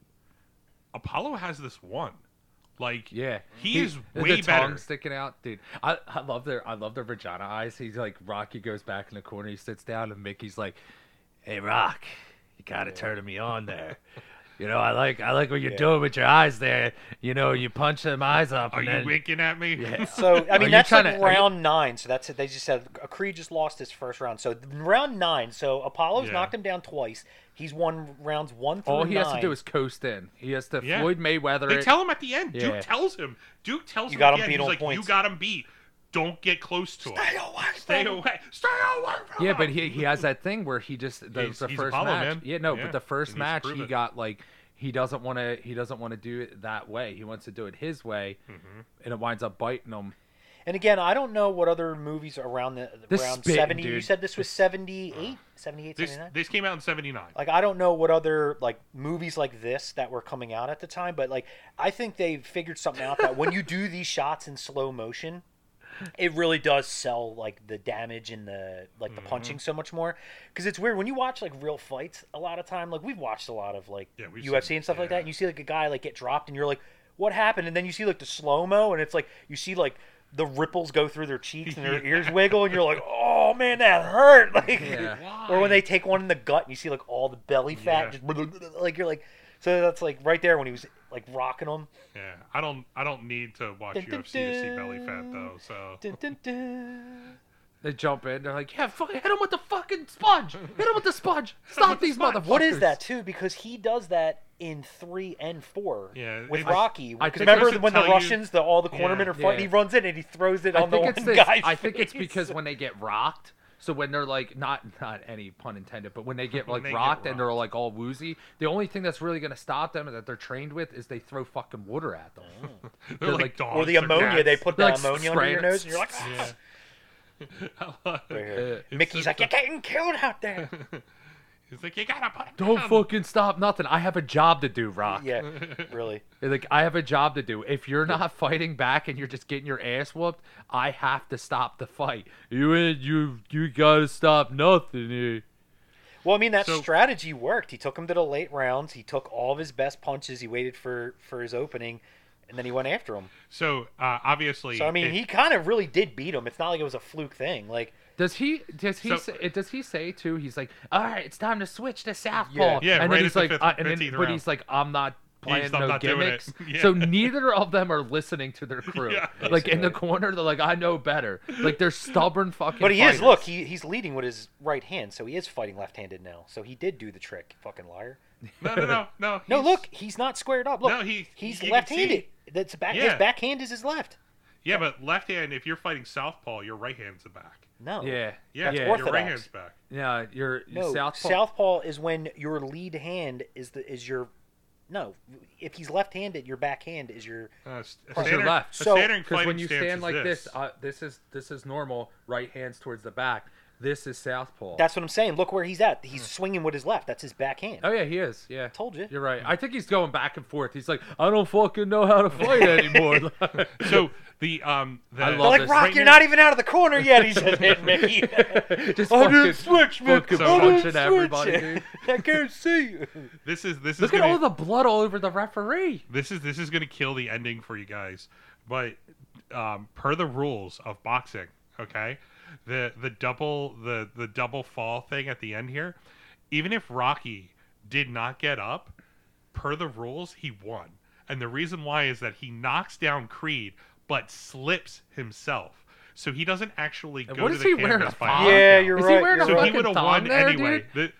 Speaker 2: Apollo has this one. Like
Speaker 3: Yeah,
Speaker 2: he, is
Speaker 3: the
Speaker 2: way better.
Speaker 3: Tongue sticking out, dude. I, I love their I love their vagina eyes. He's like Rocky goes back in the corner, he sits down, and Mickey's like, "Hey, Rock, you gotta turn me
Speaker 2: [laughs]
Speaker 3: on there." You know, I like I like what you're doing with your eyes there. You know, you punch them eyes up.
Speaker 2: Are
Speaker 3: and
Speaker 2: you
Speaker 3: then,
Speaker 2: winking at me? [laughs]
Speaker 3: Yeah.
Speaker 4: So I
Speaker 3: Are
Speaker 4: mean
Speaker 3: you
Speaker 4: that's
Speaker 3: trying
Speaker 4: like
Speaker 3: to- are you-
Speaker 4: round nine. So that's it. They just said Creed just lost his first round. So round nine. So Apollo's
Speaker 2: Yeah.
Speaker 4: knocked him down twice. He's won rounds one through
Speaker 3: All he has to
Speaker 4: nine.
Speaker 3: do is coast in. He has to
Speaker 2: Yeah.
Speaker 3: Floyd Mayweather
Speaker 2: They
Speaker 3: it.
Speaker 2: tell him at the end.
Speaker 3: Yeah.
Speaker 2: Duke tells him. Duke tells
Speaker 4: You
Speaker 2: him
Speaker 4: got
Speaker 2: at
Speaker 4: him
Speaker 2: the end,
Speaker 4: beat
Speaker 2: he's
Speaker 4: on
Speaker 2: like,
Speaker 4: points.
Speaker 2: You got him beat. Don't get close to him.
Speaker 4: Stay away.
Speaker 2: Stay
Speaker 4: from-
Speaker 2: away. Stay away from
Speaker 3: yeah,
Speaker 2: him.
Speaker 3: but he he has that thing where he just the,
Speaker 2: He's-
Speaker 3: the
Speaker 2: he's
Speaker 3: first
Speaker 2: Apollo,
Speaker 3: match.
Speaker 2: man.
Speaker 3: Yeah, no,
Speaker 2: Yeah,
Speaker 3: but the first
Speaker 2: he needs to
Speaker 3: match
Speaker 2: prove
Speaker 3: he
Speaker 2: it.
Speaker 3: got like he doesn't want to he doesn't want to do it that way. He wants to do it his way,
Speaker 2: Mm-hmm.
Speaker 3: and it winds up biting him.
Speaker 4: And again, I don't know what other movies are around the
Speaker 3: This
Speaker 4: around
Speaker 3: spitting,
Speaker 4: seventy. You
Speaker 3: dude.
Speaker 4: said this was 78? 78,
Speaker 2: this
Speaker 4: 79?
Speaker 2: this came out in '79.
Speaker 4: Like I don't know what other like movies like this that were coming out at the time, but like I think they figured something out that when you do these shots in slow motion, it really does sell like the damage and the like the punching
Speaker 2: Mm-hmm.
Speaker 4: so much more. Because it's weird when you watch like real fights a lot of time. Like we've watched a lot of like
Speaker 2: Yeah, we've
Speaker 4: UFC
Speaker 2: seen-
Speaker 4: and stuff like
Speaker 2: yeah.
Speaker 4: that, and you see like a guy like get dropped, and you're like, what happened? And then you see like the slow mo, and it's like you see like. The ripples go through their
Speaker 2: [laughs]
Speaker 4: cheeks and their ears wiggle, and you're like, "Oh man, that hurt!" [laughs] Like,
Speaker 3: Yeah.
Speaker 4: or when they take one in the gut and you see like all the belly fat, just [laughs] like you're like, so that's like right there when he was like rocking them.
Speaker 2: Yeah, I don't I don't need to watch
Speaker 4: Dun,
Speaker 2: UFC
Speaker 4: dun,
Speaker 2: to see
Speaker 4: dun.
Speaker 2: belly fat though. So
Speaker 4: Dun, dun, dun.
Speaker 3: They jump in. They're like, "Yeah, fucking hit him with the fucking
Speaker 2: [laughs]
Speaker 3: sponge! Hit him with the sponge! Stop these motherfuckers!"
Speaker 4: What is that too? Because he does that in three and four.
Speaker 2: Yeah,
Speaker 4: with
Speaker 2: it-
Speaker 4: Rocky.
Speaker 3: I think
Speaker 4: Because remember
Speaker 2: it's to
Speaker 4: when the
Speaker 2: tell you-
Speaker 4: Russians, the all the cornermen are fighting,
Speaker 3: Yeah.
Speaker 4: he runs in and he throws it
Speaker 3: I
Speaker 4: on the
Speaker 3: think
Speaker 4: one
Speaker 3: it's this.
Speaker 4: guy's
Speaker 3: I think it's
Speaker 4: face.
Speaker 3: because when they get rocked. So when they're like not not any pun intended, but when
Speaker 2: [laughs]
Speaker 3: they get like
Speaker 2: they get
Speaker 3: rocked and they're like all woozy, the only thing that's really gonna stop them and that they're trained with is they throw fucking water at
Speaker 2: [laughs]
Speaker 3: them.
Speaker 2: they're,
Speaker 3: They're
Speaker 2: like
Speaker 3: like-
Speaker 2: dogs
Speaker 4: or the ammonia, they put the
Speaker 3: They're, like,
Speaker 4: ammonia under
Speaker 3: spraying
Speaker 4: your
Speaker 3: it.
Speaker 4: nose, and you're like, "Ah."
Speaker 2: cats. Yeah. [laughs]
Speaker 4: Right here.
Speaker 2: It's
Speaker 4: Mickey's
Speaker 2: just
Speaker 4: like,
Speaker 2: a-
Speaker 4: you're getting killed out
Speaker 2: [laughs]
Speaker 4: there.
Speaker 2: He's like, you gotta put it
Speaker 3: Don't
Speaker 2: down."
Speaker 3: fucking stop nothing. I have a job to do, Rock.
Speaker 4: Yeah, really.
Speaker 3: Like I have a job to do. If you're not fighting back and you're just getting your ass whooped, I have to stop the fight.
Speaker 6: You ain't you you gotta stop nothing here.
Speaker 4: Well, I mean that
Speaker 2: So-
Speaker 4: strategy worked. He took him to the late rounds. He took all of his best punches. He waited for for his opening, and then he went after him.
Speaker 2: So uh, obviously,
Speaker 4: So I mean,
Speaker 2: it- [laughs]
Speaker 4: he kind of really did beat him. It's not like it was a fluke thing. Like
Speaker 3: Does he? Does he?
Speaker 2: So-
Speaker 3: say, it- does he say too? He's like, all right, it's time to switch to southpaw.
Speaker 4: Yeah.
Speaker 2: Yeah, right
Speaker 3: and then
Speaker 2: at
Speaker 3: he's
Speaker 2: the
Speaker 3: like,
Speaker 2: fifth-
Speaker 3: uh, and then,
Speaker 2: 15th
Speaker 3: but
Speaker 2: round.
Speaker 3: he's like, I'm not playing
Speaker 2: I'm
Speaker 3: no
Speaker 2: not doing it.
Speaker 3: gimmicks.
Speaker 2: [laughs] Yeah.
Speaker 3: So neither of them are
Speaker 2: [laughs]
Speaker 3: listening to their crew.
Speaker 2: Yeah.
Speaker 3: Like in the corner, they're like, I know better. Like they're stubborn fucking.
Speaker 4: but he
Speaker 3: fighters.
Speaker 4: is. Look, he, he's leading with his right hand, so he is fighting left-handed now. So he did do the trick. Fucking liar.
Speaker 2: no, no, no, no.
Speaker 4: [laughs] No,
Speaker 2: he's-
Speaker 4: look, he's not squared up. Look,
Speaker 2: No, he- you
Speaker 4: he's
Speaker 2: can
Speaker 4: left-handed.
Speaker 2: see.
Speaker 4: That's back.
Speaker 2: Yeah.
Speaker 4: His backhand is his left.
Speaker 2: Yeah, but left hand. If you're fighting southpaw, your right hand's the back.
Speaker 4: No.
Speaker 3: Yeah.
Speaker 2: Yeah,
Speaker 3: yeah.
Speaker 2: your right
Speaker 4: orthodox.
Speaker 2: hand's back.
Speaker 3: Yeah. You're you're
Speaker 4: No.
Speaker 3: southpaw.
Speaker 4: Southpaw. is when your lead hand is the is your. No, if he's left-handed, your backhand is your.
Speaker 2: Uh, s- a
Speaker 3: your
Speaker 2: standard,
Speaker 3: left.
Speaker 2: a
Speaker 4: So-
Speaker 2: standard
Speaker 3: Because
Speaker 2: fighting
Speaker 3: when you
Speaker 2: stance
Speaker 3: stand
Speaker 2: is
Speaker 3: like this,
Speaker 2: this,
Speaker 3: uh, this is this is normal. Right hands towards the back. This is southpaw.
Speaker 4: That's what I'm saying. Look where he's at. He's
Speaker 2: Hmm.
Speaker 4: swinging with his left. That's his backhand.
Speaker 3: Oh yeah, he is. Yeah.
Speaker 4: Told you.
Speaker 3: You're right. I think he's going back and forth. He's like, I don't fucking know how to fight
Speaker 4: [laughs]
Speaker 3: anymore. [laughs]
Speaker 2: so the um, the,
Speaker 3: I
Speaker 4: They're
Speaker 3: love
Speaker 4: like,
Speaker 3: this.
Speaker 4: Rock,
Speaker 2: Right
Speaker 4: you're
Speaker 2: now-
Speaker 4: not even out of the corner yet. He's just hitting Mickey.
Speaker 3: Just
Speaker 4: I
Speaker 3: fucking
Speaker 4: didn't switch, man.
Speaker 3: fucking
Speaker 2: I didn't
Speaker 3: punching everybody, dude.
Speaker 4: I can't see
Speaker 3: [laughs]
Speaker 4: you.
Speaker 2: this is this is
Speaker 3: Look at
Speaker 2: gonna,
Speaker 3: all the blood all over the referee.
Speaker 2: this is this is gonna kill the ending for you guys. But um, per the rules of boxing, okay, the the double the the double fall thing at the end here, even if Rocky did not get up, per the rules, he won. And the reason why is that he knocks down Creed, but slips himself, so he doesn't actually
Speaker 3: And
Speaker 2: go
Speaker 3: what
Speaker 2: to
Speaker 3: is
Speaker 2: the
Speaker 3: he
Speaker 2: camera
Speaker 3: wearing? A
Speaker 2: fight.
Speaker 3: thong?
Speaker 4: Yeah, you're
Speaker 3: is
Speaker 4: right,
Speaker 3: He wearing
Speaker 4: you're
Speaker 3: a
Speaker 2: so
Speaker 4: right.
Speaker 2: he would
Speaker 3: fucking
Speaker 2: have
Speaker 3: thong
Speaker 2: won
Speaker 3: there,
Speaker 2: anyway.
Speaker 3: dude?
Speaker 2: The-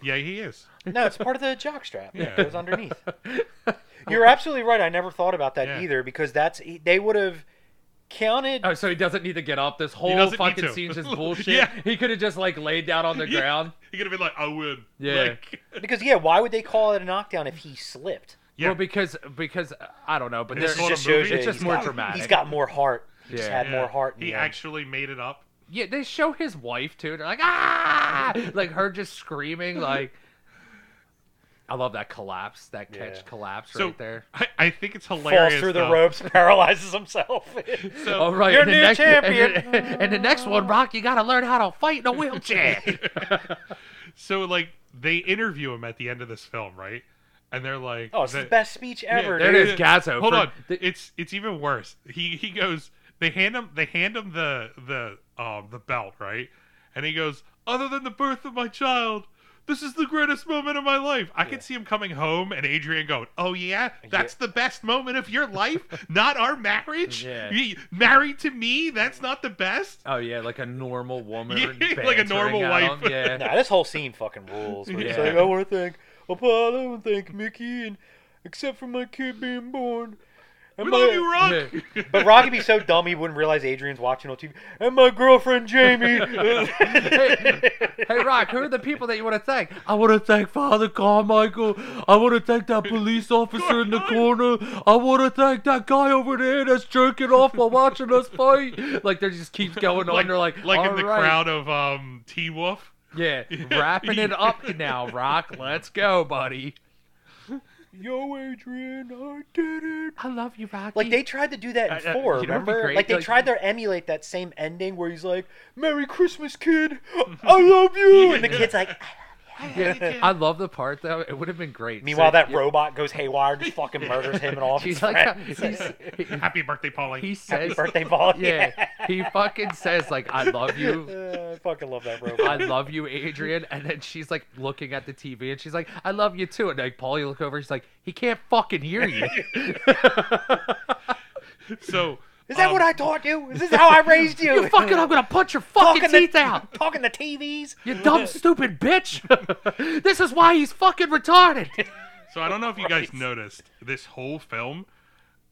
Speaker 2: yeah, he is.
Speaker 4: No, it's part of the jock strap.
Speaker 2: Yeah.
Speaker 4: It goes underneath. You're absolutely right. I never thought about that
Speaker 2: Yeah.
Speaker 4: either because that's they would have counted.
Speaker 3: Oh, so he doesn't need to get up. This whole
Speaker 2: doesn't need
Speaker 3: fucking
Speaker 2: to.
Speaker 3: scene's just
Speaker 2: [laughs]
Speaker 3: bullshit.
Speaker 2: Yeah.
Speaker 3: He could have just like laid down on the
Speaker 2: Yeah.
Speaker 3: ground.
Speaker 2: He could have been like, "I win."
Speaker 3: Yeah.
Speaker 2: Like, [laughs]
Speaker 4: Because, yeah, why would they call it a knockdown if he slipped?
Speaker 2: Yeah.
Speaker 3: Well, because because uh, I don't know, but
Speaker 2: This
Speaker 3: there-
Speaker 2: is called a
Speaker 4: just shows
Speaker 2: movie?
Speaker 4: you
Speaker 2: It's
Speaker 3: just
Speaker 4: he's
Speaker 3: more
Speaker 4: got-
Speaker 3: dramatic.
Speaker 4: He's got more heart. He just
Speaker 3: Yeah.
Speaker 4: had
Speaker 2: yeah.
Speaker 4: more heart. in
Speaker 2: He
Speaker 4: the end.
Speaker 2: actually made it up. [laughs]
Speaker 3: yeah, they show his wife too. They're like ah, like her just screaming like. I love that collapse, that catch
Speaker 4: Yeah.
Speaker 3: collapse
Speaker 2: So
Speaker 3: right there.
Speaker 2: I, I think it's hilarious. uh,
Speaker 4: Falls through the
Speaker 2: though.
Speaker 4: ropes, [laughs] paralyzes himself.
Speaker 2: So
Speaker 3: All Oh, right,
Speaker 4: You're
Speaker 3: and the
Speaker 4: new
Speaker 3: next,
Speaker 4: champion.
Speaker 3: And, the- [laughs] and the next one, Rock, you got to learn how to fight in
Speaker 2: [laughs]
Speaker 3: a wheelchair.
Speaker 2: so like they interview him at the end of this film, right? And they're like,
Speaker 4: [laughs] oh, it's
Speaker 2: they-
Speaker 4: the best speech ever.
Speaker 3: there it
Speaker 4: dude.
Speaker 3: is, Gazzo.
Speaker 2: Hold
Speaker 3: For-
Speaker 2: on,
Speaker 3: the-
Speaker 2: it's it's even worse. He he goes, they hand him they hand him the the um the belt, right? And he goes, other than the birth of my child. This is the greatest moment of my life. I can see him coming home and Adrian going, "Oh yeah, that's the best moment of your life,
Speaker 4: [laughs]
Speaker 2: not our marriage.
Speaker 3: Yeah.
Speaker 2: You- married to me, that's not the best."
Speaker 3: oh yeah, like a normal
Speaker 2: [laughs]
Speaker 3: woman,
Speaker 2: Yeah, like a
Speaker 3: bantering
Speaker 2: normal
Speaker 3: at
Speaker 2: wife.
Speaker 3: him,
Speaker 2: [laughs]
Speaker 3: Yeah.
Speaker 4: Nah, this whole scene fucking rules. where It's
Speaker 3: Yeah.
Speaker 4: like, I want to thank Apollo and thank Mickey, and except for my kid being born. And
Speaker 2: We
Speaker 4: my,
Speaker 2: love you, Rock.
Speaker 3: Yeah.
Speaker 4: But Rocky be so dumb he wouldn't realize Adrian's watching on TV. And my girlfriend Jamie. [laughs]
Speaker 3: Hey Rock, who are the people that you want to thank? I want to thank Father Carmichael. I want to thank that police officer in the corner. I want to thank that guy over there that's jerking off while watching us fight. Like they just keeps [laughs] going on.
Speaker 2: like,
Speaker 3: They're like,
Speaker 2: like in
Speaker 3: "All
Speaker 2: the
Speaker 3: right."
Speaker 2: crowd of um T Wolf.
Speaker 3: Yeah, wrapping it up now, Rock. Let's go, buddy.
Speaker 4: Yo, Adrian, I did it.
Speaker 3: I love you, Rocky.
Speaker 4: Like they tried to do that
Speaker 3: I- I-
Speaker 4: in four,
Speaker 3: you know what'd be
Speaker 4: remember?
Speaker 3: great?
Speaker 4: Like they
Speaker 3: Like-
Speaker 4: tried to emulate that same ending where he's like, "Merry Christmas,
Speaker 3: [laughs]
Speaker 4: kid, I love you," and the kid's like.
Speaker 3: Yeah, I love the part though. It would have been great.
Speaker 4: Meanwhile,
Speaker 3: So-
Speaker 4: that robot goes haywire and
Speaker 3: [laughs]
Speaker 4: just fucking murders him and all of his
Speaker 3: She's like, how-
Speaker 4: friends.
Speaker 3: he's- [laughs] he,
Speaker 2: [laughs] Happy birthday, Paulie.
Speaker 3: he
Speaker 4: Happy
Speaker 3: says,
Speaker 4: [laughs] birthday, Paul.
Speaker 3: yeah, he fucking says like, "I love
Speaker 4: [laughs]
Speaker 3: you."
Speaker 4: Uh, I fucking love that
Speaker 3: I
Speaker 4: robot.
Speaker 3: love you, Adrian. And then she's like looking at the TV and she's like, I love you too. And like Paul, you look over, she's like, he can't fucking hear you. [laughs]
Speaker 4: [laughs]
Speaker 2: so
Speaker 4: Is that
Speaker 2: um,
Speaker 4: what I taught you? Is this how I raised you?
Speaker 3: you fucking, I'm gonna punch your fucking
Speaker 4: the-
Speaker 3: teeth out.
Speaker 4: Talking to TVs.
Speaker 3: You dumb, stupid bitch. [laughs] this is why he's fucking retarded.
Speaker 2: So I don't know if you guys noticed this whole film,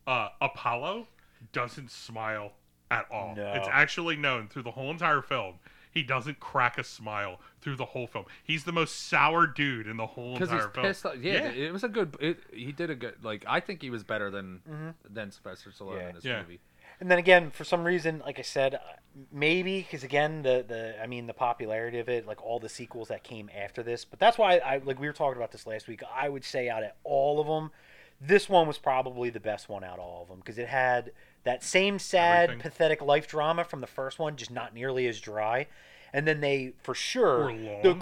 Speaker 2: uh, Apollo doesn't smile at all.
Speaker 4: No.
Speaker 2: It's actually known through the whole entire film. He doesn't crack a smile through the whole film. He's the most sour dude in the whole
Speaker 3: Because
Speaker 2: entire
Speaker 3: he's
Speaker 2: film.
Speaker 3: pissed off. Yeah, it was a good. It, he did a good. Like I think he was better than than Sylvester Stallone
Speaker 4: Mm-hmm. Yeah.
Speaker 3: in this
Speaker 2: Yeah.
Speaker 3: movie.
Speaker 4: And then again, for some reason, like I said, uh, maybe because again, the the I mean, the popularity of it, like all the sequels that came after this. But that's why I like we were talking about this last week. I would say out of all of them, this one was probably the best one out of all of them because it had that same sad,
Speaker 2: Everything.
Speaker 4: pathetic life drama from the first one, just not nearly as dry. And then they, for sure,
Speaker 2: Or long.
Speaker 4: the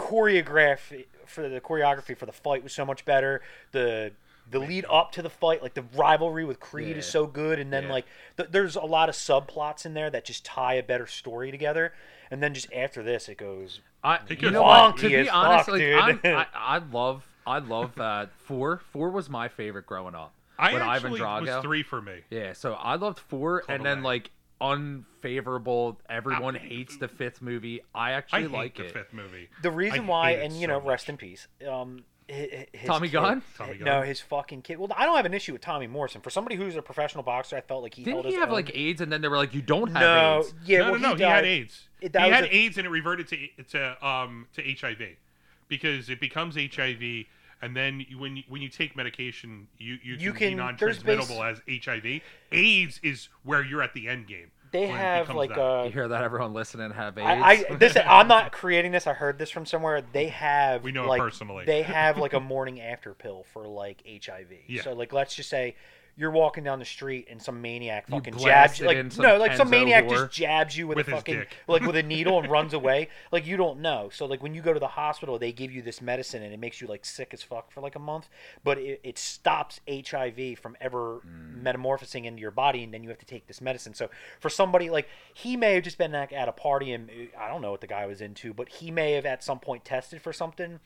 Speaker 4: choreograph for the choreography for the fight was so much better. The the lead up to the fight, like the rivalry with Creed, is
Speaker 3: Yeah.
Speaker 4: so good, and then
Speaker 3: Yeah.
Speaker 4: like th- there's a lot of subplots in there that just tie a better story together. And then just after this, it goes.
Speaker 3: I, you
Speaker 2: goes
Speaker 3: know what?
Speaker 4: wonky
Speaker 3: To
Speaker 4: as
Speaker 3: be
Speaker 4: fuck,
Speaker 3: honest, like,
Speaker 4: dude. [laughs]
Speaker 3: I'm- I, I love, I love uh, four. Four was my favorite growing up.
Speaker 2: I
Speaker 3: When Ivan
Speaker 2: actually
Speaker 3: Drago-
Speaker 2: was three for me.
Speaker 3: Yeah, so I loved four, and then like unfavorable. Everyone hates the fifth movie.
Speaker 2: I
Speaker 3: I actually
Speaker 2: hate
Speaker 3: like
Speaker 2: the
Speaker 3: it.
Speaker 2: fifth movie.
Speaker 4: The reason
Speaker 2: I
Speaker 4: why,
Speaker 2: hate it
Speaker 4: and you
Speaker 2: so
Speaker 4: know,
Speaker 2: much.
Speaker 4: rest in peace. Um, hi- hi- his
Speaker 3: Tommy
Speaker 4: kid-
Speaker 3: Gunn?
Speaker 2: Tommy
Speaker 4: No,
Speaker 2: Gunn.
Speaker 4: his fucking kid. Well, I don't have an issue with Tommy Morrison. For somebody who's a professional boxer, I felt like he held
Speaker 3: Didn't he
Speaker 4: his
Speaker 3: have
Speaker 4: own.
Speaker 3: like AIDS, and then they were like, "You don't have
Speaker 4: no,
Speaker 3: AIDS."
Speaker 4: yeah,
Speaker 2: no,
Speaker 4: well,
Speaker 2: no, no.
Speaker 4: he,
Speaker 2: He, had
Speaker 4: died-
Speaker 2: AIDS.
Speaker 4: it- that
Speaker 2: he
Speaker 4: was
Speaker 2: had
Speaker 4: a-
Speaker 2: AIDS, and it reverted to to um to HIV because it becomes HIV, and then you, when you, when you take medication, you you,
Speaker 4: You
Speaker 2: be
Speaker 4: can- there's base-
Speaker 2: non-transmittable as HIV. AIDS is where you're at the end game.
Speaker 4: They
Speaker 2: when it
Speaker 4: have
Speaker 2: becomes
Speaker 4: like
Speaker 2: that.
Speaker 4: uh
Speaker 3: You hear that? Everyone listening have AIDS.
Speaker 4: I,
Speaker 2: [laughs]
Speaker 4: I this I'm not creating this. I heard this from somewhere. They have
Speaker 2: We know it
Speaker 4: like,
Speaker 2: personally. [laughs]
Speaker 4: They have like a morning after pill for like HIV.
Speaker 2: Yeah.
Speaker 4: So like let's just say you're walking down the street and some maniac
Speaker 3: You
Speaker 4: fucking
Speaker 3: blast
Speaker 4: jabs
Speaker 3: it
Speaker 4: you
Speaker 3: in
Speaker 4: like
Speaker 3: some
Speaker 4: no like some
Speaker 3: Kenzo
Speaker 4: maniac
Speaker 3: whore.
Speaker 4: just jabs you with,
Speaker 2: With
Speaker 4: a
Speaker 2: his
Speaker 4: fucking
Speaker 2: dick.
Speaker 4: [laughs] like
Speaker 2: [laughs]
Speaker 4: with a needle and runs away like you don't know. So like when you go to the hospital they give you this medicine and it makes you like sick as fuck for like a month, but it, it stops HIV from ever
Speaker 2: Mm.
Speaker 4: metamorphosing into your body and then you have to take this medicine. So for somebody like he may have just been like, at a party and uh, I don't know what the guy was into, but he may have at some point tested for something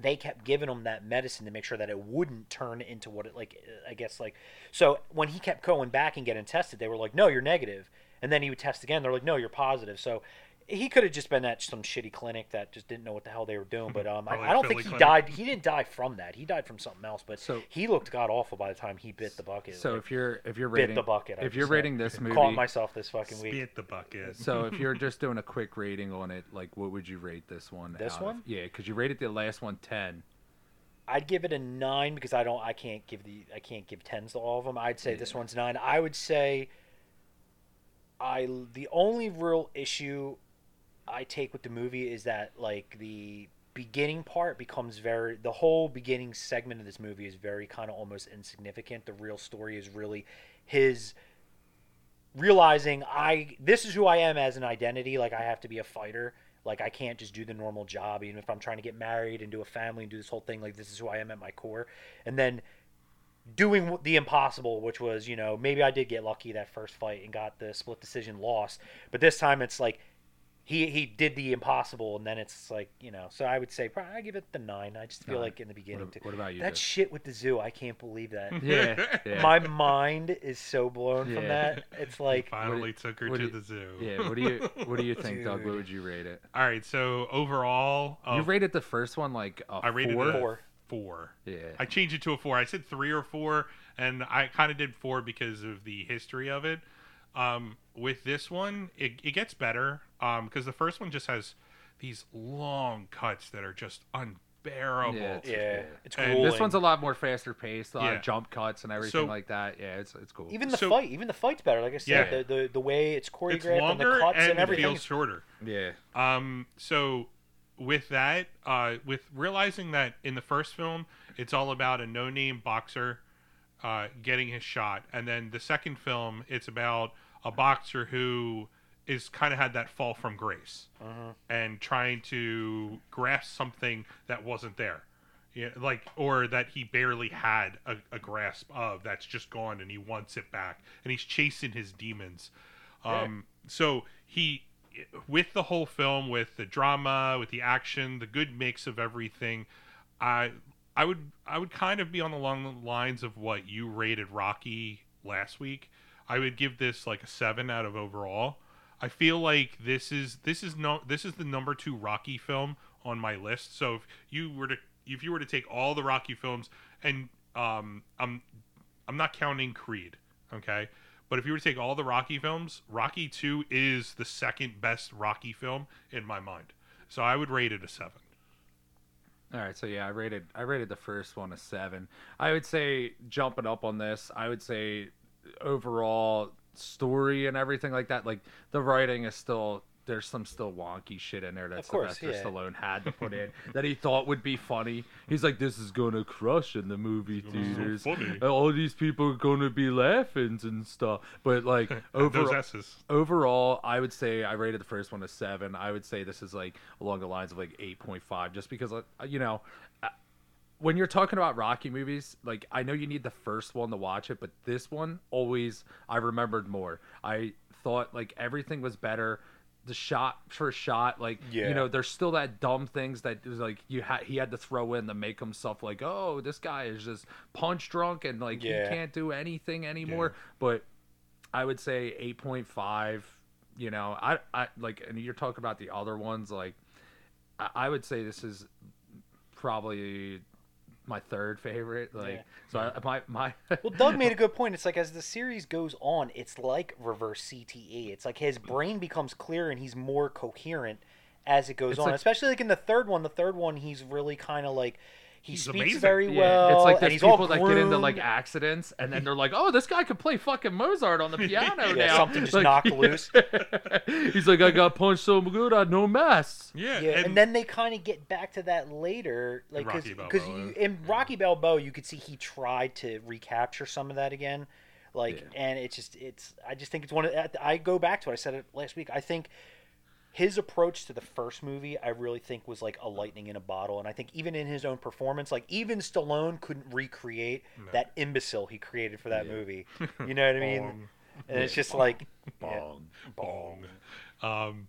Speaker 4: they kept giving him that medicine to make sure that it wouldn't turn into what it like uh, i guess like so when he kept going back and getting tested they were like no you're negative and then he would test again they're like no you're positive so he could have just been at some shitty clinic that just didn't know what the hell they were doing but um, I,
Speaker 2: Probably
Speaker 4: I don't
Speaker 2: a
Speaker 4: think he
Speaker 2: Philly clinic.
Speaker 4: died he didn't die from that he died from something else but
Speaker 3: So-
Speaker 4: he looked god awful by the time he bit the bucket
Speaker 3: so
Speaker 4: Like,
Speaker 3: if you're if you're
Speaker 4: bit
Speaker 3: rating
Speaker 4: the bucket I
Speaker 3: if
Speaker 4: just
Speaker 3: you're
Speaker 4: said.
Speaker 3: rating this movie,
Speaker 4: caught myself this fucking week
Speaker 2: Spit the bucket.
Speaker 3: [laughs] so if you're just doing a quick rating on it, like what would you rate this one?
Speaker 4: This
Speaker 3: out of-
Speaker 4: one?
Speaker 3: yeah, because you rated the last one 10.
Speaker 4: I'd give it a nine because I don't. I can't give the. I can't give tens to all of them. I'd say this one's nine. I would say. I the only real issue I take with the movie is that like the beginning part becomes very the whole beginning segment of this movie is very kind of almost insignificant. The real story is really his realizing I this is who I am as an identity. Like I have to be a fighter. Like I can't just do the normal job, even if I'm trying to get married and do a family and do this whole thing. Like this is who I am at my core. And then doing the impossible, which was you know maybe I did get lucky that first fight and got the split decision loss, but this time it's like he he did the impossible, and then it's like you know. So I would say probably I give it the nine. I just feel
Speaker 3: Nine.
Speaker 4: like in the beginning,
Speaker 3: What,
Speaker 4: too-
Speaker 3: what about you?
Speaker 4: that shit with the zoo, I can't
Speaker 3: [laughs]
Speaker 4: believe that.
Speaker 3: Dave? yeah,
Speaker 4: [laughs]
Speaker 3: yeah.
Speaker 4: My mind is so blown from
Speaker 3: Yeah.
Speaker 4: that. It's like
Speaker 2: Finally
Speaker 3: it-
Speaker 2: took her
Speaker 3: what
Speaker 2: to
Speaker 3: it-
Speaker 2: the zoo.
Speaker 3: yeah. What do you
Speaker 2: [laughs]
Speaker 3: What do you think, Doug? What
Speaker 4: Dude.
Speaker 3: would you rate it?
Speaker 2: All right, so overall, uh,
Speaker 3: you rated the first one like a
Speaker 2: I rated
Speaker 3: four.
Speaker 2: it a
Speaker 4: Four.
Speaker 2: four.
Speaker 3: Yeah.
Speaker 2: I changed it to a four. I said three or four, and I kind of did four because of the history of it. Um, with this one, it, it gets better because the first one just has these long cuts that are just unbearable.
Speaker 3: Yeah, it's-
Speaker 4: yeah, it's
Speaker 2: And
Speaker 4: grueling.
Speaker 2: This
Speaker 3: This one's a lot more faster paced, a lot
Speaker 2: Yeah.
Speaker 3: of jump cuts and everything
Speaker 2: So-
Speaker 3: like that. Yeah, it's it's cool.
Speaker 4: even the
Speaker 2: so-
Speaker 4: fight, even the fight's better. Like I said,
Speaker 2: Yeah.
Speaker 4: the, the the way it's choreographed
Speaker 2: it's longer
Speaker 4: and the cuts
Speaker 2: and,
Speaker 4: and,
Speaker 2: it
Speaker 4: everything.
Speaker 2: feels shorter.
Speaker 3: yeah.
Speaker 2: Um, so with that, uh, with realizing that in the first film, it's all about a no-name boxer uh, getting his shot, and then the second film, it's about a boxer who is kind of had that fall from grace and trying to grasp something that wasn't there. Yeah, like or that he barely had a, a grasp of that's just gone and he wants it back and he's chasing his demons um so he with the whole film with the drama with the action the good mix of everything i i would i would kind of be on along the lines of what you rated rocky last week i would give this like a seven out of overall i feel like this is this is no this is the number two rocky film on my list so if you were to if you were to take all the rocky films and um i'm i'm not counting creed okay but if you were to take all the Rocky films, Rocky 2 is the second best Rocky film in my mind. So I would rate it a 7.
Speaker 3: All right, so yeah, I rated I rated the first one a seven. I would say jumping up on this, I would say overall story and everything like that. Like the writing is still there's some still wonky shit in there that
Speaker 4: Of course,
Speaker 3: Sylvester
Speaker 4: yeah.
Speaker 3: Stallone had to put
Speaker 4: [laughs]
Speaker 3: in that he thought would be funny. He's like, this is gonna crush in the movie
Speaker 2: gonna be so
Speaker 3: theaters.
Speaker 2: funny."
Speaker 3: and All these people are gonna be laughing and stuff. But like
Speaker 2: [laughs] Those
Speaker 3: overall,
Speaker 2: S's.
Speaker 3: overall i would say i rated the first one a seven i would say this is like along the lines of like 8.5 just because uh, you know uh, when you're talking about rocky movies like i know you need the first one to watch it but this one always i remembered more i thought like everything was better the shot for shot like
Speaker 4: Yeah.
Speaker 3: you know there's still that dumb things that was like you had he had to throw in to make himself like oh this guy is just punch drunk and like
Speaker 4: Yeah.
Speaker 3: he can't do anything anymore but I would say 8.5. You know, I, I like, and you're talking about the other ones. Like, I, I would say this is probably my third favorite. Like, so I, my, my, [laughs]
Speaker 4: Well, Doug
Speaker 2: [laughs]
Speaker 4: made a good point. It's like as the series goes on, it's like reverse CTE. It's like his brain becomes clearer and he's more coherent as it goes
Speaker 3: It's
Speaker 4: on.
Speaker 3: like-
Speaker 4: Especially like in the third one. The third one, he's really kind of like he
Speaker 2: He's
Speaker 4: speaks
Speaker 2: amazing.
Speaker 4: very well.
Speaker 3: yeah, it's like
Speaker 4: and
Speaker 3: there's
Speaker 4: he's all
Speaker 3: people that get into like
Speaker 4: groomed.
Speaker 3: accidents and
Speaker 4: [laughs]
Speaker 3: then they're like, oh, this guy could play fucking Mozart on the piano [laughs]
Speaker 4: Yeah,
Speaker 3: now.
Speaker 4: something just
Speaker 3: Like,
Speaker 4: knocked loose.
Speaker 3: [laughs] He's like, I got punched so good, I no mess.
Speaker 2: Yeah. [laughs]
Speaker 4: Yeah, and, then they kind of get back to that later, like
Speaker 2: Rocky
Speaker 4: because
Speaker 2: Balboa,
Speaker 4: in Rocky Balboa, you could see he tried to recapture some of that again, like,
Speaker 3: Yeah.
Speaker 4: and it's just it's. I just think it's one of. I go back to what I said it last week. I think his approach to the first movie, I really think, was like a lightning in a bottle, and I think even in his own performance, like even Stallone couldn't recreate that imbecile he created for that movie. You know what I mean?
Speaker 2: Bong.
Speaker 4: And it's just like, yeah,
Speaker 2: Bong. Um,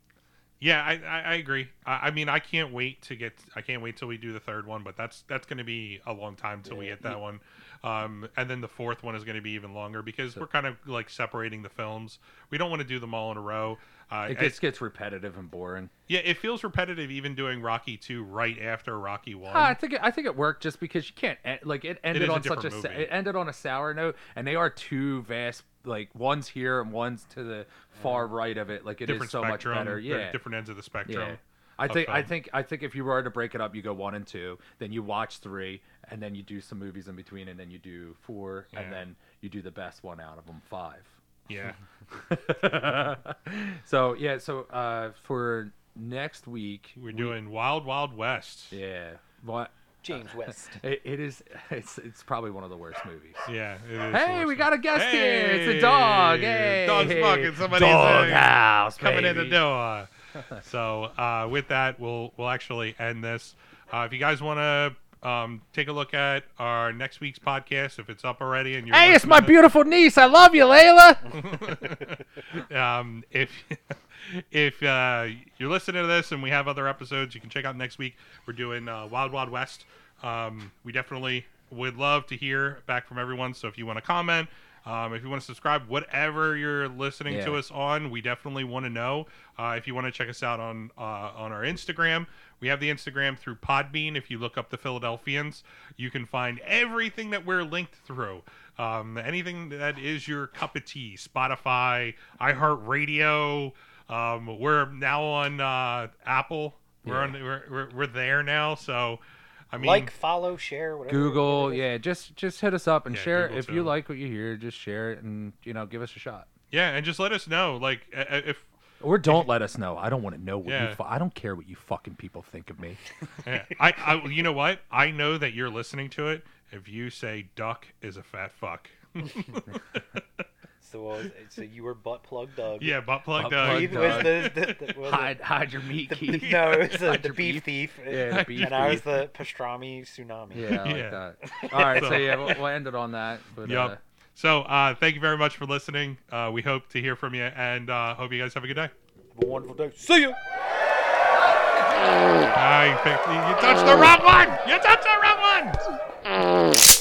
Speaker 2: yeah, I, I, I agree. I, I mean, I can't wait to get. I can't wait till we do the third one, but that's that's going to be a long time till we get that one. Um, and then the fourth one is going to be even longer because we're kind of like separating the films. We don't want to do them all in a row. Uh,
Speaker 3: It
Speaker 2: it's-
Speaker 3: just gets repetitive and boring.
Speaker 2: Yeah, it feels repetitive even doing Rocky 2 right after Rocky 1.
Speaker 3: Ah, I think it, I think it worked just because you can't en- like it ended
Speaker 2: is a
Speaker 3: on such a
Speaker 2: different
Speaker 3: sa-
Speaker 2: movie.
Speaker 3: it ended on a sour note, and they are two vast like one's here and one's to the far right of it. Like it is
Speaker 2: Mm-hmm. different
Speaker 3: so
Speaker 2: spectrum,
Speaker 3: much better.
Speaker 2: they're
Speaker 3: Yeah,
Speaker 2: different ends of the spectrum.
Speaker 3: yeah. I
Speaker 2: of
Speaker 3: think I
Speaker 2: film.
Speaker 3: think I think if you were to break it up, you go one and two, then you watch three, and then you do some movies in between, and then you do four,
Speaker 2: Yeah.
Speaker 3: and then you do the best one out of them,
Speaker 2: [laughs]
Speaker 3: five. [laughs]
Speaker 2: Yeah.
Speaker 3: so yeah, so uh, for next week.
Speaker 2: We're doing Wild Wild West.
Speaker 3: Yeah. What?
Speaker 1: James West.
Speaker 3: It, it is. [laughs] It's it's probably one of the worst movies.
Speaker 2: Yeah, it is
Speaker 3: Hey, we
Speaker 2: awesome.
Speaker 3: got a guest here. It's a dog. Hey,
Speaker 2: Hey, dog's barking. Somebody's, uh,
Speaker 3: house,
Speaker 2: coming in the door. so uh, with that, we'll we'll actually end this. Uh, if you guys want to um, take a look at our next week's podcast, if it's up already, and you're
Speaker 3: Hey, it's my
Speaker 2: listening
Speaker 3: beautiful niece. I love you, Layla.
Speaker 2: to- [laughs] um, if [laughs] if uh, you're listening to this and we have other episodes, you can check out next week. We're doing uh, Wild Wild West. Um, we definitely would love to hear back from everyone. So if you want to comment. Um, if you want to subscribe, whatever you're listening to
Speaker 3: Yeah.
Speaker 2: us on, we definitely want to know. Uh, if you want to check us out on uh, on our Instagram, we have the Instagram through Podbean. If you look up the Philadelphians, you can find everything that we're linked through. Um, anything that is your cup of tea, Spotify, iHeartRadio. Um, we're now on uh, Apple. We're on. We're, we're, we're there now. So, I mean,
Speaker 1: like, follow, share, whatever.
Speaker 3: Google. Yeah, just just hit us up and
Speaker 2: Yeah,
Speaker 3: share it.
Speaker 2: Google
Speaker 3: if
Speaker 2: too.
Speaker 3: you like what you hear. Just share it and you know give us a shot.
Speaker 2: yeah, and just let us know. Like, uh, uh, if
Speaker 3: Or don't let us know. I don't want to know what
Speaker 2: Yeah.
Speaker 3: you. Fu- I don't care what you fucking people think of me.
Speaker 2: Yeah, I, I, you know what? I know that you're listening to it. If you say duck is a fat fuck,
Speaker 1: So, uh, so you were butt plug Doug.
Speaker 2: yeah, butt plug
Speaker 3: Butt
Speaker 2: duck.
Speaker 1: He
Speaker 3: plug
Speaker 1: was
Speaker 3: Doug.
Speaker 1: the, the, the, well, the-
Speaker 3: hide hide your meat,
Speaker 1: the-
Speaker 3: Keith.
Speaker 1: [laughs] no, it was uh,
Speaker 3: Hide
Speaker 1: the
Speaker 3: your
Speaker 1: beef thief.
Speaker 3: Yeah, the
Speaker 1: [laughs]
Speaker 3: beef
Speaker 1: and I was
Speaker 3: thief.
Speaker 1: the pastrami tsunami.
Speaker 3: Yeah, I like
Speaker 2: Yeah.
Speaker 3: that. All right,
Speaker 2: [laughs]
Speaker 3: so
Speaker 2: So-
Speaker 3: yeah, we'll, we'll end it on that. But uh,
Speaker 2: Yep. So, uh, thank you very much for listening. Uh, we hope to hear from you, and uh, hope you guys have a good day.
Speaker 1: Have a wonderful day. See you.
Speaker 2: Ah, you picked- you touched the wrong one. You touched the wrong one.